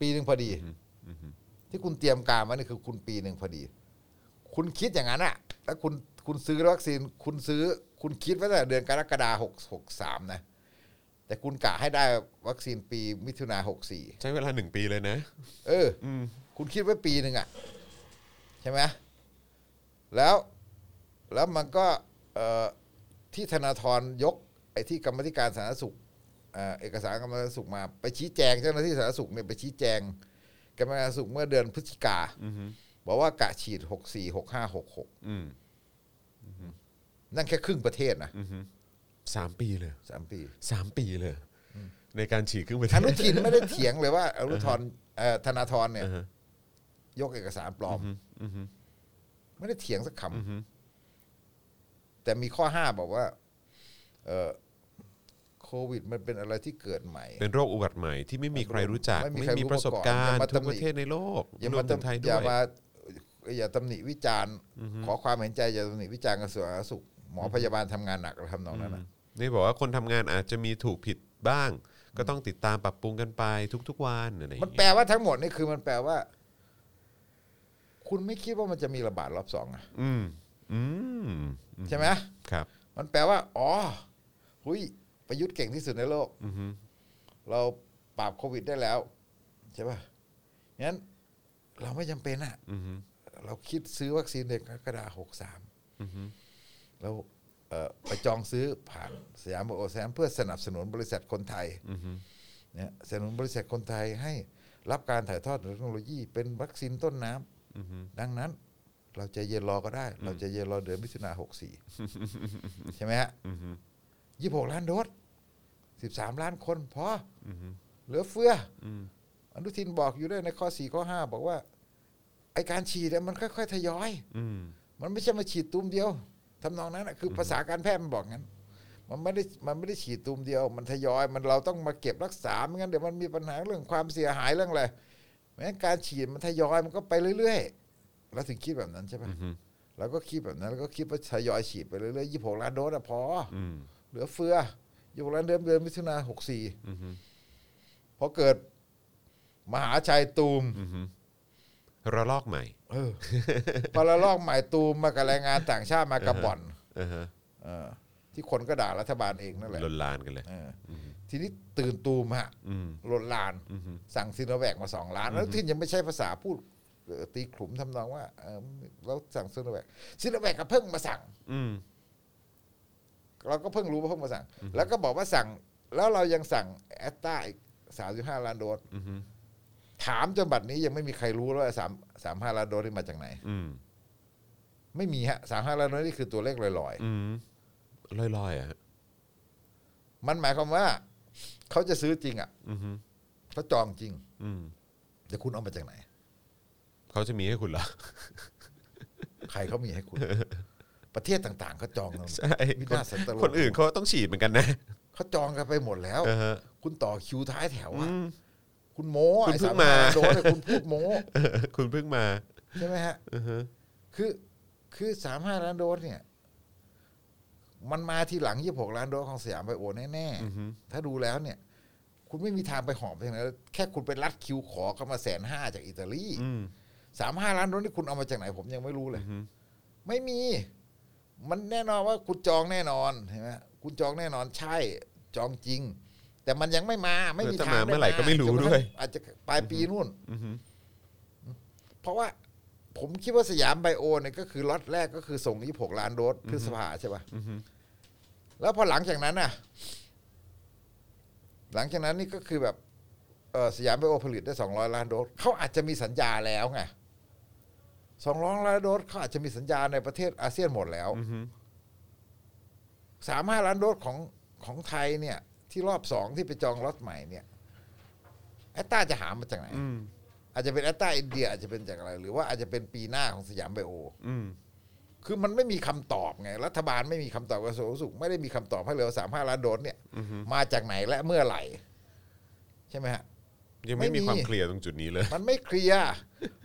S3: ปีหนึ่งพอดี
S2: อืมอือฮึ
S3: ที่คุณเตรียมการมานี่คือคุณปีหนึ่งพอดี คุณคิดอย่างนั้นอะแล้วคุณคุณซื้อวัคซีน คุณซื้อ คุณคิดไว้ตั้งแต่เดือนกรกฎาหกหกสามนะ แต่คุณกะให้ได้วัคซีนปีมิถุนาหกสี่
S2: ใช้เวลาหนึ่งปีเลยนะ
S3: เอออ
S2: ม
S3: คุณคิดไว้ปีหนึ่งอะใช่ไหมแล้วแล้วมันก็เอ่อที่ธนาธรยก ไอ้ที่กรรมาธิการสาธารณสุขเอ่อเอกสารกรรมาธิการสุขมา ไปชี้แจงเจ้าหน้าที่สาธารณสุขเนี่ยไปชี้แจงกรรมาธิการสุขเมื่อเดือนพฤศจิกา
S2: อือฮึ
S3: บอกว่ากะฉีด 6 4 6 5 6
S2: อืม
S3: 6 นั่นแค่ครึ่งประเทศนะ
S2: อือฮึสามปีเลย
S3: สามปี
S2: สามปีเลย ในการฉีกครึ่งประเท
S3: อ
S2: ศ
S3: นุทินไม่ได้เถียงเลยว่าอนุท รเอ่อธนาธรเนี่ย
S2: อ่าฮะ
S3: ยกเอกสารปลอม
S2: อือฮึ
S3: ไม่ได้เถียงสักค
S2: อือฮึ
S3: ำแต่มีข้อห้าบอกว่าเอ่อโควิดมันเป็นอะไรที่เกิดใหม่
S2: เป็นโรคอุบัติใหม่ที่ไม่มีใครรู้จัก
S3: ไม่มี
S2: ไม่
S3: ใครรู้
S2: มีประสบการณ์
S3: มาก่อนอย่ามา
S2: ทุก
S3: ตำหนิ
S2: ประเทศในโลก
S3: อย่าร
S2: ว
S3: มาม
S2: ถึงไทย
S3: ตำอ
S2: ด้ว
S3: ย่าย มาอย่าตำหนิวิจารณ์ ขอความเห็นใจอย่าตำหนิวิจารณ์กระทรวงสาธารณสุขหมอพยาบาลทำงานหนักเราทำนองนั้นนะ
S2: นี่บอกว่าคนทำงานอาจจะมีถูกผิดบ้าง ก็ต้องติดตามปรับปรุงกันไปทุกๆวันอะไรอย่าง
S3: มันแปล
S2: เงี้ย
S3: ว่าทั้งหมดนี่คือมันแปลว่า คุณไม่คิดว่ามันจะมีระบาดรอบสองอะ
S2: อืมอืมอื
S3: ใช่ไหม
S2: ครับ
S3: มันแปลว่า อ๋อ หุยประยุทธ์เก่งที่สุดในโลก
S2: อือฮึ
S3: เราปราบโควิดได้แล้ว ใช่ป่ะ งั้น เราไม่จำเป็นอะ
S2: อือฮึ
S3: เราคิดซื้อวัคซีนเด็กกรกฎาหกสาม
S2: อือฮึ
S3: เราเอ่อไปจองซื้อผ่านสยามโอแซมเพื่อสนับสนุนบริษัทคนไทย
S2: อือฮึ
S3: เนี่ยสนับสนุนบริษัทคนไทยให้รับการถ่ายทอดเทคโนโลยี เป็นวัคซีนต้นน้ำ
S2: อือฮึ
S3: ดังนั้น เราใจะเย็นรอก็ได้ เราใจะเย็นรอเดือนมิถุนาหกสี่ใช่ไหมฮะ
S2: อือฮึ
S3: ยี่หกล้านโดสสิบสามล้านคนพอ
S2: อือฮึ
S3: เหลือเฟือ
S2: อืม
S3: อนุทินบอกอยู่ด้วยในข้อสี่ข้อห้าบอกว่า ไอการฉีดเนี่ยมันค่อยๆทยอย
S2: อืม
S3: มันไม่ใช่มาฉีดตูมเดียวทำนองนั้นน่ะคือภาษาการแพทย์มันบอกงั้น มันไม่ได้มันไม่ได้ฉีดตูมเดียว มันทยอยมันเราต้องมาเก็บรักษาไม่งั้นเดี๋ยวมันมีปัญหาเรื่องความเสียหายเรื่องอะไรแม้นการฉีดมันทยอยมันก็ไปเรื่อยๆเราถึงคิดแบบนั้นใช่ไหม
S2: อือฮึ
S3: เราก็คิดแบบนั้นเราก็คิดว่าทยอยฉีดไปเรื่อยๆยี่หกล้านโดสอะพอ
S2: อืม
S3: เหลือเฟือ อยู่ร้านเดิมเดือนมิถุนาหกสี่
S2: อือฮึ
S3: พอเกิด มหาชัยตูม
S2: อือฮึระลอกใหม่
S3: เออ พอละลอกใหม่ตูมมากับแรงงานต่างชาติมากับบ่อน
S2: อ่าฮะ
S3: เออ ที่คนก็ด่ารัฐบาลเองนั่นแหละ
S2: ลนลานกันเลย
S3: เอออทีนี้ตื่นตูมฮะ
S2: อืม
S3: ลดลาน
S2: อือฮึ
S3: สั่งซีโนแวคมาสองล้านแล้วที่ยังไม่ใช่ภาษาพูดเอ่อตีขลุมทำนองว่าเออเราสั่งซีโนแวคซีโนแวคก็เพิ่งมาสั่ง
S2: อืม
S3: เราก็เพิ่งรู้ว่าเพิ่งมาสั่ง แล้วก็บอกว่าสั่ง แล้วเรายังสั่งแอตตาอีกสามสิบห้าล้านโดส
S2: อือฮึ
S3: ถามจนบัดนี้ยังไม่มีใครรู้เลยว่าสามสามห้าล้านโดสที่มาจากไหน
S2: อืม
S3: ไม่มีฮะสามห้าล้านโดสนี่คือตัวเลขลอย
S2: อืมลอยๆอ่ะฮะ
S3: ๆ มันหมายความว่า เขาจะซื้อจริงอ่ะ
S2: อือฮึ
S3: เขาจองจริง
S2: อืม
S3: แต่คุณเอามาจากไหน
S2: เขาจะมีให้คุณเหรอ
S3: ใครเขามี ให้คุณ ประเทศต่างๆเขาจองกัน
S2: ใช่
S3: วิ
S2: คน
S3: นาศสันตโล
S2: คนอื่นเขาต้องฉีดเหมือนกันนะ
S3: เขาจองกันไปหมดแล้ว
S2: เออฮะ
S3: คุณต่อคิวท้ายแถวอะ
S2: อืม
S3: ค คุณโม้อะ
S2: คุณ
S3: ไอ้
S2: เพิ่
S3: สาม
S2: ง
S3: พั
S2: มา
S3: นโดสอะคุณพูดโม้
S2: คุณเพิ่งมา
S3: ใช่ไหมฮะคือคือสามห้าล้านโดสเนี่ย มันมาทีหลังยี่หกล้านโดสของสยามไบโอแน่
S2: อือฮึ
S3: ๆถ้าดูแล้วเนี่ย คุณไม่มีทางไปหอบอย่างนั้นแค่คุณไปรัดคิวขอเข้ามาแสนห้าจากอิตาลี
S2: อืม
S3: สามห้าล้านโดสนี่คุณเอามาจากไหนผมยังไม่รู้เลย
S2: อือฮึ
S3: ไม่มี มันแน่นอนว่าคุณจองแน่นอนเห็นไหมคุณจองแน่นอนใช่ จองจริง แต่มันยังไม่มา ไม่มี
S2: แล้วจะ
S3: ทาง
S2: มาเมื่อไหร่ก็ไม่รู้
S3: ด้
S2: ด้วย
S3: อาจจะปลายปีนู่น
S2: อือฮึ
S3: เพราะว่าผมคิดว่าสยามไบโอเนี่ยก็คือล็อตแรกก็คือส่ง 26 ล้านโดสพฤษภาใช่ป่ะ
S2: อือฮึ
S3: แล้วพอหลังจากนั้นน่ะ หลังจากนั้นนี่ก็คือแบบเอ่อสยามไบโอผลิตได้ 200 ล้านโดสเขาอาจจะมีสัญญาแล้วไง200 ล้านโดสเขาอาจจะมีสัญญาในประเทศอาเซียนหมดแล้ว
S2: อือฮึ
S3: สามห้าล้านโดสของของไทยเนี่ย ที่รอบสองที่ไปจองล็อตใหม่เนี่ยแอตตาจะหามาจากไหน
S2: อืม
S3: อาจจะเป็นแอตตาอินเดียอาจจะเป็นจากอะไร หรือว่าอาจจะเป็นปีหน้าของสยามไบโอ
S2: อืม
S3: คือมันไม่มีคำตอบไง รัฐบาลไม่มีคำตอบกระทรวงสุข ไม่ได้มีคำตอบให้เลยว่าสามห้า35ล้านโดสเนี่ย
S2: อือฮึ
S3: มาจากไหนและเมื่อไหร่ ใช่ไหมฮะ
S2: ยังไม่
S3: ไม่มี
S2: มีความเคลียร์ตรงจุดนี้เลย
S3: มันไม่เคลียร์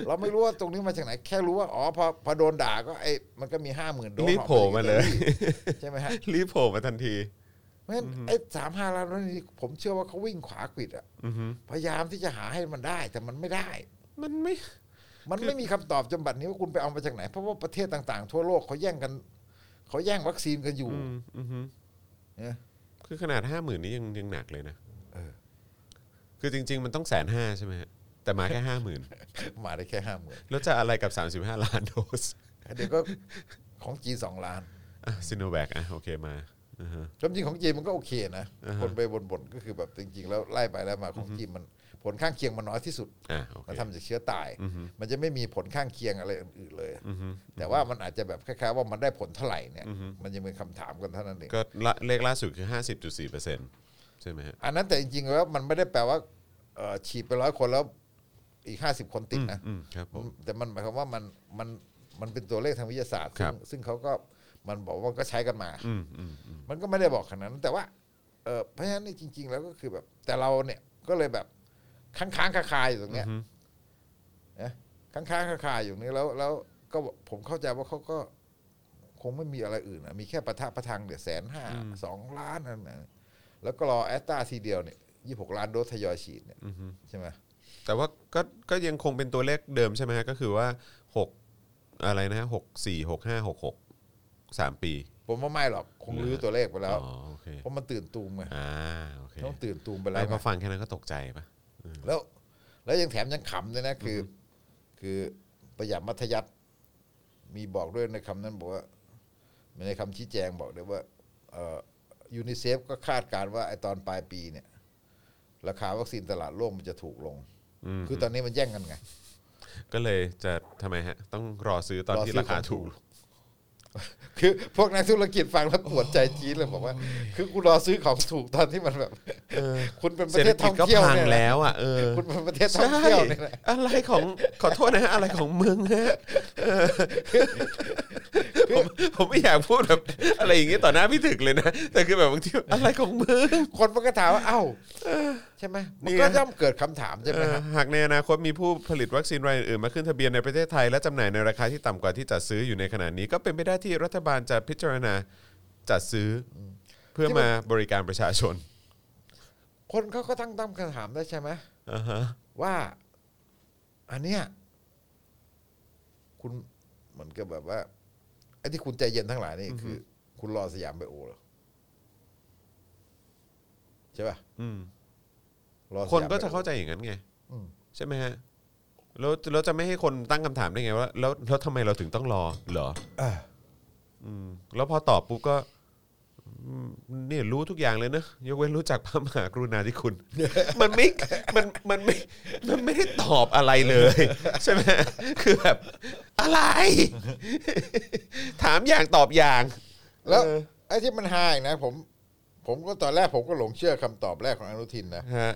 S3: เราไม่รู้ว่าตรงนี้มาจากไหน แค่รู้ว่าอ๋อพอพอโดนด่าก็ไอ้มันก็มีห้าหมื่นโดส
S2: รีบโผล่มาเลย
S3: ใช่ไหมฮะ
S2: รีบโผล่มาทันที
S3: เพราะฉะนั้นไอ้สามห้าล้านโดสนี่ผมเชื่อว่าเขาวิ่งขวากวิดอะ
S2: อือฮึ
S3: พยายามที่จะหาให้มันได้ แต่มันไม่ได้
S2: มันไม่
S3: มันไม่มีคำตอบจนบัดนี้ว่าคุณไปเอามาจากไหน เพราะว่าประเทศต่างๆ ทั่วโลกเขาแย่งกันเขาแย่งวัคซีนกันอยู่
S2: อืมอือฮึ
S3: เนี่ย
S2: คือขนาดห้าหมื่นนี้ยังยังหนักเลยนะ
S3: เออ
S2: คือจริง ๆ มันต้องแสนห้าใช่ไหมฮะ แต่มาแค่ห้าห มื่น
S3: มาได้แค่ห้าหมื่น
S2: แล้วจะอะไรกับ 35 ล้านโดส
S3: เดี๋ยวก็ของจีนสองล้าน
S2: ซิโนแว c อ่ะ โอเคมาอือฮะ
S3: ความจริงของจีนมันก็โอเคนะ
S2: อ่าฮะ
S3: คนไปบ่นๆก็คือแบบจริงๆ แล้วไล่ไปไล่มาของจีนมันผลข้างเคียงมันน้อยที่สุด
S2: อ่ะโอเค
S3: มันทำจากเชื้อตาย
S2: อือฮึ
S3: มันจะไม่มีผลข้างเคียงอะไรอื่นๆเลย
S2: อือฮึ
S3: แต่ว่ามันอาจจะแบบคล้ายๆว่ามันได้ผลเท่าไหร่เนี่ย
S2: อือฮึ
S3: มันยังเป็นคำถามกันเท่านั้นเอง
S2: ก็ละเลขล่าสุดคือ 50.4%ใช่ไหมฮะ
S3: อันนั้นแต่จริงๆ แล้วมันไม่ได้แปลว่าเอ่อฉีดไปร้อยคนแล้วอีกห้าสิบคนติดนะ
S2: อืมครับผม
S3: แต่มันหมายความว่ามันมันมันเป็นตัวเลขทางวิทยาศาสตร์
S2: ครั
S3: ซึ่
S2: บ
S3: งซึ่งเขาก็มันบอกว่าก็ใช้กันมา
S2: อืมอืมอืม
S3: มันก็ไม่ได้บอกขนาดนั้นแต่ว่าเออเพราะฉะนั้นนี่จริง ๆ แล้วก็คือแบบ แต่เราเนี่ยก็เลยแบบค้างค้างคาคาอยู่ตรงเนี้ย
S2: อือฮึ
S3: นะค้างค้างคาคาอยู่นี้แล้วแล้วก็ผมเข้าใจว่าเขาก็คงไม่มีอะไรอื่นนะมีแค่ประทะประทังเดี๋ยวแสนห้าสองล้านนั่นนะแล้วก็รอแอสตราทีเดียวเนี่ยยี่หกล้านโดสทยอยฉีดเนี่ย
S2: อือฮึ
S3: ใช่ไหม
S2: แต่ว่าก็ก็ยังคงเป็นตัวเลขเดิมใช่ไหมฮะก็คือว่าหกอะไรนะฮะหกสี่หกห้าหกหกสามปี
S3: ผมว่าไม่หรอกคงรื้อตัวเลขไปแล้ว
S2: อ๋อโอเค
S3: เพราะมันตื่นตูมไง
S2: อ่าโอเค
S3: ต้องตื่นตูมไปแล้
S2: แล้ว ว
S3: ไง
S2: พอฟังแค่นั้นก็ตกใจปะ
S3: แล้วแล้วยังแถมยังขำด้วยนะคืออคือประหยัดมัธยัติมีบอกด้วยในคำนั้นบอกว่าในคำชี้แจงบอกด้วยว่ายูนิเซฟก็คาดการณ์ว่าไอตอนปลายปีเนี่ย ราคาวัคซีนตลาดโลกมันจะถูกลง
S2: อืม
S3: คือตอนนี้มันแย่งกันไง
S2: ก็เลยจะทำไมฮะ ต้องรอซื้อตอนที่
S3: รอซื้อ
S2: ราคา
S3: ของถู
S2: ถู
S3: ก
S2: ก
S3: คือพวกนักธุรกิจฟังแล้วปวดใจจี๊ดเลยบอกว่า คือกูรอซื้อของถูกตอนที่มันแบบ
S2: เออ
S3: คุณเป็นป
S2: เศรษ
S3: ระเท
S2: ฐ
S3: ศ
S2: กิ
S3: ท่
S2: จ
S3: อง
S2: ก็
S3: เที่ยว
S2: พัง
S3: เนี่ยนะ
S2: แล้วอ่ะเออ
S3: คุณเป็นประเทศท่
S2: ใช่
S3: องเที่ยวเนี่ยนะ
S2: อะไรของขอโทษนะฮะอะไรของมึงฮะเออผมผมไม่อยากพูดแบบอะไรอย่างเงี้ยต่อหน้าพี่ถึกเลยนะ แต่คือแบบบางทีอะไรของมึง
S3: คนมันก็ถามว่าเอ้าใช่ไหมมันก็
S2: นี่ไง
S3: ย่อมเกิดคำถามใช่ไหม
S2: เอ่
S3: ฮะ
S2: อหากในอนาคตมีผู้ผลิตวัคซีนรายอื่นมาขึ้นทะเบียนในประเทศไทย และจำหน่ายในราคาที่ต่ำกว่าที่จัดซื้ออยู่ในขณะนี้ ก็เป็นไปได้ที่รัฐบาลจะพิจารณาจัดซื้ออเพื่อมาบริการประชาชน
S3: คนเขาก็ตั้งตั้งคำถามได้ใช่ไหม
S2: อ่าฮะ
S3: ว่า อันเนี้ยคุณเหมือนกับแบบว่าไอ้ที่คุณใจเย็นทั้งหลายนี่คือ คุณรอสยามไบโอเหรอใช่ป่ะ
S2: อืม
S3: รอสยม
S2: คนก็จะ
S3: ไบโอ
S2: เข้าใจอย่างนั้นไง
S3: อืม
S2: ใช่ไหมฮะแล้วแล้วจะไม่ให้คนตั้งคำถามได้ไงว่าแล้วแล้วทำไมเราถึงต้องรอเหรอ
S3: อ่ะ
S2: อืมแล้วพอตอบปุ๊บก็อืมเนี่ยรู้ทุกอย่างเลยนะยกเว้นรู้จักพระมหากรุณาธิคุณ มันไม่มันมันไม่มันไม่ได้ตอบอะไรเลย ใช่ไหมคือแบบอะไร ถามอย่างตอบอย่าง
S3: แล้ว
S2: เออ
S3: ไอ้ที่มันหายนะผม ผมก็ตอนแรกผมก็หลงเชื่อคำตอบแรกของอนุทินนะ
S2: ฮะ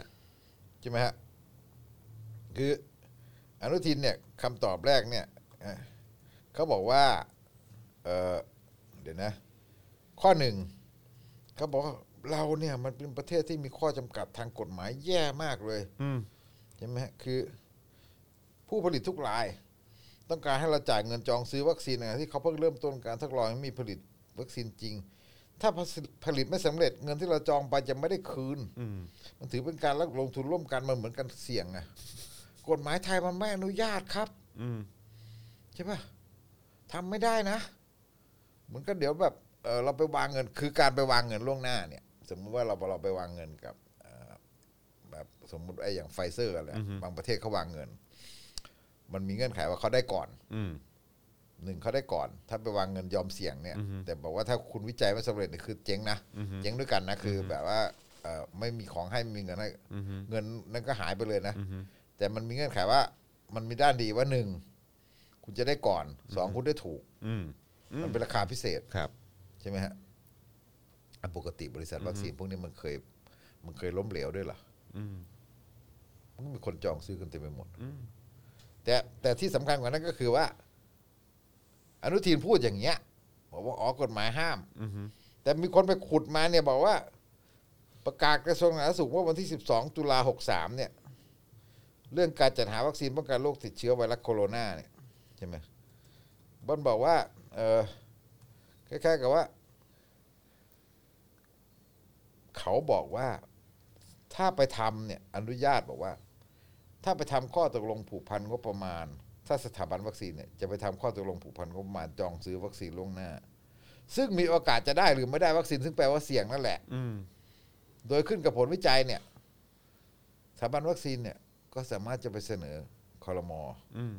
S3: ใช่ไหมฮะ คืออนุทินเนี่ยคำตอบแรกเนี่ยเอ่อเขาบอกว่า เอ่อเดี๋ยวนะ ข้อหนึ่งเขาบอกว่าเราเนี่ยมันเป็นประเทศที่มีข้อจำกัดทางกฎหมายแย่มากเลย
S2: อืม
S3: ใช่ไหมฮะคือ ผู้ผลิตทุกราย ต้องการให้เราจ่ายเงินจองซื้อวัคซีนในขณะที่เขาเพิ่งเริ่มต้นการทดลองให้มีผลิตวัคซีนจริง ถ้าผลิตไม่สำเร็จเงินที่เราจองไปจะไม่ได้คืน
S2: อืม
S3: มันถือเป็นการลงทุนร่วมกันมันเหมือนกันเสี่ยงไงกฎหมายไทยมันไม่อนุญาตครับ
S2: อืม
S3: ใช่ปะทำไม่ได้นะ เหมือนก็เดี๋ยวแบบเอ่อเราไปวางเงิน คือการไปวางเงินล่วงหน้าเนี่ย สมมติว่าเราเราไปวางเงินกับเอ่อแบบสมมติไอ้อย่างไฟเซอร์อะไรบางประเทศเขาวางเงิน มันมีเงื่อนไขว่าเขาได้ก่อน
S2: อืม
S3: หนึ่งเขาได้ก่อน ถ้าไปวางเงินยอมเสี่ยงเนี่ย
S2: อือฮึ
S3: แต่บอกว่าถ้าคุณวิจัยไม่สำเร็จเนี่ยคือเจ๊งนะเจ๊งด้วยกันนะคืออแบบว่าเอ่อไม่มีของให้ไม่มีเงินให้
S2: อืม
S3: เงินนั้นก็หายไปเลยนะ
S2: อืม
S3: แต่มันมีเงื่อนไขว่า มันมีด้านดีว่าหนึ่งคุณจะได้ก่อนสองคุณได้ถูก
S2: อืมอื
S3: มั
S2: ม
S3: นเป็นราคาพิเศษ
S2: ครับ
S3: ใช่ไหมฮะอ่ะปกติบริษัทวัคซีนพวกนี้มันเคย มันเคยล้มเหลวด้วยเหรอ
S2: อืม
S3: มันก็มีคนจองซื้อกันเต็มไปหมด
S2: อืม
S3: แต่แต่ที่สำคัญกว่านั้นก็คือว่า อนุทินพูดอย่างเงี้ยบอกว่าอ๋อกฎหมายห้าม
S2: อืม
S3: แต่มีคนไปขุดมาเนี่ยบอกว่า ประกาศกระทรวงสาธารณสุขว่าวันที่ 12 ตุลา63 เนี่ย เรื่องการจัดหาวัคซีนป้องกันโรคติดเชื้อไวรัสโคโรนาเนี่ยใช่ไหมบอนบอกว่า เออคล้ายๆกับว่า เขาบอกว่า ถ้าไปทำเนี่ย อนุญาตบอกว่า ถ้าไปทำข้อตกลงผูกพันงบประมาณ ถ้าสถาบันวัคซีนเนี่ยจะไปทำข้อตกลงผูกพันงบประมาณจองซื้อวัคซีนล่วงหน้า ซึ่งมีโอกาสจะได้หรือไม่ได้วัคซีนซึ่งแปลว่าเสี่ยงนั่นแหละ
S2: อืม
S3: โดยขึ้นกับผลวิจัยเนี่ยสถาบันวัคซีนเนี่ยก็สามารถจะไปเสนอคอรมอ
S2: อืม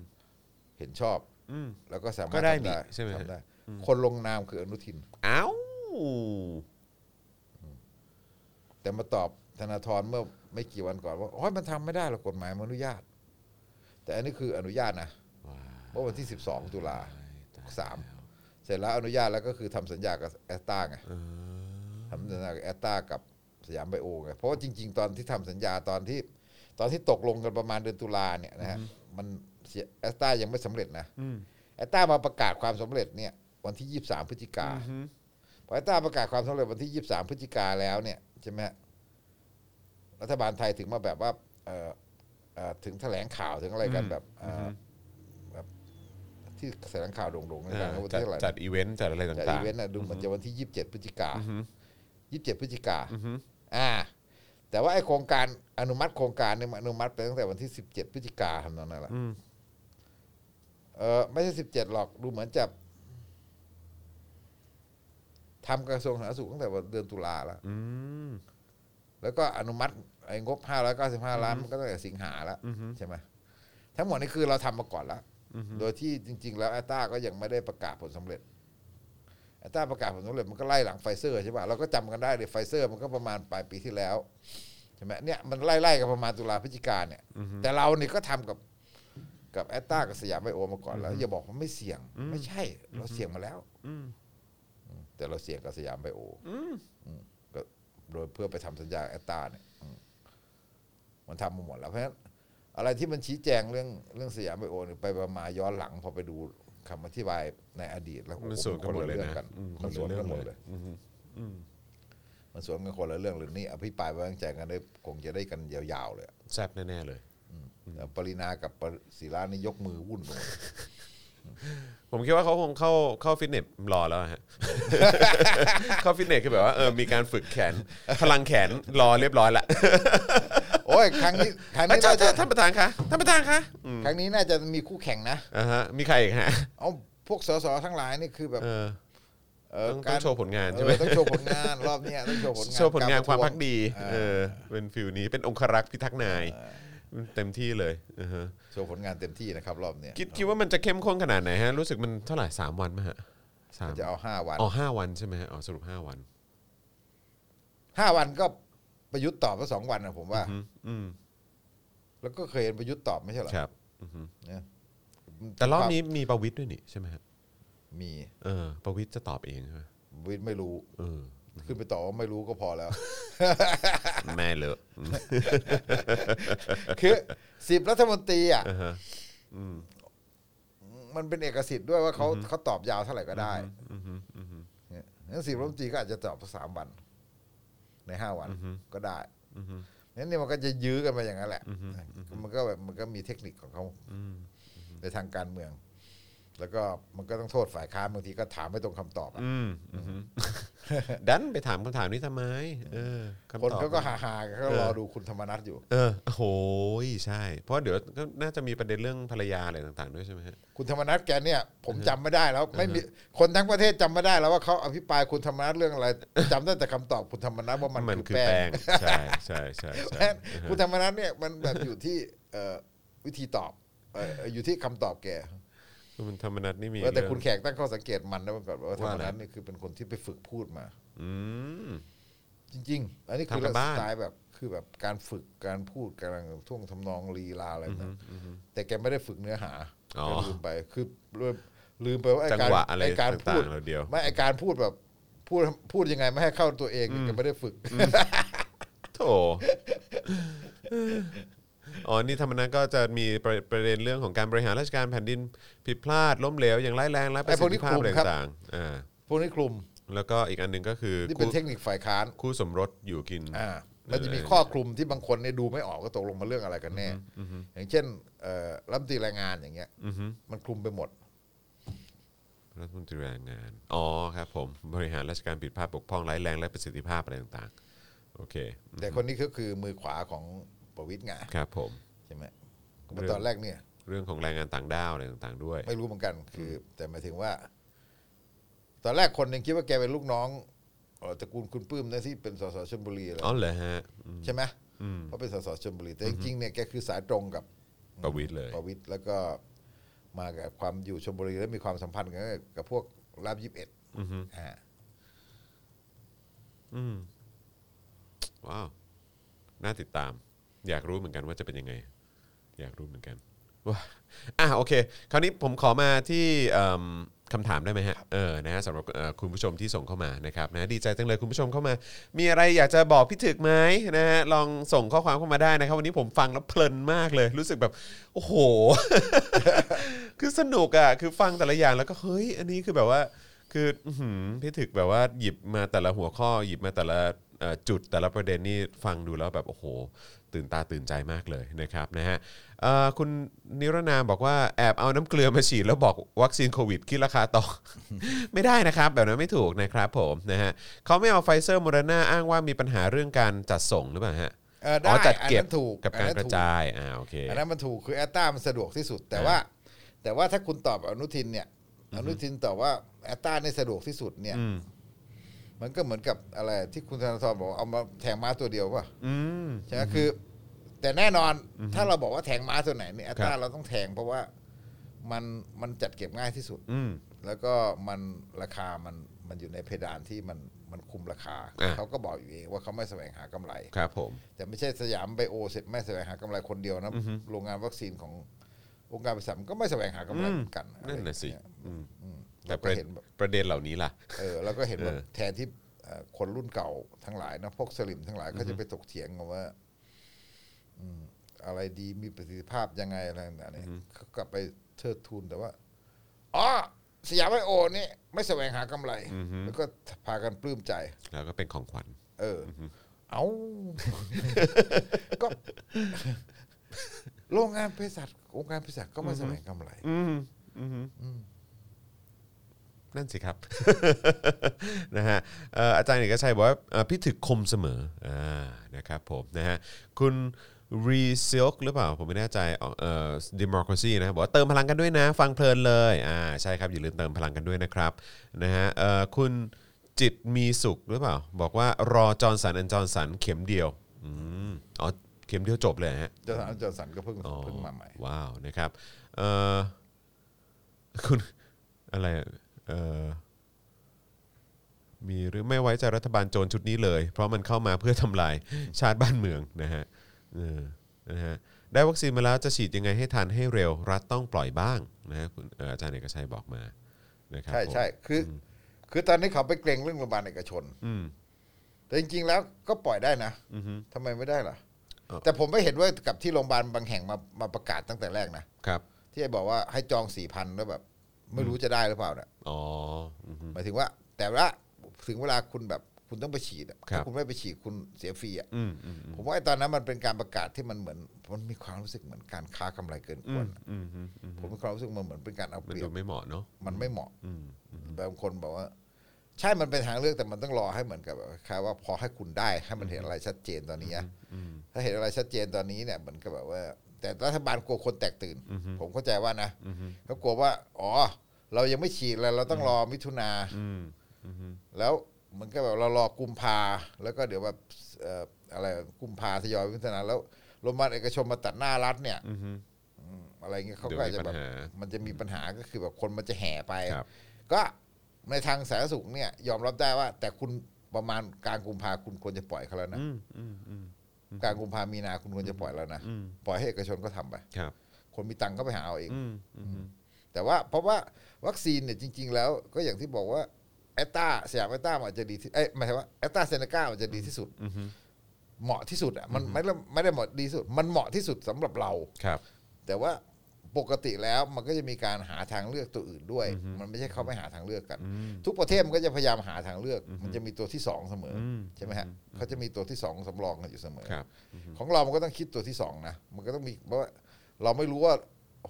S3: เห็นชอบ
S2: อืม
S3: แล้วก็สามารถ
S2: ก็ได้
S3: ทำได้
S2: นี่ใช่ไหมฮะ
S3: ทำด้คนลงนามคืออนุทิน
S2: อ้าว
S3: แต่มาตอบธนาธรเมื่อไม่กี่วันก่อนว่าโอ้ยมันทำไม่ได้หรอกกฎหมายมันอนุญาต แต่อันนี้คืออนุญาตนะเมื่อวันที่ 12 ตุลาสามเสร็จแล้วอนุญาตแล้วก็คือทำสัญญากับแอสตาไง
S2: เออ
S3: ทำสัญญากับแอตตากับสยามไบโอไงเพราะว่าจริง ๆ ตอนที่ทำสัญญาตอนที่ ตอนที่ตกลงกันประมาณเดือนตุลาเนี่ยนะฮะมันแอตตายังไม่สำเร็จนะ
S2: อืม
S3: แอตตามาประกาศความสำเร็จเนี่ยวันที่ 23 พฤศจิกา
S2: อืม
S3: พอแอตตาประกาศความสำเร็จวันที่ 23 พฤศจิกาแล้วเนี่ยใช่ไหมฮะรัฐบาลไทยถึงมาแบบว่าเอ่อเอ่อถึงแถลงข่าวถึงอะไรกันแบบเอ่อแบบที่แถลงข่าวโด่งๆในการวัน
S2: จัด
S3: ที่เท่าไหร่นะ
S2: จัดอีเวนต์จัดอะไรต่างๆ
S3: จากอีเวนต์น่ะดูเหมือนจะวันที่ 27 พฤศจิกา
S2: อือฮึ
S3: 27 พฤศจิกา
S2: อือฮึ
S3: อ่า แต่ว่าไอโครงการอนุมัติโครงการเนี่ยมันอนุมัติไปตั้งแต่วันที่ 17 พฤศจิกาทำนองนั้นแหละ
S2: อืม
S3: เออไม่ใช่ 17 หรอกดูเหมือนจะทำกระทรวงสาธารณสุขตั้งแต่วันเดือนตุลาแล้ว
S2: อืม
S3: แล้วก็อนุมัติไอ้งบ 595 ล้านมันก็ตั้งแต่สิงหาแล้ว
S2: อือฮึ
S3: ใช่ไหมทั้งหมดนี่คือเราทำมาก่อนแล้ว
S2: อืม
S3: โดยที่จริง ๆ แล้วแอตตาก็ยังไม่ได้ประกาศผลสำเร็จแอตตาประกาศผลสำเร็จมันก็ไล่หลังไฟเซอร์ใช่ป่ะเราก็จำกันได้เลยไฟเซอร์มันก็ประมาณปลายปีที่แล้วใช่ไหมเนี่ยมันไล่ๆกันประมาณตุลาพฤศจิกาเนี่ยแต่เราเนี่ยก็ทำกับกับแอตตากับสยามไบโอมาก่อนแล้วอย่าบอกว่าไม่เสี่ยง ไม่ใช่ เราเสี่ยงมาแล้ว
S2: อืม
S3: แต่เราเสี่ยงกับสยามไบโอออืมก็โดยเพื่อไปทำสัญญาแอตตาเนี่ยอืมมันทำมาหมดแล้วเพราะฉะนั้นอะไรที่มันชี้แจงเรื่องเรื่องสยามไบโอเนี่ยไปมาย้อนหลังพอไปดูคำอธิบายในอดีตแล้วโอ้โห
S2: มันสวนกันหมดเลยนะอืม
S3: มันสวนกันหมดเลย
S2: อืมอืม
S3: มันสวนกันคนละเรื่องเลยนี่อภิปรายไว้วางใจกันได้คงจะได้กันยาวๆเลยอะ
S2: แซ่บแน่ๆเลย
S3: แต่ปรินากับปริศิลานี่ยกมือวุ่นไปหมด
S2: ผมคิดว่าเขาคงเข้าเข้าฟิตเนสรอแล้วอะ ฮะ เข้าฟิตเนสคือแบบว่าเออมีการฝึกแขน พลังแขนรอเรียบร้อยละ
S3: โอ้ยครั้งนี้ครั้ง
S2: เอ้ย
S3: นี้
S2: เจ้า
S3: น่าจะ
S2: เจ้าท่านประธานคะท่านประธานคะอืม
S3: ครั้งนี้น่าจะมีคู่แข่งนะ
S2: อ่าฮะมีใครอีกฮะ
S3: เอาพวกสสทั้งหลายนี่คือแบบ
S2: เออ
S3: เออ
S2: ต้องต้
S3: กา
S2: อง
S3: ร
S2: โชว์ผลงาน
S3: เอ
S2: ใช่ไหม
S3: อต้องโชว์ผลงานรอบเนี้ยต้องโชว์ผลงาน
S2: โชว์ผลงานความ
S3: กร
S2: พักดี
S3: ประท้วง
S2: เอ
S3: เออ
S2: อเป็นฟิลนี้เป็นองครักษ์พิทักษ์นายเต็มที่เลยอือฮะ
S3: โชว์ผลงานเต็มที่นะครับ รอบเนี้ย
S2: คิดคิดว่ามันจะเข้มข้นขนาดไหนฮะรู้สึกมันเท่าไหร่สามวันไหมฮะสาม
S3: จะเอาห้าวัน
S2: อ๋อห้าวันใช่ไหมฮะอ๋อสรุปห้าวัน
S3: ห้าวันก็ประยุทธ์ตอบมาสองวันนะผมว่า
S2: อืมอืม
S3: แล้วก็เคยเห็นประยุทธ์ตอบไม่ใช่เหรอ
S2: ครับอือฮึ
S3: เนี่ย
S2: แต่รอบนี้มีประวิตยด้วยนี่ใช่ไหมฮะ
S3: มี
S2: เออประวิทย์จะตอบเองใช่ไหม
S3: วิทย์ไม่รู้
S2: เออ
S3: ขึ้นไปตอบว่าไม่รู้ก็พอแล้ว
S2: ไม่เลย
S3: คือสิบรัฐมนตรีอ่ะ
S2: อ่าฮะอืม
S3: มันเป็นเอกสิทธิ์ด้วยว่าเขาเขาตอบยาวเท่าไหร่ก็ได้
S2: อืมอืมอืม
S3: เนี่ยงั้นสิบรัฐมนตรีก็อาจจะตอบสามวัน ในห้าวัน
S2: อือฮึ
S3: ก็ได้
S2: อืม
S3: ใน นั่นเนี่ยมันก็จะยื้อกันมาอย่างนั้นแหละ มันก็แบบมันก็มีเทคนิคของเขาในทางการเมือง แล้วก็มันก็ต้องโทษฝ่ายค้านบางทีก็ถามไม่ตรงคำตอบอะ
S2: อืมอืม ดันไปถามคำถามนี้ทำไม เออำตอบ
S3: คนเขาก็หาๆกันก็รอดูคุณธรรมนัฐอยู่
S2: เออโอ้โหยใช่ เพราะเดี๋ยวก็น่าจะมีประเด็นเรื่องภรรยาอะไรต่าง ๆ ด้วยใช่ไหมฮะ
S3: คุณธรรมนัฐแกเนี่ย ผมจำไม่ได้แล้ว ไม่มีคนทั้งประเทศจำไม่ได้แล้วว่าเขาอภิปรายคุณธรรมนัฐเรื่องอะไรจำได้แต่คำตอบคุณธรรมนัฐว่ามัน
S2: มัน
S3: คือ
S2: คือ
S3: แป้
S2: แป้
S3: ง
S2: งใช่ใช่ใช่ใช่
S3: คุณธรรมนัฐเนี่ยมันแบบอยู่ ที่เอ่อวิธีตอบเอ่ออยู่ที่คำตอบแก
S2: คุณธรรมนัฐนี่มี
S3: เออแต่คุณ
S2: เรื่อ
S3: แขกตั้งข้อสังเกตมันนะมันแบบว่าธรรมนัฐนี่คือเป็นคนที่ไปฝึกพูดมา
S2: งอืม
S3: จริง ๆ อันนี้คือ
S2: ทำกันบ้าน
S3: สไตล์แบบคือแบบการฝึกการพูดกำลังท่วงทำนองลีลาอะไรแบบนั้นแต่แกไม่ได้ฝึกเนื้อหา
S2: อ๋อ
S3: แกลืมไปคือลืมลืมไปว่าไอ้
S2: จัง
S3: การ
S2: หวะอะไร
S3: ไอ้
S2: ต
S3: การพู่
S2: า
S3: ด
S2: งๆเราเดียว
S3: ไม่ไอ้การพูดแบบพูดพูดยังไงไม่ให้เข้าตัวเองแกไม่ได้ฝึก
S2: โถ อ๋อ นี่ธรรมนัฐก็จะมีประประเด็นเรื่องของการบริหารราชการแผ่นดินผิดพลาดล้มเหลวอย่างร้ายแรงและประสิทธิภาพ
S3: ไอ้พว
S2: อะ
S3: กนี้กลุ่
S2: ไร
S3: มครับ
S2: ต่างๆอ่า
S3: พวกนี้คลุม
S2: แล้วก็อีกอันหนึ่งก็คือ
S3: นี่เป็น
S2: คู่
S3: เทคนิคฝ่ายค้าน
S2: คู่สมรสอยู่กิน
S3: อ่ามันจะมีข้อคลุมที่บางคนเนี่ยดูไม่ออกก็ตกลงมาเรื่องอะไรกันแน่อย่างเช่นเอ่อรัฐมนตรีแรงงานอย่างเงี้ย
S2: อือฮึ
S3: มันคลุมไปหมด
S2: รัฐมนตรีแรงงาน อ๋อครับผม บริหารราชการผิดพลาดบกพร่องร้ายแรงและประสิทธิภาพอะไรต่างๆ โอเค
S3: แต่คนนี้ก็คือมือขวาของประวิตยไง
S2: ครับผม
S3: ใช่ไหมก็ตอนแรกเนี่ย
S2: เรื่องของแรงงานต่างด้าวอะไรต่างๆ ด้วย
S3: ไม่รู้เหมือนกัน คือ แต่หมายถึงว่า ตอนแรกคนหนึ่งคิดว่าแกเป็นลูกน้องเอ่อตระกูลคุณปื้มนะที่เป็นสสชลบุรีอะไร
S2: อ๋อเหรอฮะอืม
S3: ใช่ไหมเพราะเป็นสสชลบุรี แต่จริงๆเนี่ยแกคือสายตรงกับ
S2: ประวิตยเลย
S3: ประวิตยแล้วก็มากับความอยู่ชลบุรีแล้วมีความสัมพันธ์กันกับพวกรามยี่สิบเอ็ดอ่า
S2: อืมว้าว น่าติดตาม อยากรู้เหมือนกันว่าจะเป็นยังไง อยากรู้เหมือนกันว้าอ่ะโอเค คราวนี้ผมขอมาที่เอิ่มคำถามได้ไหมฮะเออนะฮะสำหรับเอ่อคุณผู้ชมที่ส่งเข้ามานะครับนะดีใจจังเลยคุณผู้ชมเข้ามา มีอะไรอยากจะบอกพี่ถึกไหมนะฮะลองส่งข้อความเข้ามาได้นะครับ วันนี้ผมฟังแล้วเพลินมากเลย รู้สึกแบบโอ้โห คือสนุกอ่ะคือฟังแต่ละอย่างแล้วก็เฮ้ย อันนี้คือแบบว่า คืออื้อหือพี่ถึกแบบว่าหยิบมาแต่ละหัวข้อ หยิบมาแต่ละเอ่อจุดแต่ละประเด็นนี่ฟังดูแล้วแบบโอ้โห ตื่นตาตื่นใจมากเลยนะครับนะฮะเอ่อคุณนิรนามบอกว่าแอบเอาน้ำเกลือมาฉีดแล้วบอกวัคซีนโควิดคิดราคาต่อ ไม่ได้นะครับ แบบนั้นไม่ถูกนะครับผมนะฮะเขาไม่เอาไฟเซอร์โมเดอร์นาอ้างว่ามีปัญหาเรื่องการจัดส่งหรือเปล่าฮะ
S3: เอ่อ
S2: อ๋อ
S3: ได้
S2: จัด
S3: อัน
S2: เก็บ
S3: นั้นถูก
S2: กับกา
S3: อัน
S2: ร
S3: นั้
S2: ก
S3: น
S2: ระ
S3: ถู
S2: จายอ่าโอเค
S3: อันนั้นมันถูกคือแอตตามันสะดวกที่สุด แต่ว่า แต่ว่าถ้าคุณตอบอนุทินเนี่ย อนุทินตอบว่าแอตตาในยสะดวกที่สุดเนี่ย
S2: อืม
S3: มันก็เหมือนกับอะไรที่คุณธนาธรบอกว่าเอามาแทงม้าตัวเดียวป่ะ
S2: อืม
S3: ใช่ไหมคือ แต่แน่นอนถ้าเราบอกว่าแทงม้าตัวไหนเนี่ยแอตตา
S2: ครับ
S3: เราต้องแทงเพราะว่ามันมันจัดเก็บง่ายที่สุด
S2: อืม
S3: แล้วก็มันราคามันมันอยู่ในเพดานที่มันมันคุมราคา
S2: อ่ะ
S3: เขาก็บอกอยู่เองว่าเขาไม่แสวงหากำไร
S2: ครับผม
S3: แต่ไม่ใช่สยามไบโอเสร็จไม่แสวงหากำไรคนเดียวนะโรงงานวัคซีนขององค์การบริษัทมันก็ไม่แสวงหากำไรเหมือนกันอไร
S2: นั่นน่ะสิ
S3: อย่างเงี้ย
S2: อืม
S3: อืม
S2: แต่
S3: เรา
S2: ป
S3: ก็
S2: ระ
S3: เห็นแบบ
S2: ประเด็นเหล่านี้ล่ะ
S3: เออเราก็เห็นแบบ
S2: เออ
S3: แทนที่เอ่อคนรุ่นเก่าทั้งหลายนะพวกสลิมทั้งหลายก็จะไปตกเถียงกันว่าอืมอะไรดีมีประสิทธิภาพยังไงอะไรต่างๆเนี่ยเขากลับไปเทิดทูนแต่ว่าอ๋อสยามไบโอนี่ไม่แสวงหากำไรแล้วก็พากันปลื้มใจ
S2: แล้วก็เป็นของขวัญ
S3: เอออเอา ก็ โรงงานเภสัชองค์การเภสัชก็ไม่แสวงกำไร
S2: นั่นสิครับ นะฮะเอ่ออาจารย์เอกชัยบอกว่าเอ่อพี่ถึกคมเสมออ่านะครับผมนะฮะคุณรีซิลหรือเปล่า ผมไม่แน่ใจเอ่อ democracy นะบอกว่าเติมพลังกันด้วยนะ ฟังเพลินเลยอ่าใช่ครับ อย่าลืมเติมพลังกันด้วยนะครับนะฮะเอ่อคุณจิตมีสุขหรือเปล่า บอกว่ารอจอร์นสันอันจอร์นสันเข็มเดียวอืมอ๋อเข็มเดียวจบเลยเหรอฮะ
S3: จอสันจอสันก็เพิ่ง
S2: อ๋อ
S3: เพิ่งมาใหม่
S2: ว้าวนะครับเอ่อคุณ อะไรเอ่อมีหรือไม่ไว้ใจรัฐบาลโจรชุดนี้เลย เพราะมันเข้ามาเพื่อทำลาย ชาติบ้านเมืองนะฮะเออนะฮะได้วัคซีนมาแล้วจะฉีดยังไงให้ทันให้เร็ว รัฐต้องปล่อยบ้างนะฮะคุณเอ่ออาจารย์เอกชัยบอกมานะครับ
S3: ใช่
S2: ผม
S3: ใช่คือ คือตอนนี้เขาไปเกรงเรื่องโรงพยาบาลเอกชน
S2: อืม
S3: แต่จริง ๆ แล้วก็ปล่อยได้นะ
S2: อือฮึ
S3: ทำไมไม่ได้ล่ะ
S2: เอ่อ
S3: แต่ผมไม่เห็นว่ากับที่โรงพยาบาลบางแห่งมามาประกาศตั้งแต่แรกนะ
S2: ครับ
S3: ที่บอกว่าให้จองสี่พันแล้วแบบ ไม่รู้จะได้หรือเปล่าเนี่ย
S2: อ๋ออือฮึ
S3: หมายถึงว่า แต่ว่าถึงเวลาคุณแบบ คุณต้องไปฉีดอะ
S2: ครับ
S3: ถ้าคุณไม่ไปฉีดคุณเสียฟรีอ่ะ
S2: อืมอืม
S3: ผมว่าไอ้ตอนนั้นมันเป็นการประกาศที่มันเหมือนมันมีความรู้สึกเหมือนการค้ากำไรเกินควรอะ
S2: อืมอืมอืม
S3: ผมมีความรู้สึกมันเหมือนเป็นการเอาเป
S2: มัน
S3: รีย
S2: ดู
S3: บ
S2: ไม่เหมาะเนาะ
S3: มันไม่เหมาะ
S2: อืม
S3: บางคนบอกว่า ใช่มันเป็นทางเลือกแต่มันต้องรอให้เหมือนกับแบบคล้ายๆว่าพอให้คุณได้ให้มันเห็นอะไรชัดเจนตอนนี้อะถ้าเห็นอะไรชัดเจนตอนนี้เนี่ยเหมือนกับแบบว่า แต่รัฐบาลกลัวคนแตกตื่น ผมเข้าใจว่านะเขากลัวว่า อ๋อ เรายังไม่ฉีดเลยเราต้องรอมิถุนา
S2: อืม
S3: แล้วเหมือนกับแบบเรารอกุมภาแล้วก็เดี๋ยวแบบเอ่ออะไรกุมภาทยอยพิจารณาแล้วโรงพยาบาลเอกชนมาตัดหน้ารัฐเนี่ยอืมอะไรเงี้ยเขาก็อาจ
S2: เดี๋ยว
S3: จะ
S2: มีปั
S3: แบบ
S2: ญหา
S3: มันจะมีปัญหาก็คือแบบคนมันจะแห่ไป
S2: ครับ
S3: ก็ในทางสาธารณสุขเนี่ย ยอมรับได้ว่า แต่คุณประมาณกลางกุมภาคุณควรจะปล่อยเขาแล้วนะ
S2: อืมอืมอืม
S3: กลางกุมภามีนาคุณควรจะปล่อยแล้วนะ
S2: อืม
S3: ปล่อยให้เอกชนก็ทำไป
S2: ครับ
S3: คนมีตังค์ก็ไปหาเอาเอง
S2: อืมอืม
S3: แต่ว่าเพราะว่าวัคซีนเนี่ยจริง ๆ แล้วก็อย่างที่บอกว่าแอตตาสยามแอตตาอาจจะดีที่เอ้ยหมายถึงว่าแอตตาเซเนกาอาจจะดีที่สุด
S2: อืม
S3: เหมาะที่สุดอ่ะมันไม่ได้ไม่ได้เหมาะดีที่สุด มันเหมาะที่สุดสำหรับเรา
S2: ครับ
S3: แต่ว่าปกติแล้วมันก็จะมีการหาทางเลือกตัวอื่นด้วย มันไม่ใช่เขาไม่หาทางเลือกกัน
S2: อืม
S3: ทุกประเทศมันก็จะพยายามหาทางเลือก มันจะมีตัวที่สองเสมออ
S2: ม
S3: ใช่ไหมฮะเขาจะมีตัวที่สองสำรองกันอยู่เสมอ
S2: ครับ
S3: ของเรามันก็ต้องคิดตัวที่สองนะมันก็ต้องมีเพราะว่าเราไม่รู้ว่า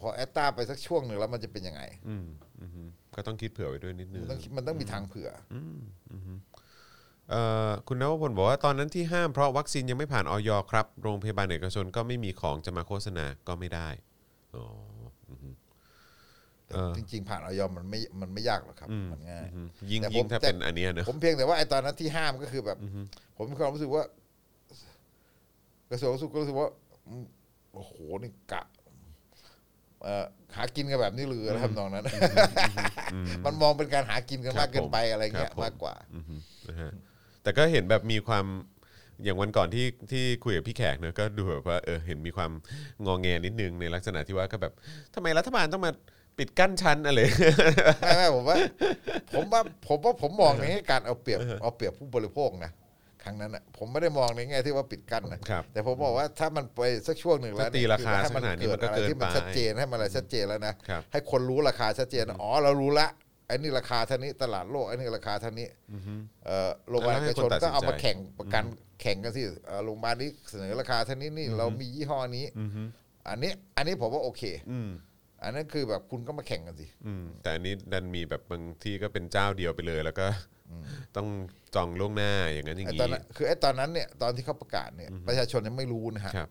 S3: พอแอตตาไปสักช่วงหนึ่งแล้วมันจะเป็นยังไง
S2: อืมอืมก็ต้องคิดเผื่อไว้ด้วยนิดนึง
S3: มันต้องคิดมันต้องมีทางเผื่ออ
S2: เอ่อคุณนวพลบอกว่าตอนนั้นที่ห้ามเพราะวัคซีนยังไม่ผ่านออยครับ โรงพยาบาลเอกชนก็ไม่มีของจะมาโฆษณาก็ไม่ได้อ๋ออืม
S3: แต่
S2: เออ
S3: จริง ๆ ผ่านออยมันไม่มันไม่ยากหรอกครับมันง่าย
S2: อืมยิ่ง
S3: แต่ผม
S2: ยิ่งถ้า
S3: แต่
S2: เป็นอันเนี้ยเนอะ
S3: ผมเพียงแต่ว่าไอ้ตอนนั้นที่ห้ามก็คือแบบ ผมมีความรู้สึกว่า กระทรวงสุขก็รู้สึกว่าอืมโอ้โหนี่กะเอ่อหากินกันแบบนี้เลยนะครับนองนั้น มันมองเป็นการหากินกันมากเกินไปอะไรเงี้ยมากกว่า
S2: อืมนะฮะแต่ก็เห็นแบบมีความอย่างวันก่อนที่ที่คุยกับพี่แขกเนอะก็ดูแบบว่าเออเห็นมีความงองแงนิดนึงในลักษณะที่ว่าก็แบบทำไมรัฐบาลต้องมาปิดกั้นชั้นอะไร
S3: ไม่ไม่ผมว่า ผมว่า ผมว่าผมมองในแง่การเอาเปรียบเอาเปรียบผู้บริโภคนะครั้งนั้นอ่ะผมไม่ได้มองในแง่ที่ว่าปิดกั้นนะครับ แต่ผมบอกว่าถ้ามันไปสักช่วงหนึ่งแล้ว
S2: ถ้าตีราคา
S3: อให้
S2: ขนาดนี้มันก็
S3: อะไร
S2: เกิน
S3: ที่มัน
S2: ไป
S3: ชัดเจนให้มันอะไรชัดเจนแล้วนะครับ ให้คนรู้ราคาชัดเจนอ๋อเรารู้ละไอ้นี่ราคาเท่านี้ตลาดโลกไอ้นี่ราคาเท่านี้เอ่อโรงพยาบาลเอกชนก็เอามาแข่งประกันแข่งกันสิเอ่อโรงพยาบาลนี้เสนอราคาเท่านี้นี่เรามียี่ห้อนี้อันนี้อันนี้ผมว่าโอเค
S2: อืม
S3: อันนั้นคือแบบคุณก็มาแข่งกันสิ
S2: อืมแต่อันนี้ดันมีแบบบางที่ก็เป็นเจ้าเดียวไปเลย แล้วก็ต้องจองล่วงหน้าอย่างนั้นอย่าง
S3: ไอ้
S2: นี้
S3: ตอนนั้นคือไอ้ตอนนั้นเนี่ยตอนที่เขาประกาศเนี่ยประชาชนยังไม่รู้นะฮะ
S2: ครับ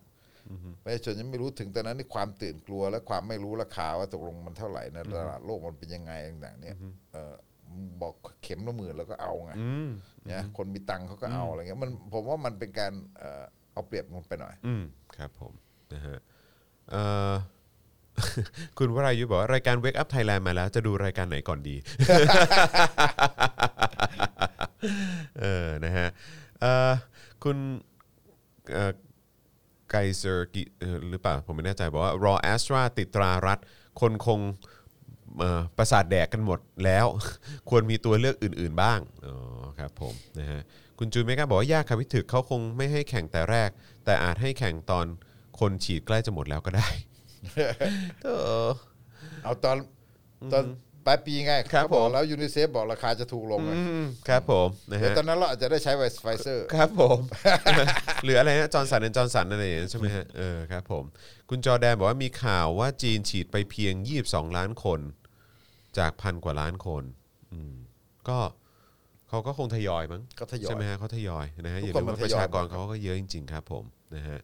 S3: ประชาชนยังไม่รู้ถึงตอนนั้นในความตื่นกลัว และความไม่รู้ราคาว่าตกลงมันเท่าไหร่นะตลาดโลกมันเป็นยังไงต่างๆเนี่ยเออบอกเข็มละหมื่นแล้วก็เอาไง
S2: อืม
S3: เนี่ยคนมีตังค์เขาก็เอาอะไรเงี้ยมันผมว่ามันเป็นการเอ่อเอาเปรียบมันไปหน่อย
S2: อืมครับผมนะฮะเอ่อ คุณวรายุทธบอกว่ารายการ Wake Up Thailand มาแล้ว จะดูรายการไหนก่อนดี เออนะฮะเอ่อคุณเอ่อ ไกเซอร์กิเอ่อหรือเปล่า ผมไม่แน่ใจบอกว่ารอแอสตราติดตรารัฐ คนคงเอ่อประสาทแดกกันหมดแล้ว ควรมีตัวเลือกอื่น ๆบ้าง อ๋อครับผมนะฮะคุณจูนเมกาบอกว่ายากครับพิถึกเขาคงไม่ให้แข่งแต่แรก แต่อาจให้แข่งตอนคนฉีดใกล้จะหมดแล้วก็ได้ เออ
S3: เอาตอนตอนปลายปีไง
S2: ครับ
S3: เขาบอ
S2: ผ
S3: ก
S2: ม
S3: แล้วยูนิเซฟบอกราคาจะถูกลงไง
S2: อืมครับผมนะ
S3: เดี๋ยว
S2: ฮะ
S3: ตอนนั้นเราอาจจะได้ใช้ไฟเซอร์
S2: ครับผม หรืออะไรนะจอร์นสันจอร์นสันอะไรอย่างเงี้ยใช่ไหมฮะเออครับผม คุณจอแดนบอกว่ามีข่าวว่าจีนฉีดไปเพียง 22 ล้านคน จากพันกว่าล้านคนอืมก็เขาก็คงทยอยมั้ง
S3: ก็ทยอย
S2: ใช่ไหมฮะเขาทยอยนะฮะ
S3: ทุ
S2: อย่าก
S3: คน
S2: ลืมว่า
S3: มัน
S2: ป
S3: ทย
S2: ระ
S3: อย
S2: ชากรเขาก็เยอะจริง ๆ ครับผมนะฮะ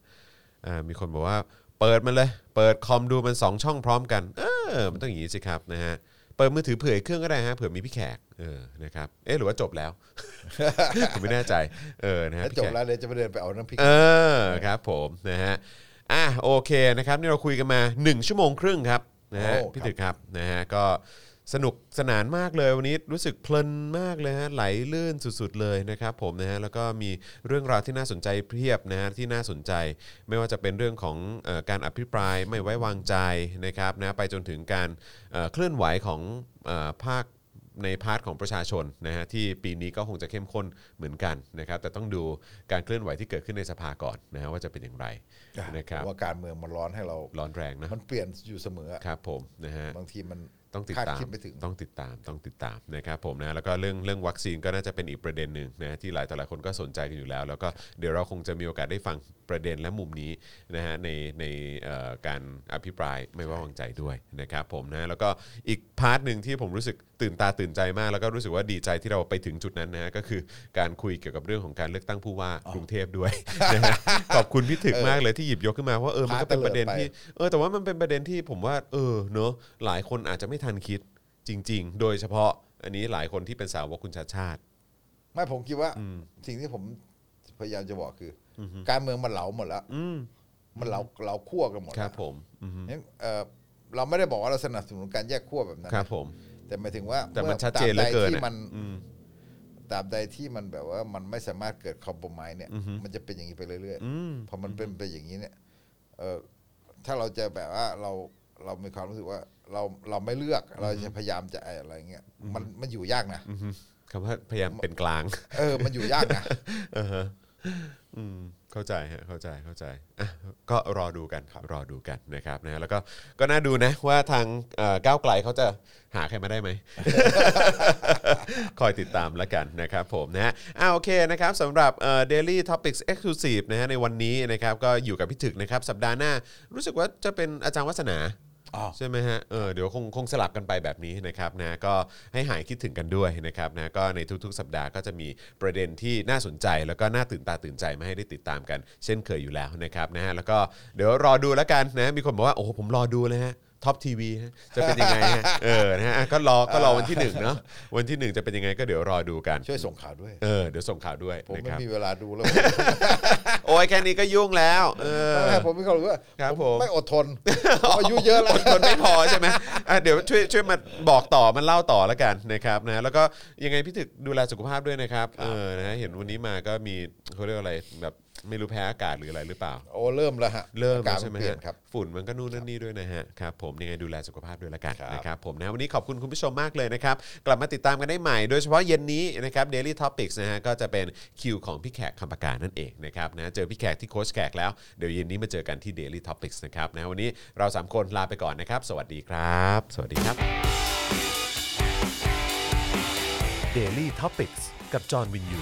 S2: อ่ามีคนบอกว่าเปิดมันเลย เปิดคอมดูมัน 2 ช่องพร้อมกัน เออ มันต้องอย่างนี้สิครับนะฮะเปิดมือถือเผื่ออีกเครื่องก็ได้ฮะเผื่อมีพี่แขกเออนะครับเอ๊ะหรือว่าจบแล้ว ผมไม่แน่ใจเออนะฮะ
S3: แล้ว
S2: พี่
S3: จ
S2: ข
S3: บ
S2: ก
S3: แล้วเลยวจะไปเดินไปเอาน้ำพริก
S2: เออครับผมนะฮะอ่ะโอเคนะครับนี่เราคุยกันมา 1 ชั่วโมงครึ่งครับนะฮะ
S3: โอ้
S2: พี่ตึกครับนะฮะก็สนุกสนานมากเลยวันนี้รู้สึกเพลินมากเลยฮะไหลลื่นสุดๆเลยนะครับผมนะฮะแล้วก็มีเรื่องราวที่น่าสนใจเพียบนะฮะที่น่าสนใจ ไม่ว่าจะเป็นเรื่องของเออการอภิปรายไม่ไว้วางใจนะครับนะไปจนถึงการเอ่อเคลื่อนไหวของเออภาค ในพาร์ทของประชาชนนะฮะที่ปีนี้ก็คงจะเข้มข้นเหมือนกันนะครับแต่ต้องดูการเคลื่อนไหวที่เกิดขึ้นในสภาก่อนนะฮะว่าจะเป็นอย่างไรนะครับ
S3: ว่าการเมืองมันร้อนให้เรา
S2: ร้อนแรงนะ
S3: มันเปลี่ยนอยู่เสมออะ
S2: ครับผมนะฮะ
S3: บางทีมัน
S2: ต้องติดตา
S3: คาด
S2: ม
S3: คิดไม่ถึง
S2: ต้องติดตามต้องติดตามนะครับผมนะแล้วก็เรื่องเรื่องวัคซีนก็น่าจะเป็นอีกประเด็นหนึ่งนะที่หลายต่อหลายคนก็สนใจกันอยู่แล้ว แล้วก็เดี๋ยวเราคงจะมีโอกาสได้ฟังประเด็นและมุมนี้นะฮะในในเอ่อการอภิปรายไม่ไว้วางใจด้วยนะครับผมนะแล้วก็อีกพาร์ทหนึ่งที่ผมรู้สึกตื่นตาตื่นใจมาก แล้วก็รู้สึกว่าดีใจที่เราไปถึงจุดนั้นนะฮะก็คือการคุยเกี่ยวกับเรื่องของการเลือกตั้งผู้ว่ากรุงเทพด้วยนะฮะขอบคุณพี่ถึกมากเลยที่หยิบยกขึ้นมาว่าเออมันก็เป็นประเด็นที่ เออแต่ว่ามันเป็นประเด็นที่ผมว่าเออเนอะหลายคนอาจจะไม่ทันคิดจริง ๆ โดยเฉพาะอันนี้หลายคนที่เป็นสาวกคุณชาติชาติ
S3: ไม่ผมคิดว่าสิ่งที่ผมพยายามจะบอกคืออการเมืองมันเหลาหมดแล้ว
S2: อืม
S3: มันเหลาเหลาขั้วกันหมด
S2: ค
S3: แล้ว
S2: รับผมอืม
S3: งั้นเอ่อเราไม่ได้บอกว่าเราสนับสนุนการแยกขั้วแบบนั้น
S2: ครับผม
S3: แต่หมายถึงว่า
S2: แต่มัน
S3: มื่อ
S2: ชัดเจนเหลือเกินอะ
S3: ตราบใดที่มัน
S2: อืม
S3: ตราบใดที่มันแบบว่ามันไม่สามารถเกิดคอมโพมายเนี่ย มันจะเป็นอย่างนี้ไปเรื่อย
S2: อืม
S3: ๆพอมันเป็นไปอย่างนี้เนี่ยเออถ้าเราจะแบบว่าเราเรามีความรู้สึกว่าเราเราไม่เลือกเราจะพยายามจะอะไรเงี้ยมันมันอยู่ยากนะ
S2: อืมคำว่าพยายามเป็นกลาง
S3: เออ มันอยู่ ยากนะ
S2: เออฮะอืมเข้าใจฮะเข้าใจเข้าใจอ่ะก็รอดูกันรอดูกันนะครับนะแล้วก็ก็น่าดูนะว่าทางเอ่อก้าวไกลเขาจะหาใครมาได้ ไหม คอยติดตามแล้วกันนะครับผมนะฮะอ่าโอเคนะครับสำหรับเอ่อ daily topics exclusive นะฮะในวันนี้นะครับก็อยู่กับพี่ถึกนะครับ สัปดาห์หน้า รู้สึกว่าจะเป็นอาจารย์วัฒนา
S3: อ๋อ
S2: ใช่ไหมฮะ เออ เดี๋ยวคงคงสลับกันไปแบบนี้นะครับนะ ก็ให้หายคิดถึงกันด้วยนะครับนะ ก็ในทุกๆ สัปดาห์ก็จะมีประเด็นที่น่าสนใจ แล้วก็น่าตื่นตาตื่นใจมาให้ได้ติดตามกัน เช่นเคยอยู่แล้วนะครับนะฮะ แล้วก็เดี๋ยวรอดูแล้วกันนะ มีคนบอกว่า โอ้โหผมรอดูเลยฮะ ท็อปทีวีจะเป็นยังไงฮะ เออ นะฮะอ่ะก็รอ ก็รอวันที่หนึ่งเนาะ วันที่หนึ่งจะเป็นยังไงก็เดี๋ยวรอดูกัน
S3: ช่วยส่งข่าวด้วย
S2: เออ เดี๋ยวส่งข่าวด้วย
S3: ผม
S2: นะค
S3: ไม่
S2: รับ
S3: มีเวลาดูแล้ว
S2: โอ้ยแค่นี้ก็ยุ่งแล้ว เออ
S3: ผมมีความรู้สึกว่า
S2: ครับผม
S3: ไม่อดท นผมอายุเยอะแล้ว
S2: คนไม่พอใช่ไหมอ่ะเดี๋ยวช่วยช่วยมาบอกต่อมันเล่าต่อแล้วกันนะครับนะแล้วก็ยังไงพี่ถึกดูแลสุขภาพด้วยนะครับเออนะเห็นวันนี้มาก็มีเขาเรียกอะไรแบบไม่รู้แพ้อากาศหรืออะไรหรือเปล่า
S3: โอ้เริ่มแล้วฮะ
S2: เริ่ม
S3: อากา
S2: แล้
S3: ร
S2: วใช่ไหม
S3: เปลี่ย
S2: ฮะ
S3: นครับ
S2: ฝุ่นมันก็นู่นนั่นนี่ด้วยนะฮะครับผมยังไงดูแลสุขภาพด้วยละกัน
S3: ครับ
S2: นะครับผมนะวันนี้ขอบคุณคุณผู้ชมมากเลยนะครับ กลับมาติดตามกันได้ใหม่ โดยเฉพาะเย็นนี้นะครับ Daily Topics นะฮะก็จะเป็นคิวของพี่แขกคำปากานั่นเองนะครับนะเจอพี่แขกที่โค้ชแขกแล้ว เดี๋ยวเย็นนี้มาเจอกันที่ Daily Topics นะครับนะวันนี้เราสามคนลาไปก่อนนะครับ สวัสดีครับ สวัสดีครับ
S1: Daily t o p i c กกับจอห์นวินยู